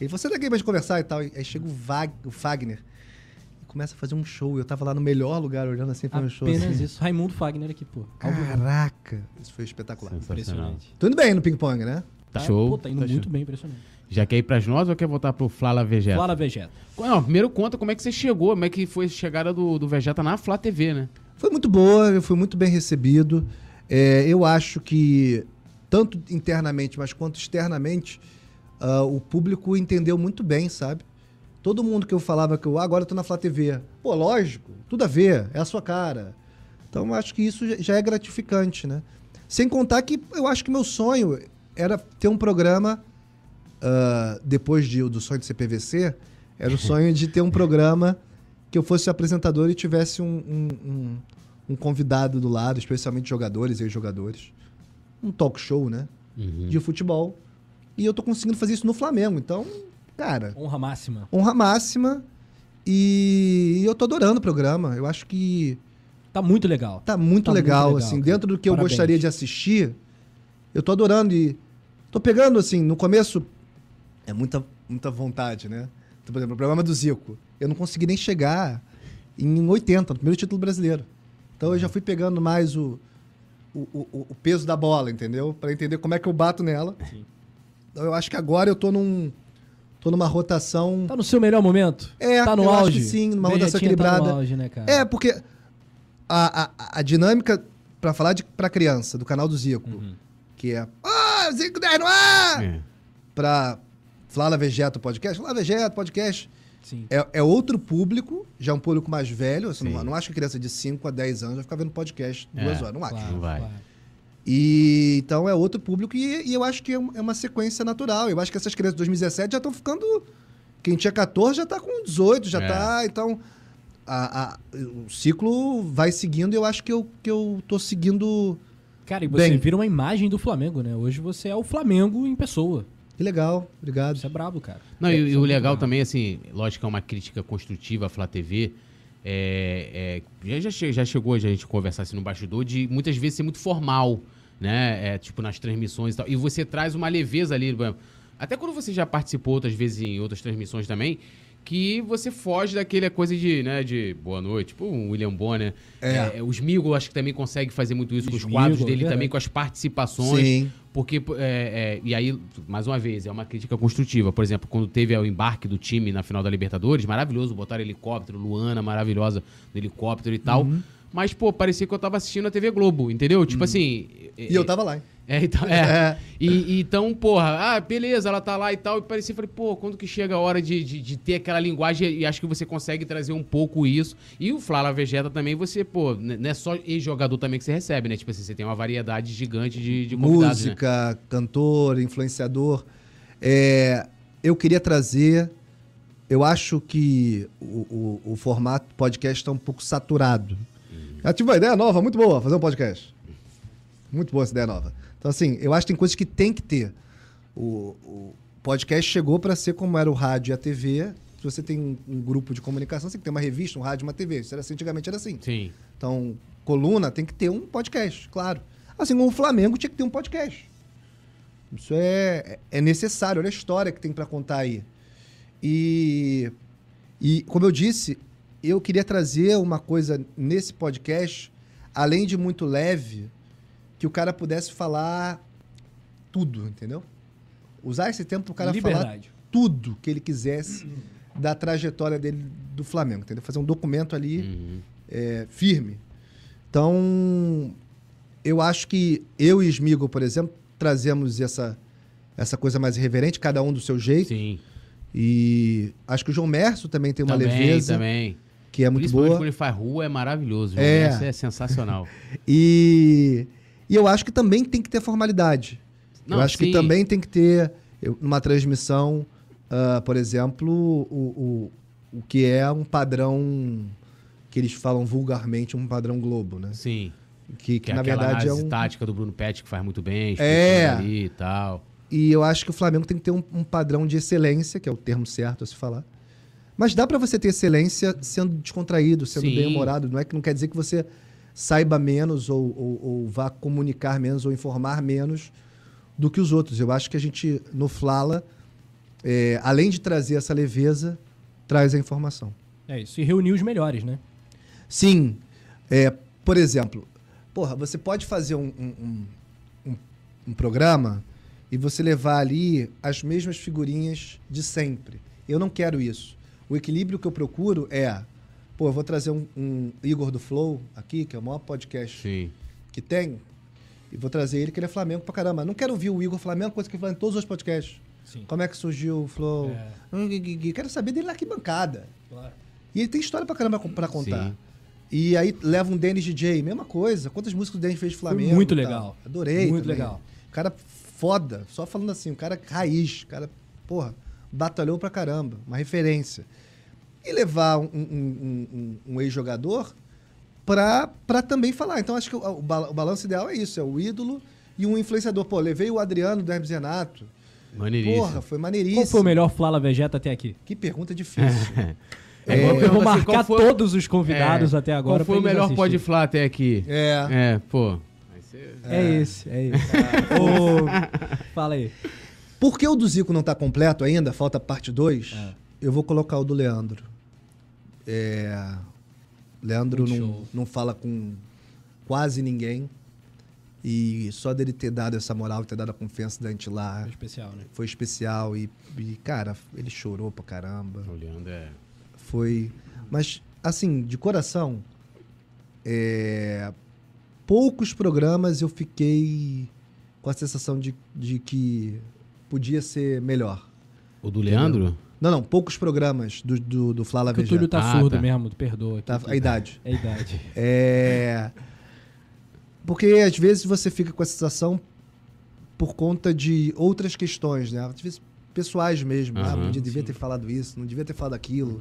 Speaker 2: Ele falou, senta aqui pra gente conversar e tal. E aí chega o, Vag, o Fagner e começa a fazer um show. Eu tava lá no melhor lugar, olhando assim pra um show.
Speaker 1: Apenas
Speaker 2: assim.
Speaker 1: isso. Raimundo Fagner aqui, pô.
Speaker 2: Caraca! Isso foi espetacular.
Speaker 3: Sensacional.
Speaker 1: Impressionante.
Speaker 2: Tô indo bem no ping-pong, né?
Speaker 3: Tá show.
Speaker 1: Pô, tá indo
Speaker 3: tá
Speaker 1: muito
Speaker 3: show.
Speaker 1: bem, impressionante.
Speaker 3: Já quer ir pras nós ou quer voltar pro Flala Vegeta?
Speaker 1: Flá Vegeta.
Speaker 3: Não, primeiro conta como é que você chegou, como é que foi a chegada do, do Vegeta na Flá TV, né?
Speaker 2: Foi muito boa, eu fui muito bem recebido. É, eu acho que, tanto internamente, mas quanto externamente, ah, o público entendeu muito bem, sabe? Todo mundo que eu falava que eu, "Ah, agora eu tô na Flá TV. Pô, lógico, tudo a ver, é a sua cara. Então eu acho que isso já- já é gratificante, né? Sem contar que eu acho que meu sonho era ter um programa, ah, depois de- do sonho de CPVC, era o sonho de ter um programa que eu fosse apresentador e tivesse um, um- um- um convidado do lado, especialmente jogadores e ex-jogadores. Um talk show, né? De futebol. E eu tô conseguindo fazer isso no Flamengo. Então, cara,
Speaker 1: Honra máxima.
Speaker 2: honra máxima. E eu tô adorando o programa. Eu acho que
Speaker 1: Tá muito legal.
Speaker 2: tá muito,
Speaker 1: Tá muito
Speaker 2: legal,
Speaker 1: legal,
Speaker 2: assim.
Speaker 1: cara.
Speaker 2: Dentro do que
Speaker 1: Parabéns.
Speaker 2: eu gostaria de assistir, eu tô adorando e tô pegando, assim, no começo é muita, muita vontade, né? Então, por exemplo, o programa do Zico, eu não consegui nem chegar em 80, no primeiro título brasileiro. Então eu já fui pegando mais o, o, o- o peso da bola, entendeu? Pra entender como é que eu bato nela. Então eu acho que agora eu tô num tô numa rotação
Speaker 1: Tá no seu melhor momento?
Speaker 2: É,
Speaker 1: tá no
Speaker 2: eu acho
Speaker 1: auge.
Speaker 2: que sim, numa rotação
Speaker 1: Vegetinha Tá
Speaker 2: equilibrada.
Speaker 1: no auge, né, cara?
Speaker 2: é, porque a, a- a, dinâmica, pra falar de, pra criança, do canal do Zico, que é. Ah, Zico 10 no ar!
Speaker 3: É.
Speaker 2: Pra Flávia Vegeta podcast, Flávia Vegeta podcast.
Speaker 1: Sim.
Speaker 2: É, é outro público, já um público mais velho. Assim, não, não acho que criança de 5 a 10 anos vai ficar vendo podcast duas
Speaker 3: É,
Speaker 2: horas, não acho.
Speaker 1: Claro,
Speaker 3: vai.
Speaker 1: claro.
Speaker 2: E então é outro público e, e eu acho que é um- é uma sequência natural. Eu acho que essas crianças de 2017 já estão ficando. Quem tinha 14 já está com 18, já
Speaker 3: É.
Speaker 2: está. Então a- a- o ciclo vai seguindo e eu acho que eu, que eu tô seguindo.
Speaker 1: Cara, e você
Speaker 2: Bem.
Speaker 1: vira uma imagem do Flamengo, né? Hoje você é o Flamengo em pessoa.
Speaker 2: Que legal, obrigado.
Speaker 1: Isso é brabo, cara.
Speaker 3: Não, e, e o legal também, assim, lógico que é uma crítica construtiva à Flá TV. É, é, já, já, che- já chegou a gente conversar assim no bastidor de muitas vezes ser muito formal, né? É, tipo nas transmissões e tal. E você traz uma leveza ali. por exemplo. Até quando você já participou outras vezes em outras transmissões também, que você foge daquela coisa de, né, de boa noite, tipo um William Bonner. É, os Migo acho que também consegue fazer muito isso com os
Speaker 1: Os
Speaker 3: quadros
Speaker 1: Migo, é
Speaker 3: dele também,
Speaker 1: verdade.
Speaker 3: com as participações.
Speaker 2: Sim.
Speaker 3: Porque, pô, é, é, e aí, mais uma vez, é uma crítica construtiva. Por exemplo, quando teve o embarque do time na final da Libertadores, maravilhoso, botaram helicóptero, Luana maravilhosa no helicóptero e tal.
Speaker 2: Uhum.
Speaker 3: Mas, pô, parecia que eu tava assistindo a TV Globo, entendeu? Tipo assim.
Speaker 2: E eu tava lá. hein?
Speaker 3: É, então, é. E, e então, porra, ah, beleza, ela tá lá e tal. E parecia, falei, pô, quando que chega a hora de, de, de ter aquela linguagem? E acho que você consegue trazer um pouco isso. E o Flávio Vegeta também, você, pô, n- não é só ex-jogador também que você recebe, né? Tipo assim, você tem uma variedade gigante de, de convidados, né?
Speaker 2: Música, cantor, influenciador. É, eu queria trazer. Eu acho que o, o- o formato podcast está um pouco saturado.
Speaker 3: Uhum.
Speaker 2: Eu tive uma ideia nova, muito boa, fazer um podcast. Muito boa essa ideia nova. Então, assim, eu acho que tem coisas que tem que ter. O, o podcast chegou para ser como era o rádio e a TV. Se você tem um, um grupo de comunicação, você tem que ter uma revista, um rádio e uma TV. Isso era assim, antigamente era assim.
Speaker 3: Sim.
Speaker 2: Então, coluna tem que ter um podcast, claro. Assim como o Flamengo tinha que ter um podcast. Isso é, é necessário, olha a história que tem pra contar aí. E, e, como eu disse, eu queria trazer uma coisa nesse podcast, além de muito leve, que o cara pudesse falar tudo, entendeu? Usar esse tempo pro é cara falar
Speaker 1: Liberdade.
Speaker 2: tudo que ele quisesse da trajetória dele do Flamengo, entendeu? Fazer um documento ali é, firme. Então, eu acho que eu e Smigo, por exemplo, trazemos essa, essa coisa mais irreverente, cada um do seu jeito.
Speaker 3: Sim.
Speaker 2: E acho que o João Merso também tem uma
Speaker 3: também,
Speaker 2: leveza
Speaker 3: também.
Speaker 2: que é muito
Speaker 3: Principalmente
Speaker 2: boa.
Speaker 3: quando ele faz rua, é maravilhoso.
Speaker 2: É.
Speaker 3: Isso é sensacional.
Speaker 2: E, e eu acho que também tem que ter formalidade.
Speaker 3: Não,
Speaker 2: eu acho
Speaker 3: sim.
Speaker 2: que também tem que ter eu- uma transmissão, ah, por exemplo, o, o, o que é um padrão que eles falam vulgarmente, um padrão Globo, né?
Speaker 3: Sim.
Speaker 2: Que, que,
Speaker 3: Que é
Speaker 2: na
Speaker 3: aquela
Speaker 2: verdade é
Speaker 3: análise
Speaker 2: um.
Speaker 3: tática do Bruno Pet que faz muito bem,
Speaker 2: É.
Speaker 3: explicando ali e tal.
Speaker 2: E eu acho que o Flamengo tem que ter um, um padrão de excelência, que é o termo certo a se falar. Mas dá pra você ter excelência sendo descontraído, sendo
Speaker 3: Sim.
Speaker 2: bem-humorado. Não é que não quer dizer que você saiba menos ou, ou- ou vá comunicar menos ou informar menos do que os outros. Eu acho que a gente, no Flala, é, além de trazer essa leveza, traz a informação.
Speaker 1: É isso. E reunir os melhores, né?
Speaker 2: Sim. É, por exemplo, porra, você pode fazer um, um- um- um- um programa e você levar ali as mesmas figurinhas de sempre. Eu não quero isso. O equilíbrio que eu procuro é, pô, eu vou trazer um, um Igor do Flow aqui, que é o maior podcast
Speaker 3: Sim.
Speaker 2: que tem, e vou trazer ele, que ele é Flamengo pra caramba. Não quero ouvir o Igor Flamengo, coisa que ele fala em todos os podcasts.
Speaker 1: Sim.
Speaker 2: Como é que surgiu o Flow?
Speaker 1: É.
Speaker 2: Hum, gui, gui, gui. Quero saber dele na arquibancada.
Speaker 1: Claro.
Speaker 2: E ele tem história pra caramba co- pra contar.
Speaker 3: Sim.
Speaker 2: E aí leva um Dennis DJ, mesma coisa. Quantas músicas o Dennis fez de Flamengo?
Speaker 1: muito
Speaker 2: e tal.
Speaker 1: legal.
Speaker 2: Adorei.
Speaker 1: Muito
Speaker 2: também.
Speaker 1: legal.
Speaker 2: Cara foda, só falando assim, um cara raiz, cara, porra, batalhou pra caramba, uma referência. E levar um, um- um- um- um ex-jogador pra, pra também falar. Então acho que o, o bala- o balanço ideal é isso: é o ídolo e um influenciador. Pô, levei o Adriano do Hermes Renato.
Speaker 3: Maneiríssimo.
Speaker 2: Porra, foi maneiríssimo.
Speaker 1: Qual foi o melhor Flala Vegeta até aqui?
Speaker 2: Que pergunta difícil.
Speaker 3: É
Speaker 1: eu
Speaker 3: igual
Speaker 1: vou
Speaker 3: perguntar assim,
Speaker 1: marcar
Speaker 3: qual foi o-
Speaker 1: todos os convidados
Speaker 3: É,
Speaker 1: até agora.
Speaker 3: Qual foi o
Speaker 1: pra eles
Speaker 3: melhor pode
Speaker 1: assistirem.
Speaker 3: flá até aqui?
Speaker 2: é.
Speaker 3: É, pô.
Speaker 1: É esse, é esse. Ô, fala aí.
Speaker 2: Porque o do Zico não está completo ainda, falta parte 2,
Speaker 1: É.
Speaker 2: eu vou colocar o do Leandro. É, Leandro
Speaker 1: Muito
Speaker 2: não,
Speaker 1: show.
Speaker 2: não fala com quase ninguém. E só dele ter dado essa moral, ter dado a confiança da gente lá,
Speaker 1: Foi especial, né?
Speaker 2: foi especial. E, e, cara, ele chorou pra caramba.
Speaker 3: O Leandro é.
Speaker 2: Foi. Mas, assim, de coração, é, poucos programas eu fiquei com a sensação de, de que podia ser melhor.
Speaker 3: O do Leandro?
Speaker 2: Não, não, poucos programas do, do, do Flá
Speaker 1: Que o Túlio
Speaker 2: Lavejá.
Speaker 1: tá
Speaker 3: Ah,
Speaker 1: surdo
Speaker 3: tá.
Speaker 1: mesmo, perdoa. aqui.
Speaker 2: Tá, a idade.
Speaker 1: É a idade.
Speaker 2: É, Porque às vezes você fica com a sensação por conta de outras questões, né? Às vezes pessoais mesmo. Ah,
Speaker 3: Aham,
Speaker 2: não devia ter falado isso, não devia ter falado aquilo.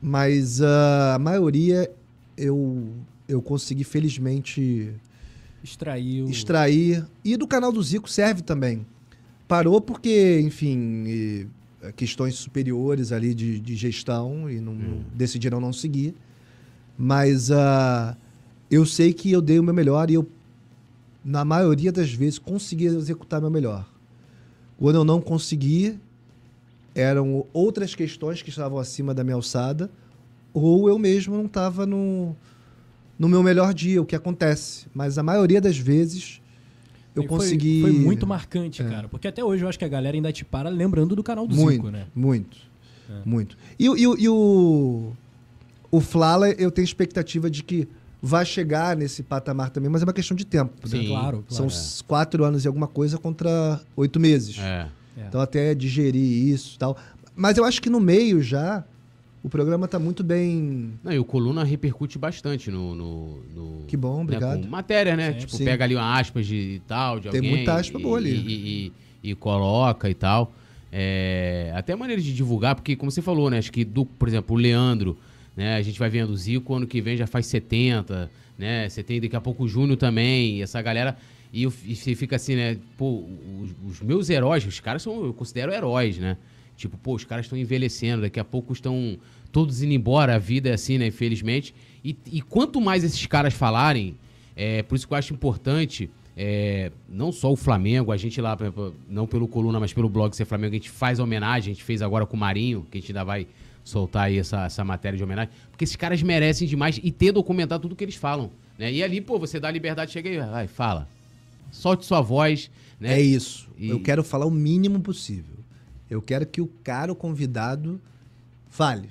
Speaker 2: Mas ah, a maioria eu, eu consegui, felizmente,
Speaker 1: Extraiu.
Speaker 2: extrair. E do canal do Zico serve também. Parou porque, enfim, e, eh, questões superiores ali de, de gestão e não, decidiram não seguir. Mas ah, eu sei que eu dei o meu melhor e eu, na maioria das vezes, consegui executar meu melhor. Quando eu não consegui, eram outras questões que estavam acima da minha alçada, ou eu mesmo não estava no, no meu melhor dia, o que acontece. Mas a maioria das vezes eu
Speaker 1: E foi-
Speaker 2: consegui. É.
Speaker 1: Foi, muito marcante, cara. Porque até hoje eu acho que a galera ainda te para lembrando do canal do
Speaker 2: Muito,
Speaker 1: Zico, né? É.
Speaker 2: muito. Muito. E, o- e o- e o. O Flala, eu tenho expectativa de que vai chegar nesse patamar também, mas é uma questão de tempo. né?
Speaker 3: Sim.
Speaker 1: Claro, claro.
Speaker 2: São s- quatro anos e alguma coisa contra oito meses.
Speaker 3: É.
Speaker 1: É.
Speaker 2: Então até digerir isso e tal. Mas eu acho que no meio já o programa tá muito bem.
Speaker 3: Não, e o Coluna repercute bastante no. no- no-
Speaker 2: Que bom,
Speaker 3: né,
Speaker 2: obrigado.
Speaker 3: com matéria, né?
Speaker 1: Sim.
Speaker 3: tipo,
Speaker 2: Sim.
Speaker 3: pega ali uma aspas de, e tal, de
Speaker 2: Tem
Speaker 3: alguém.
Speaker 2: muita aspa
Speaker 3: e-
Speaker 2: boa ali.
Speaker 3: E, e- e coloca e tal. É, até a maneira de divulgar, porque, como você falou, né? Acho que, do, por exemplo, o Leandro, né? A gente vai vendo o Zico, ano que vem já faz 70, né? Você tem daqui a pouco o Júnior também, e essa galera. E, eu- e você fica assim, né? Pô, os, os meus heróis, os caras são, eu considero heróis, né? Tipo, pô, os caras estão envelhecendo, daqui a pouco estão todos indo embora, a vida é assim, né? Infelizmente. E, e quanto mais esses caras falarem, é, por isso que eu acho importante, é, não só o Flamengo, a gente lá, por exemplo, não pelo Coluna, mas pelo blog Ser Flamengo, a gente faz a homenagem, a gente fez agora com o Marinho, que a gente ainda vai soltar aí essa, essa matéria de homenagem, porque esses caras merecem demais e ter documentado tudo que eles falam. Né? E ali, pô, você dá a liberdade, chega aí, vai, fala. Solte sua voz, né?
Speaker 2: É isso.
Speaker 3: E-
Speaker 2: Eu quero falar o mínimo possível. Eu quero que o cara, o convidado, fale.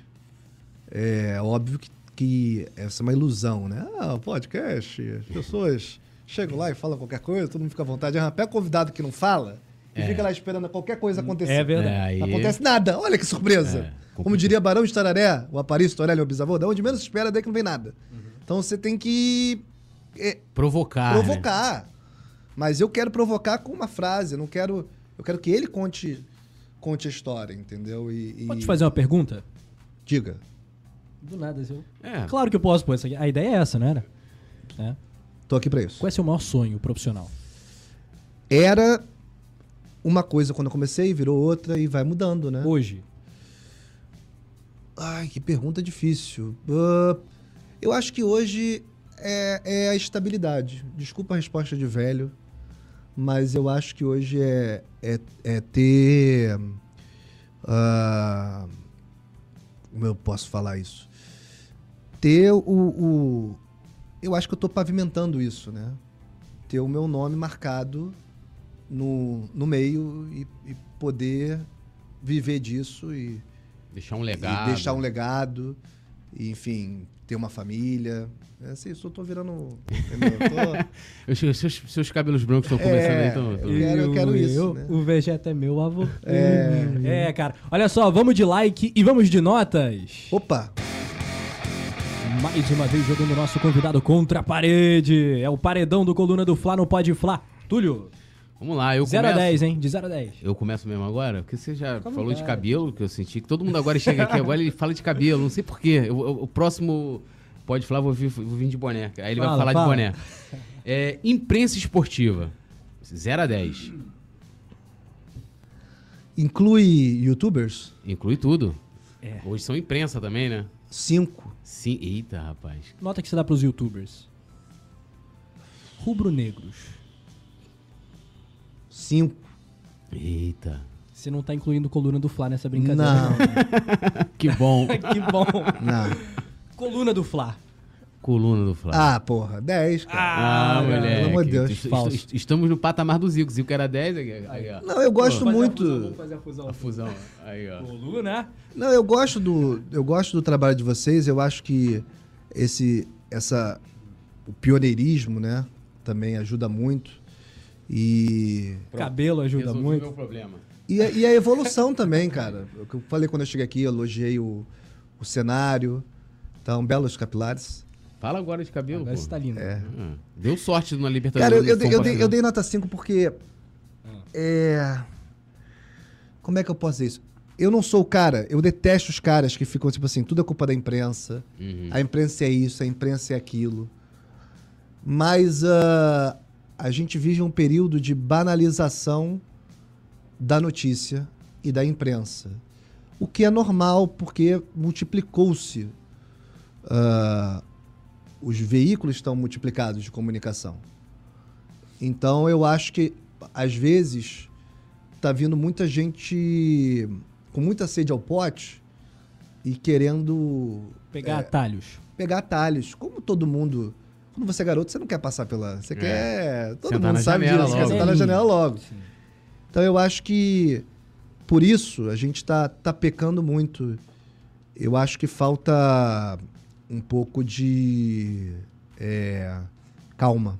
Speaker 2: É óbvio que, que essa é uma ilusão, né? Ah, podcast, as pessoas chegam lá e falam qualquer coisa, todo mundo fica à vontade. Ah, pega o convidado que não fala e fica lá esperando qualquer coisa acontecer.
Speaker 1: É verdade.
Speaker 3: É, aí- É,
Speaker 2: Não acontece nada. Olha que surpresa. Como diria Barão de Tararé, o Aparício Torelli, meu bisavô, da onde menos se espera, é daí que não vem nada.
Speaker 3: Uhum.
Speaker 2: Então você tem que é,
Speaker 1: Ah,
Speaker 3: Provocar. né?
Speaker 2: provocar. Mas eu quero provocar com uma frase. Eu não quero. Eu quero que ele conte, conte a história, entendeu? E, e-
Speaker 1: Pode te fazer uma pergunta?
Speaker 2: Diga.
Speaker 1: Do nada, assim, eu...
Speaker 3: É.
Speaker 1: Claro que eu posso, pô. essa- A ideia é essa, não era? É.
Speaker 2: Tô aqui pra isso.
Speaker 1: Qual é seu maior sonho profissional?
Speaker 2: Era uma coisa quando eu comecei, virou outra e vai mudando, né?
Speaker 1: Hoje.
Speaker 2: Ai, que pergunta difícil. Ah, eu acho que hoje é, é a estabilidade. Desculpa a resposta de velho, mas eu acho que hoje é, é, é ter. ah, como eu posso falar isso? Ter o, o- Eu acho que eu tô pavimentando isso, né? Ter o meu nome marcado no, no meio e, e poder viver disso e
Speaker 3: Deixar um
Speaker 2: e
Speaker 3: legado.
Speaker 2: deixar um legado, e, enfim, ter uma família. É assim, isso eu tô virando. entendeu? Eu tô-
Speaker 3: Os- os seus, seus cabelos brancos estão começando
Speaker 2: É.
Speaker 3: aí. então, tão- tão-
Speaker 2: Eu quero- eu quero isso, né?
Speaker 1: O Vegeta é meu avô. É. cara. Olha só, vamos de like e vamos de notas.
Speaker 2: Opa!
Speaker 1: Mais uma vez jogando o nosso convidado contra a parede. É o paredão do Coluna do Fla no Pode Fla. Túlio,
Speaker 3: Vamos lá, eu
Speaker 1: 0 a
Speaker 3: começo.
Speaker 1: 10, hein? De 0 a 10.
Speaker 3: Eu começo mesmo agora? Porque você já
Speaker 1: Fica à
Speaker 3: falou de
Speaker 1: vontade.
Speaker 3: cabelo, que eu senti que todo mundo agora chega aqui, agora ele fala de cabelo, não sei porquê. O próximo pode falar, vou vir, vou vir de boné. Aí ele vai
Speaker 1: Fala,
Speaker 3: falar
Speaker 1: fala.
Speaker 3: de boné. É, imprensa esportiva. 0 a 10.
Speaker 2: Inclui youtubers?
Speaker 3: Inclui tudo.
Speaker 1: É.
Speaker 3: Hoje são imprensa também, né?
Speaker 2: Cinco.
Speaker 3: Sim. Eita, rapaz.
Speaker 1: Nota que você dá pros youtubers. Rubro-negros.
Speaker 2: Cinco.
Speaker 3: Eita.
Speaker 1: Você não tá incluindo o Coluna do Fla nessa brincadeira.
Speaker 2: Não,
Speaker 3: Que bom.
Speaker 1: que bom.
Speaker 2: não.
Speaker 1: Coluna do Fla.
Speaker 3: Coluna do Flávio.
Speaker 2: Ah, porra, dez, cara.
Speaker 3: Ah, moleque.
Speaker 2: pelo amor de Deus,
Speaker 3: Est- est-
Speaker 1: falso.
Speaker 3: est- Estamos no patamar do Zico. Zico era 10. Aí, aí, ó.
Speaker 2: Não, eu gosto muito.
Speaker 1: fazer a fusão.
Speaker 3: A fusão. Aí, ó.
Speaker 1: Coluna.
Speaker 2: Não, eu gosto do, eu gosto do trabalho de vocês. Eu acho que esse, essa, o pioneirismo, né, também ajuda muito. E
Speaker 1: Cabelo ajuda
Speaker 3: Resolvi
Speaker 1: muito.
Speaker 3: meu problema.
Speaker 2: E, a- e a evolução também, cara. O que eu falei quando eu cheguei aqui, eu elogiei o, o cenário. Então, belos capilares.
Speaker 3: Fala agora de cabelo,
Speaker 1: Agora
Speaker 3: pô.
Speaker 1: você tá lindo.
Speaker 2: É.
Speaker 3: Ah, Deu sorte na Libertadores.
Speaker 2: Cara, eu, eu
Speaker 3: no
Speaker 2: dei- eu
Speaker 3: Copa,
Speaker 2: dei,
Speaker 3: né?
Speaker 2: eu dei nota 5 porque. É. Como é que eu posso dizer isso? Eu não sou o cara, eu detesto os caras que ficam tipo assim, tudo é culpa da imprensa.
Speaker 3: Uhum.
Speaker 2: A imprensa é isso, a imprensa é aquilo. Mas ah, a gente vive um período de banalização da notícia e da imprensa. O que é normal, porque multiplicou-se. ah, os veículos estão multiplicados de comunicação. Então eu acho que, às vezes, tá vindo muita gente com muita sede ao pote e querendo
Speaker 3: É.
Speaker 1: Pegar atalhos.
Speaker 2: pegar atalhos. Como todo mundo. Quando você é garoto, você não quer passar pela. Você quer. Todo
Speaker 3: É. Sentar
Speaker 2: mundo
Speaker 3: na
Speaker 2: sabe
Speaker 3: janela
Speaker 2: disso, quer
Speaker 3: logo.
Speaker 2: sentar na
Speaker 1: Sim.
Speaker 2: janela logo. Então eu acho que. Por isso, a gente tá, tá pecando muito. Eu acho que falta um pouco de. é, calma.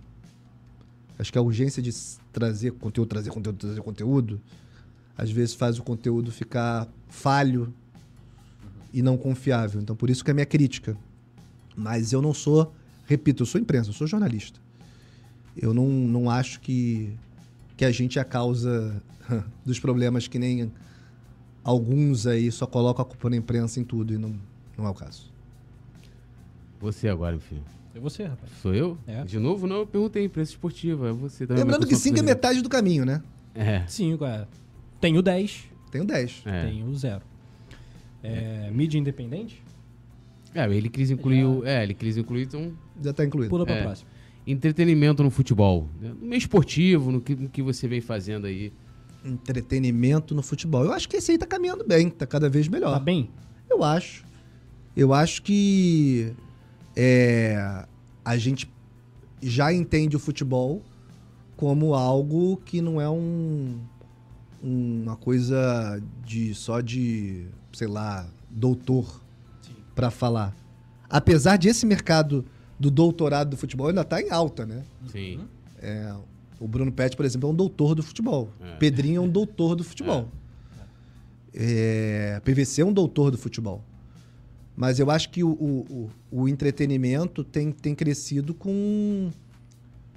Speaker 2: Acho que a urgência de s- trazer conteúdo, trazer conteúdo, trazer conteúdo, às vezes faz o conteúdo ficar falho e não confiável. Então, por isso que é a minha crítica. Mas eu não sou, repito, eu sou imprensa, eu sou jornalista. Eu não, não acho que, que a gente é a causa dos problemas que nem alguns aí só colocam a culpa na imprensa em tudo e não, não é o caso.
Speaker 3: Você agora, meu filho.
Speaker 1: É você, rapaz.
Speaker 3: Sou eu?
Speaker 1: É.
Speaker 3: De novo? Não, eu perguntei. Imprensa esportiva. É você também.
Speaker 2: Lembrando
Speaker 3: mas
Speaker 2: que
Speaker 3: eu sou
Speaker 2: 5 é
Speaker 3: surpresa.
Speaker 2: metade do caminho, né?
Speaker 3: É.
Speaker 1: 5, é. Tenho 10,
Speaker 2: Tenho 10.
Speaker 3: É.
Speaker 1: tenho 0. É, Mídia independente?
Speaker 3: é, ele quis incluir. o- É, ele quis incluir. Então,
Speaker 2: Já tá incluído.
Speaker 1: Pula pra
Speaker 3: É.
Speaker 1: próxima.
Speaker 3: entretenimento no futebol. né? No meio esportivo, no que, no que você vem fazendo aí.
Speaker 2: Entretenimento no futebol. Eu acho que esse aí tá caminhando bem, tá cada vez melhor.
Speaker 1: Tá bem?
Speaker 2: Eu acho. Eu acho que é, a gente já entende o futebol como algo que não é um, uma coisa de só de, sei lá, doutor pra falar.
Speaker 1: Uhum.
Speaker 2: Apesar de esse mercado do doutorado do futebol ainda tá em alta, né?
Speaker 3: Sim.
Speaker 2: É, O Bruno Pet, por exemplo, é um doutor do futebol. Pedrinho é um doutor do futebol. É, PVC é um doutor do futebol. Mas eu acho que o, o, o, o entretenimento tem, tem crescido com,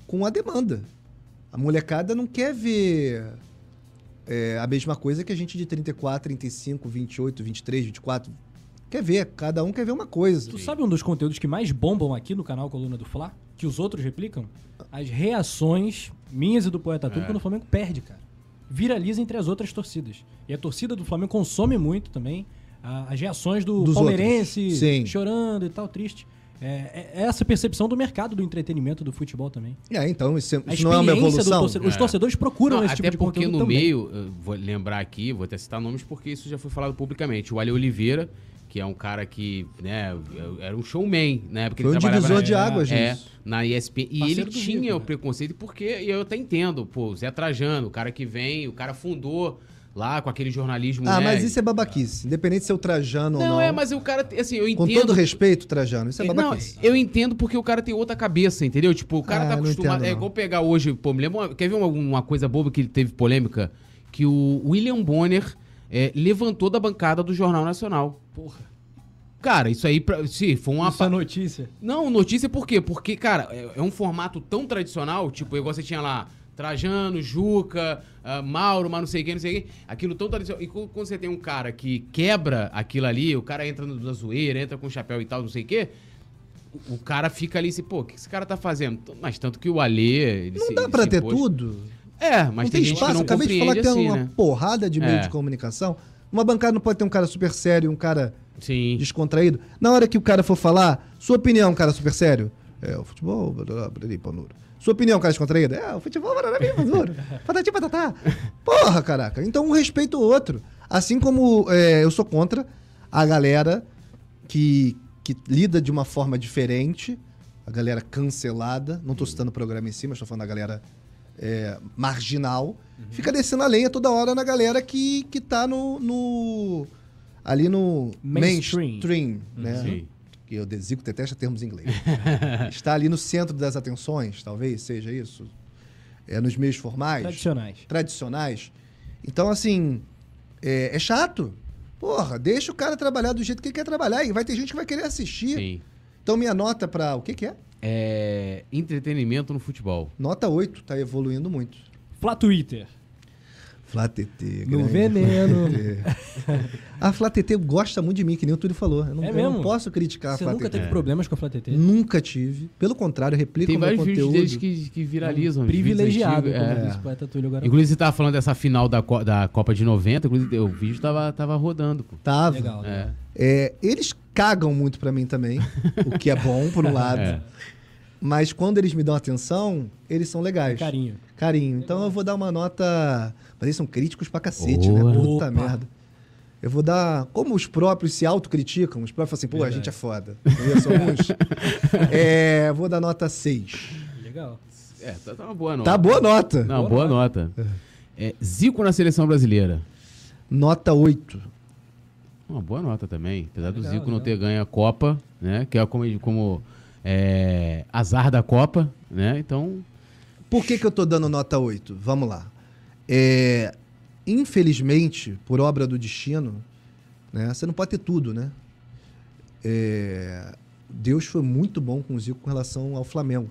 Speaker 2: com a demanda. A molecada não quer ver é, a mesma coisa que a gente de 34, 35, 28, 23, 24. Quer ver, cada um quer ver uma coisa.
Speaker 1: Tu sabe um dos conteúdos que mais bombam aqui no canal Coluna do Fla? Que os outros replicam? As reações minhas e do Poeta Tudo quando o Flamengo perde, cara. Viraliza entre as outras torcidas. E a torcida do Flamengo consome muito também a- as reações do
Speaker 2: Dos
Speaker 1: palmeirense
Speaker 2: outros. Sim.
Speaker 1: chorando e tal, triste. É, é essa percepção do mercado do entretenimento do futebol também.
Speaker 2: É, então, isso, é-
Speaker 1: A
Speaker 2: isso não é uma
Speaker 1: experiência do
Speaker 2: evolução.
Speaker 1: torcedor- Os torcedores procuram
Speaker 3: Não,
Speaker 1: esse tipo
Speaker 3: até
Speaker 1: de
Speaker 3: porque
Speaker 1: conteúdo
Speaker 3: no
Speaker 1: também.
Speaker 3: meio, é eu vou lembrar aqui, vou até citar nomes porque isso já foi falado publicamente. O Ale Oliveira, que é um cara que, né, era um showman, né? Porque
Speaker 2: Foi um
Speaker 3: ele trabalhava
Speaker 2: divisor
Speaker 3: na,
Speaker 2: de águas,
Speaker 3: é,
Speaker 2: isso.
Speaker 3: na ESPN. E
Speaker 1: Parceiro do
Speaker 3: ele tinha
Speaker 1: Zico,
Speaker 3: o
Speaker 1: né?
Speaker 3: preconceito porque, e eu até entendo, pô, o Zé Trajano, o cara que vem, o cara fundou lá com aquele jornalismo,
Speaker 2: Ah,
Speaker 3: né?
Speaker 2: mas isso é babaquice. Independente se eu trajano
Speaker 3: Não,
Speaker 2: ou não.
Speaker 3: é, mas o cara, assim, eu
Speaker 2: Com
Speaker 3: entendo...
Speaker 2: todo respeito, Trajano, isso é
Speaker 3: Não,
Speaker 2: babaquice.
Speaker 3: eu entendo porque o cara tem outra cabeça, entendeu? Tipo, o cara
Speaker 2: Ah,
Speaker 3: tá
Speaker 2: não
Speaker 3: acostumado.
Speaker 2: entendo,
Speaker 3: é
Speaker 2: não.
Speaker 3: igual pegar hoje, pô, me lembra uma- quer ver uma, uma coisa boba que ele teve polêmica? Que o William Bonner é, levantou da bancada do Jornal Nacional.
Speaker 1: Porra.
Speaker 3: Cara, isso aí, pra, se foi uma.
Speaker 1: Isso é
Speaker 3: pa-
Speaker 1: notícia.
Speaker 3: Não, notícia por quê? Porque, cara, é, é um formato tão tradicional, tipo, igual você tinha lá. Trajano, Juca, ah, Mauro, mas não sei quem, não sei quem. Aquilo tão tradicional. E quando quando você tem um cara que quebra aquilo ali, o cara entra na zoeira, entra com chapéu e tal, não sei o quê, o- o cara fica ali assim, pô, o que esse cara tá fazendo? T- Mas tanto que o Alê.
Speaker 2: Não dá pra ter tudo.
Speaker 3: É, mas
Speaker 2: não
Speaker 3: tem,
Speaker 2: tem,
Speaker 3: gente que
Speaker 2: espaço.
Speaker 3: não
Speaker 2: Acabei de falar
Speaker 3: compreende
Speaker 2: que tem
Speaker 3: assim,
Speaker 2: uma
Speaker 3: né?
Speaker 2: porrada de meio
Speaker 3: É.
Speaker 2: de comunicação. Uma bancada não pode ter um cara super sério e um cara
Speaker 3: Sim.
Speaker 2: descontraído. Na hora que o cara for falar, sua opinião, cara super sério? É, o futebol, blá, blá, blá, blá, panura. Sua opinião, cara descontraído? É, o futebol, blá, blá, blá, panura. Patati, patatá. Porra, caraca. Então um respeita o outro. Assim como é, eu sou contra a galera que, que lida de uma forma diferente, a galera cancelada, não tô citando o programa em si, mas tô falando da galera é, marginal, fica descendo a lenha toda hora na galera que, que tá no- no ali no
Speaker 1: Mainstream. Uhum.
Speaker 2: mainstream, né?
Speaker 3: Sim.
Speaker 2: Que eu desigo detesta termos em inglês. Está ali no centro das atenções, talvez seja isso. É nos meios formais,
Speaker 1: Tradicionais.
Speaker 2: tradicionais. Então, assim, é, é chato. Porra, deixa o cara trabalhar do jeito que ele quer trabalhar e vai ter gente que vai querer assistir.
Speaker 3: Sim.
Speaker 2: Então, minha nota pra. o que, que é?
Speaker 3: É, entretenimento no futebol.
Speaker 2: Nota 8, tá evoluindo muito.
Speaker 1: Flá Twitter.
Speaker 2: Flá TT,
Speaker 1: No
Speaker 2: É grande É.
Speaker 1: veneno.
Speaker 2: Flá TT. A Flá TT gosta muito de mim, que nem o Túlio falou. Eu não,
Speaker 1: É
Speaker 2: eu não
Speaker 1: mesmo?
Speaker 2: posso criticar
Speaker 1: Você
Speaker 2: a Flá
Speaker 1: nunca
Speaker 2: TT.
Speaker 1: teve problemas com a Flá TT?
Speaker 2: Nunca tive. Pelo contrário, eu replico
Speaker 3: Tem
Speaker 2: o meu
Speaker 3: vários vídeos
Speaker 2: conteúdo. um
Speaker 3: deles que, que viralizam. vídeos
Speaker 1: Privilegiado,
Speaker 3: antigos,
Speaker 1: como
Speaker 3: é.
Speaker 1: disse o poeta Túlio Garoto.
Speaker 3: Inclusive, você tava falando dessa final da, Co- da Copa de 90, inclusive o vídeo tava, tava rodando, pô.
Speaker 2: Tava.
Speaker 1: Legal, né? legal.
Speaker 3: É.
Speaker 2: É, eles cagam muito pra mim também, o que é bom por um lado.
Speaker 3: É.
Speaker 2: Mas quando eles me dão atenção, eles são legais.
Speaker 1: Carinho.
Speaker 2: Carinho. Então eu vou dar uma nota. Mas eles são críticos pra cacete,
Speaker 3: Boa.
Speaker 2: né? Puta
Speaker 1: Opa.
Speaker 2: merda. Eu vou dar. Como os próprios se autocriticam, os próprios falam assim, pô, a
Speaker 1: Verdade.
Speaker 2: gente é foda. Conheço alguns. É, vou dar nota 6.
Speaker 1: Legal.
Speaker 3: É, tá, tá uma boa nota.
Speaker 2: Tá boa nota.
Speaker 3: Não, boa, nota. É, Zico na seleção brasileira.
Speaker 2: Nota 8.
Speaker 3: Uma boa nota também. Apesar do
Speaker 1: Legal,
Speaker 3: Zico não
Speaker 1: legal.
Speaker 3: ter ganho a Copa, né? Que é como, como é, azar da Copa, né? Então.
Speaker 2: Por que, que eu tô dando nota 8? Vamos lá. É, infelizmente, por obra do destino, né, você não pode ter tudo, né? É, Deus foi muito bom com o Zico com relação ao Flamengo.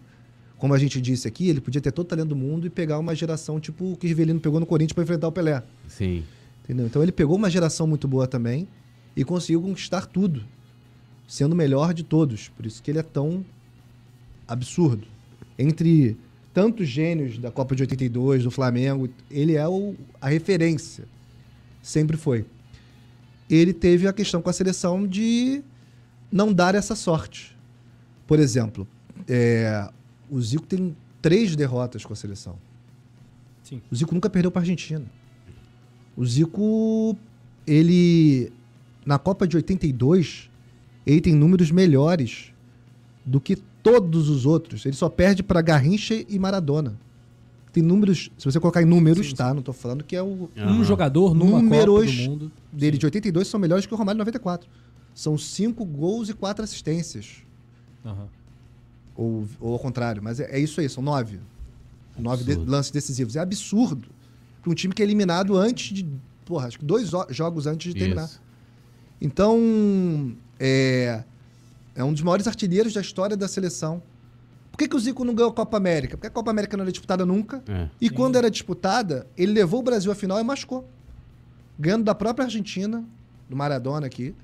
Speaker 2: Como a gente disse aqui, ele podia ter todo o talento do mundo e pegar uma geração tipo o que Rivelino pegou no Corinthians para enfrentar o Pelé.
Speaker 3: Sim.
Speaker 2: Entendeu? Então ele pegou uma geração muito boa também e conseguiu conquistar tudo, sendo o melhor de todos. Por isso que ele é tão absurdo. Entre tantos gênios da Copa de 82, do Flamengo, ele é o- a referência. Sempre foi. Ele teve a questão com a seleção de não dar essa sorte. Por exemplo, é, o Zico tem três derrotas com a seleção.
Speaker 1: Sim.
Speaker 2: O Zico nunca perdeu para Argentina. O Zico, ele na Copa de 82, ele tem números melhores do que todos os outros. Ele só perde para Garrincha e Maradona. Tem números, se você colocar em números, tá? Não tô falando que é o
Speaker 3: Aham.
Speaker 1: Um jogador numa
Speaker 2: Números
Speaker 1: Copa do mundo.
Speaker 2: dele de 82 são melhores que o Romário de 94. São cinco gols e quatro assistências.
Speaker 1: Aham.
Speaker 2: Ou, ou ao contrário, mas é, é isso aí, são nove. Nove de- lances decisivos. É absurdo. Para um time que é eliminado antes de. Porra, acho que dois o- jogos antes de terminar.
Speaker 3: Isso.
Speaker 2: Então, é, é um dos maiores artilheiros da história da seleção. Por que, que o Zico não ganhou a Copa América? Porque a Copa América não era disputada nunca.
Speaker 3: É.
Speaker 2: E quando era disputada, ele levou o Brasil à final e machucou. Ganhando da própria Argentina, do Maradona aqui.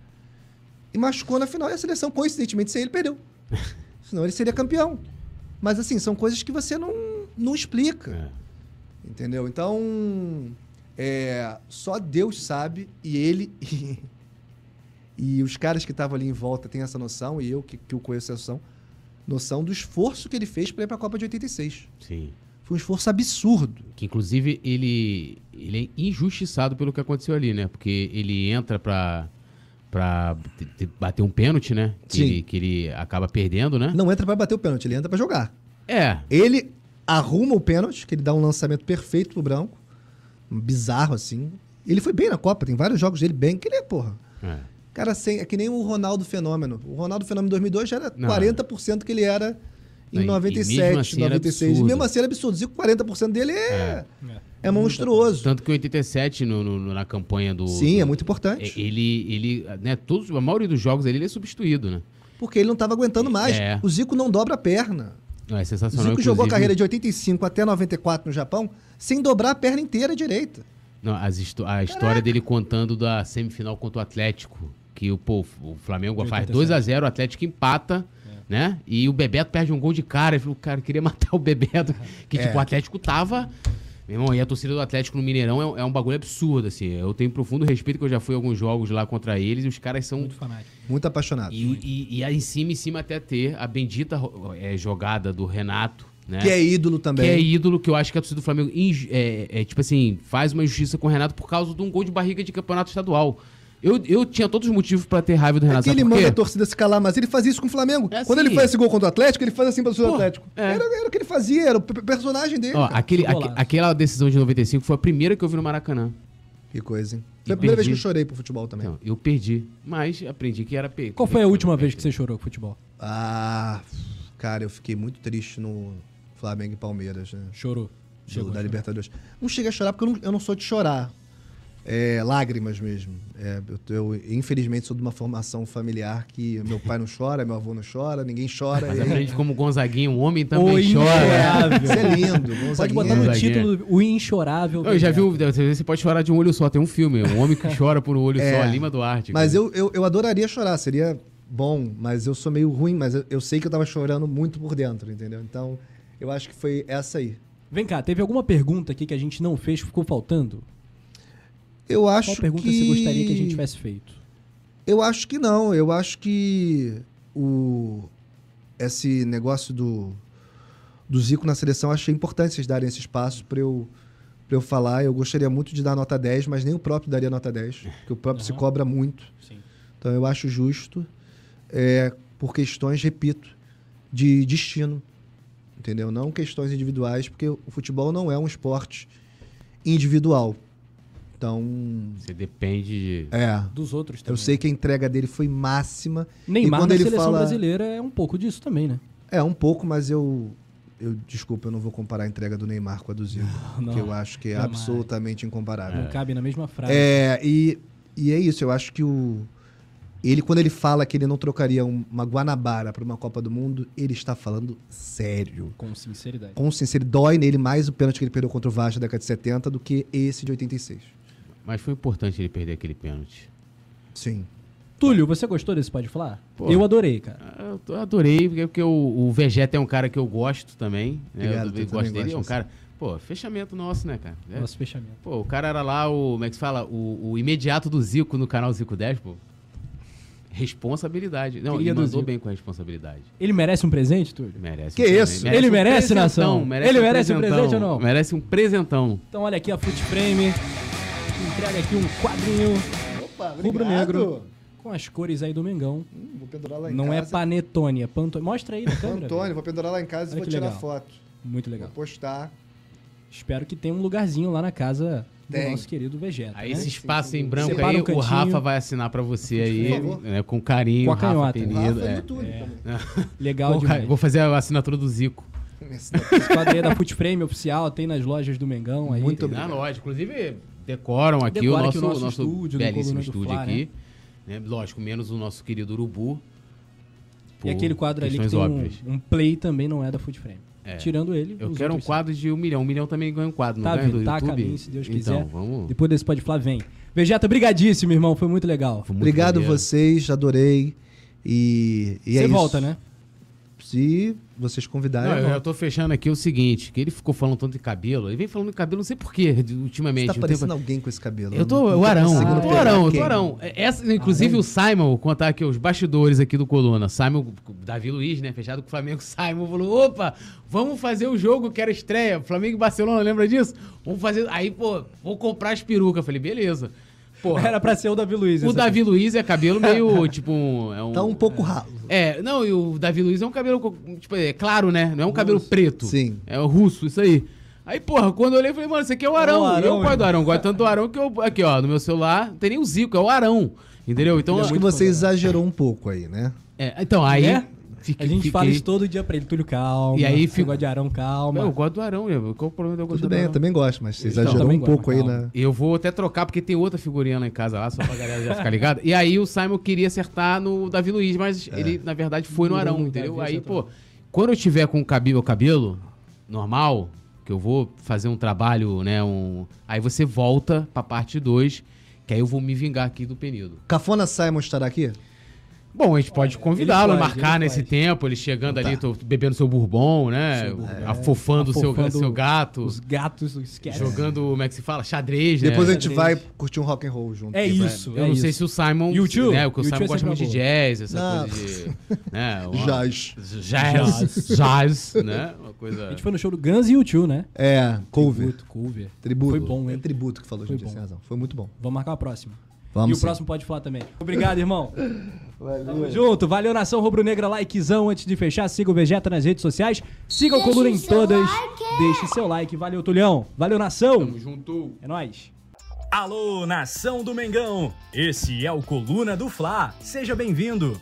Speaker 2: E machucou na final. E a seleção, coincidentemente, sem ele, perdeu. Senão ele seria campeão. Mas, assim, são coisas que você não, não explica.
Speaker 3: É.
Speaker 2: Entendeu? Então, é, só Deus sabe e ele e, os caras que estavam ali em volta têm essa noção e eu que, que o conheço essa noção, noção do esforço que ele fez para ir para a Copa de 86.
Speaker 3: Sim.
Speaker 2: Foi um esforço absurdo.
Speaker 3: Que inclusive ele, ele é injustiçado pelo que aconteceu ali, né? Porque ele entra pra, pra te- te- bater um pênalti, né? Que,
Speaker 2: Sim.
Speaker 3: Ele, que ele acaba perdendo, né?
Speaker 2: Não entra para bater o pênalti, ele entra para jogar.
Speaker 3: É.
Speaker 2: Ele arruma o pênalti, que ele dá um lançamento perfeito pro branco. Bizarro assim. Ele foi bem na Copa, tem vários jogos dele bem, que ele é, porra.
Speaker 3: é.
Speaker 2: Cara, sem, é que nem o Ronaldo Fenômeno. O Ronaldo Fenômeno em 2002 já era
Speaker 3: Não.
Speaker 2: 40% que ele era em
Speaker 3: Não, e- e
Speaker 2: 97,
Speaker 3: mesmo assim era
Speaker 2: 96. E
Speaker 3: absurdo.
Speaker 2: mesmo assim era absurdo. Zico, 40% dele é,
Speaker 1: É.
Speaker 2: é monstruoso.
Speaker 3: Tanto que o 87 no, no- no- na campanha do.
Speaker 2: Sim, é
Speaker 3: do-
Speaker 2: muito importante.
Speaker 3: é, Ele, ele, né, todos, a maioria dos jogos ali ele é substituído, né?
Speaker 2: Porque ele não estava aguentando mais.
Speaker 3: É.
Speaker 2: O Zico não dobra a perna.
Speaker 3: Não, é
Speaker 2: O Zico
Speaker 3: sensacional.
Speaker 2: jogou a
Speaker 3: inclusive-
Speaker 2: carreira de 85 até 94 no Japão sem dobrar a perna inteira direita.
Speaker 3: Não, as histó- a história dele contando da semifinal contra o Atlético. Que o, pô, o Flamengo
Speaker 1: De
Speaker 3: faz
Speaker 1: 87.
Speaker 3: 2x0, o Atlético empata, né? E o Bebeto perde um gol de cara. Ele falou, cara, eu queria matar o Bebeto. Que, tipo, o Atlético tava. Meu irmão, e a torcida do Atlético no Mineirão é, é um bagulho absurdo, assim. Eu tenho profundo respeito, que eu já fui a alguns jogos lá contra eles, e os caras são
Speaker 1: Muito fanático.
Speaker 2: Muito apaixonado.
Speaker 3: E, e, e aí em cima, em cima até ter a bendita ro- é, jogada do Renato, né?
Speaker 2: Que é ídolo
Speaker 3: Que é
Speaker 2: também.
Speaker 3: ídolo, que eu acho que a torcida do Flamengo, inju- é, é, tipo assim, faz uma injustiça com o Renato por causa de um gol de barriga de campeonato estadual. Eu, eu tinha todos os motivos pra ter raiva do Renato,
Speaker 2: que
Speaker 3: sabe
Speaker 2: ele
Speaker 3: é por quê?
Speaker 2: manda a torcida se calar, mas ele fazia isso com o Flamengo.
Speaker 3: É assim.
Speaker 2: Quando ele faz esse gol contra o Atlético, ele faz assim para o
Speaker 3: Pô,
Speaker 2: Atlético.
Speaker 3: é.
Speaker 2: Era, era o que ele fazia, era o p- personagem dele.
Speaker 3: Ó,
Speaker 2: cara.
Speaker 3: aquele,
Speaker 1: golaço.
Speaker 3: aque- aquela decisão de 95 foi a primeira que eu vi no Maracanã.
Speaker 2: Que coisa, hein?
Speaker 3: E
Speaker 2: Foi a primeira vez
Speaker 3: perdi.
Speaker 2: que eu chorei pro futebol também.
Speaker 3: Então, eu perdi, mas aprendi que era... pe-
Speaker 1: Qual foi a última vez que
Speaker 3: perdi.
Speaker 1: você chorou com futebol?
Speaker 2: Ah, cara, eu fiquei muito triste no Flamengo e Palmeiras, né?
Speaker 1: Chorou.
Speaker 2: Jogo
Speaker 1: Chegou.
Speaker 2: da
Speaker 1: a chorar.
Speaker 2: Libertadores. Não chega a chorar porque eu não, eu não sou de chorar. É, lágrimas mesmo. É, eu, eu, infelizmente, sou de uma formação familiar que meu pai não chora, meu avô não chora, ninguém chora.
Speaker 3: Mas é
Speaker 2: e aí-
Speaker 3: aprende como Gonzaguinho, um homem
Speaker 1: O
Speaker 3: também chora.
Speaker 1: Inchorável.
Speaker 2: Isso é lindo.
Speaker 1: Pode
Speaker 2: Gonzaguinha.
Speaker 1: botar no
Speaker 3: Zagueiro.
Speaker 1: título O Inchorável.
Speaker 3: Eu já vi,
Speaker 1: Bebeto.
Speaker 3: o- você pode chorar de um olho só, tem um filme, um homem que chora por um olho só, Lima Duarte.
Speaker 2: É, Mas
Speaker 3: cara.
Speaker 2: eu, eu, eu adoraria chorar, seria bom, mas eu sou meio ruim, mas eu, eu sei que eu tava chorando muito por dentro, entendeu? Então, eu acho que foi essa aí.
Speaker 1: Vem cá, teve alguma pergunta aqui que a gente não fez, ficou faltando?
Speaker 2: Eu acho
Speaker 1: Qual pergunta
Speaker 2: que...
Speaker 1: você gostaria que a gente tivesse feito?
Speaker 2: Eu acho que não. Eu acho que o esse negócio do do Zico na seleção eu achei importante vocês darem esse espaço para eu para eu falar. Eu gostaria muito de dar nota 10, mas nem o próprio daria nota 10, porque o próprio se cobra muito.
Speaker 1: Sim.
Speaker 2: Então eu acho justo é, por questões, repito, de destino. Entendeu? Não questões individuais, porque o futebol não é um esporte individual. Então,
Speaker 3: Você depende de...
Speaker 2: é,
Speaker 1: Dos outros
Speaker 2: eu
Speaker 1: também. né?
Speaker 2: sei que a entrega dele foi máxima.
Speaker 1: Neymar
Speaker 2: e quando
Speaker 1: na
Speaker 2: ele
Speaker 1: seleção
Speaker 2: fala-
Speaker 1: brasileira é um pouco disso também, né?
Speaker 2: É, um pouco, mas eu. eu desculpa, eu não vou comparar a entrega do Neymar com a do Zico.
Speaker 1: não.
Speaker 2: que eu acho que é
Speaker 1: Jamais.
Speaker 2: absolutamente incomparável.
Speaker 1: Não cabe na mesma frase.
Speaker 2: É, e, e é isso, eu acho que o. Ele, quando ele fala que ele não trocaria um- uma Guanabara por uma Copa do Mundo, ele está falando sério.
Speaker 1: Com sinceridade.
Speaker 2: Com sinceridade, dói nele mais o pênalti que ele perdeu contra o Vasco da década de 70 do que esse de 86.
Speaker 3: Mas foi importante ele perder aquele pênalti.
Speaker 2: Sim.
Speaker 1: Túlio, você gostou desse Pode Falar?
Speaker 3: Pô.
Speaker 1: Eu adorei, cara.
Speaker 3: Eu eu adorei, porque, porque o, o Vegeta é um cara que eu gosto também. Né?
Speaker 2: Obrigado,
Speaker 3: eu também
Speaker 2: eu
Speaker 3: gosto
Speaker 2: também gosto
Speaker 3: dele. é um
Speaker 2: desse.
Speaker 3: cara. Pô, fechamento nosso, né, cara? É.
Speaker 1: Nosso fechamento.
Speaker 3: Pô, o cara era lá o. Como é que se fala? O, o imediato do Zico no canal Zico 10, pô. Responsabilidade. Não,
Speaker 1: Queria
Speaker 3: ele
Speaker 1: do
Speaker 3: mandou
Speaker 1: Zico.
Speaker 3: bem com a responsabilidade.
Speaker 1: Ele merece um presente, Túlio?
Speaker 3: Merece
Speaker 2: Que
Speaker 3: um presente.
Speaker 2: isso?
Speaker 1: Ele merece,
Speaker 3: presentão,
Speaker 1: nação? Ele merece um presente ou não?
Speaker 3: Merece um presentão.
Speaker 1: Então olha aqui a Foot Frame. Entrega aqui um quadrinho
Speaker 2: Opa, Hum,
Speaker 1: rubro-negro com as cores aí do Mengão.
Speaker 2: vou pendurar lá
Speaker 1: Não é panetone, é panto... Mostra aí na câmera.
Speaker 2: Antônio,
Speaker 1: velho.
Speaker 2: vou pendurar lá em
Speaker 1: Olha
Speaker 2: casa e vou
Speaker 1: que
Speaker 2: tirar
Speaker 1: legal.
Speaker 2: foto.
Speaker 1: Muito
Speaker 2: Vou
Speaker 1: legal.
Speaker 2: postar.
Speaker 1: Espero que tenha um lugarzinho lá na casa do
Speaker 2: Tem.
Speaker 1: nosso querido Vegeta.
Speaker 3: Aí
Speaker 1: né?
Speaker 3: esse espaço em branco
Speaker 1: Separa
Speaker 3: aí,
Speaker 1: um
Speaker 3: o
Speaker 1: cantinho.
Speaker 3: Rafa vai assinar pra você aí,
Speaker 2: favor.
Speaker 3: né, com carinho,
Speaker 1: Com a
Speaker 3: Rafa
Speaker 1: canhota.
Speaker 3: Penido,
Speaker 2: Rafa
Speaker 3: é.
Speaker 2: e o Túlio também.
Speaker 1: Legal
Speaker 3: Vou, ca-
Speaker 1: demais.
Speaker 3: vou fazer a assinatura do Zico.
Speaker 1: Esquadrinha da Foot Frame oficial, tem nas lojas do Mengão aí.
Speaker 2: Muito
Speaker 3: Na
Speaker 2: obrigado.
Speaker 3: loja. Inclusive, decoram aqui
Speaker 1: Decora
Speaker 3: o
Speaker 1: aqui
Speaker 3: nosso,
Speaker 1: o nosso
Speaker 3: nosso
Speaker 1: estúdio, do
Speaker 3: belíssimo
Speaker 1: Coluna do
Speaker 3: estúdio
Speaker 1: Fla,
Speaker 3: aqui. né? Lógico, menos o nosso querido Urubu.
Speaker 1: E
Speaker 3: por
Speaker 1: aquele quadro ali que
Speaker 3: questões
Speaker 1: tem um,
Speaker 3: óbvias.
Speaker 1: um play também não é da Food Frame.
Speaker 3: É.
Speaker 1: Tirando ele.
Speaker 3: Eu
Speaker 1: os
Speaker 3: quero um
Speaker 1: outros
Speaker 3: quadro de um milhão. Um milhão também ganha um quadro, não
Speaker 1: Tá
Speaker 3: ganha do
Speaker 1: vindo, tá a
Speaker 3: YouTube?
Speaker 1: caminho, se Deus quiser.
Speaker 3: Então, vamos...
Speaker 1: Depois desse pode falar, vem. Vegeta, brigadíssimo, irmão. Foi muito legal.
Speaker 3: Foi muito
Speaker 2: Obrigado
Speaker 3: maneiro.
Speaker 2: vocês, adorei. E, e é
Speaker 1: Você
Speaker 2: isso.
Speaker 1: volta, né?
Speaker 2: Se vocês convidarem.
Speaker 3: Não,
Speaker 2: eu
Speaker 3: eu já
Speaker 2: volto.
Speaker 3: tô fechando aqui o seguinte, que ele ficou falando tanto de cabelo, ele vem falando de cabelo não sei porquê, ultimamente.
Speaker 2: Você
Speaker 3: um
Speaker 2: tá
Speaker 3: tempo-
Speaker 2: parecendo alguém com esse cabelo.
Speaker 3: Eu tô,
Speaker 2: não- não
Speaker 3: o Arão,
Speaker 2: conseguindo
Speaker 3: eu tô
Speaker 2: pegar
Speaker 3: Arão, eu
Speaker 2: quem.
Speaker 3: tô Arão. É, Essa, inclusive o Simon, vou contar aqui os bastidores aqui do Coluna. Simon, Davi Luiz, né, fechado com o Flamengo, Simon falou, opa, vamos fazer o jogo que era estreia, Flamengo e Barcelona, lembra disso? Vamos fazer, aí, pô, vou comprar as perucas. Eu Falei, beleza. Porra,
Speaker 1: Era pra ser o Davi Luiz.
Speaker 3: o
Speaker 1: essa
Speaker 3: Davi Luiz é cabelo meio, tipo, um- é um...
Speaker 2: Tá um pouco ralo.
Speaker 3: É, não, e o Davi Luiz é um cabelo, co- tipo, é claro, né? Não é um cabelo preto.
Speaker 2: Sim.
Speaker 3: É o russo, isso aí. Aí, porra, quando eu olhei, eu falei, mano, esse aqui é o Arão.
Speaker 1: o
Speaker 3: e eu
Speaker 1: Arão,
Speaker 3: gosto do
Speaker 1: irmão.
Speaker 3: Arão. Gosto tanto do Arão que eu. Aqui, ó, no meu celular, não tem nem o Zico, é o Arão. Entendeu? Então,
Speaker 2: Acho que você exagerou um pouco aí, né?
Speaker 3: é, então aí.
Speaker 1: Né?
Speaker 3: fiquei-
Speaker 1: A gente fala
Speaker 3: fiquei-
Speaker 1: isso todo dia pra ele. Túlio, calma.
Speaker 3: E aí
Speaker 1: esse
Speaker 3: fica-
Speaker 1: negócio de Arão, calma.
Speaker 3: Não, eu gosto do Arão, né? Qual o problema de eu gostar
Speaker 2: Tudo
Speaker 3: do
Speaker 2: bem, eu
Speaker 3: Arão?
Speaker 2: também gosto, mas você
Speaker 3: Então,
Speaker 2: exagerou
Speaker 1: também
Speaker 2: um
Speaker 1: gosto,
Speaker 2: pouco aí
Speaker 1: calma.
Speaker 2: na.
Speaker 3: Eu vou até trocar, porque tem outra figurinha lá em casa, lá, só pra galera já ficar ligada. E aí o Simon queria acertar no Davi Luiz, mas ele, na verdade, foi no
Speaker 1: Não,
Speaker 3: Arão,
Speaker 1: no
Speaker 3: entendeu?
Speaker 1: Davi,
Speaker 3: Aí,
Speaker 1: exatamente.
Speaker 3: pô, quando eu tiver com o cabelo, meu cabelo normal, que eu vou fazer um trabalho, né? Um... Aí você volta pra parte 2, que aí eu vou me vingar aqui do Penido.
Speaker 2: Cafona Simon estará aqui?
Speaker 3: É. Bom, a gente pode convidá-lo,
Speaker 1: pode,
Speaker 3: marcar
Speaker 1: ele
Speaker 3: nesse
Speaker 1: pode.
Speaker 3: tempo, ele chegando ali, tô bebendo seu bourbon, né? afofando o seu,
Speaker 1: Afofando
Speaker 3: seu gato,
Speaker 1: Os gatos, esquece.
Speaker 3: jogando, como é que se fala? Xadrez, né?
Speaker 2: Depois a gente
Speaker 1: Xadrez.
Speaker 2: vai curtir um rock and roll junto.
Speaker 1: É
Speaker 2: Vai-
Speaker 1: isso.
Speaker 3: Eu
Speaker 1: é
Speaker 3: não
Speaker 1: isso.
Speaker 3: sei se o Simon.
Speaker 1: YouTube?
Speaker 3: Né, porque
Speaker 1: YouTube
Speaker 3: o Simon
Speaker 1: é
Speaker 3: gosta
Speaker 1: sempre
Speaker 3: muito de
Speaker 1: uma
Speaker 3: jazz, essa
Speaker 2: Não.
Speaker 3: coisa de. Né, uma-
Speaker 2: Jazz.
Speaker 3: Jazz. Jazz, né? Uma coisa.
Speaker 1: A gente foi no show do Guns e U2, né?
Speaker 2: É, cover.
Speaker 1: Tributo, cover.
Speaker 2: Tributo.
Speaker 1: Foi bom, hein?
Speaker 2: É tributo que falou,
Speaker 1: Foi
Speaker 2: gente,
Speaker 1: bom.
Speaker 2: sem razão. Foi muito bom.
Speaker 1: Vamos marcar a próxima.
Speaker 2: Vamos
Speaker 1: e o
Speaker 2: sim.
Speaker 1: próximo pode falar também. Obrigado, irmão. Tamo junto. Valeu, Nação Rubro-Negra. Likezão antes de fechar. Siga o Vegeta nas redes sociais. Siga o
Speaker 5: Deixe
Speaker 1: Coluna em
Speaker 5: seu
Speaker 1: todas.
Speaker 5: like.
Speaker 1: Deixe seu like. Valeu, Tulhão. Valeu, Nação.
Speaker 3: Juntou.
Speaker 1: É nóis.
Speaker 6: Alô, nação do Mengão! Esse é o Coluna do Fla. Seja bem-vindo.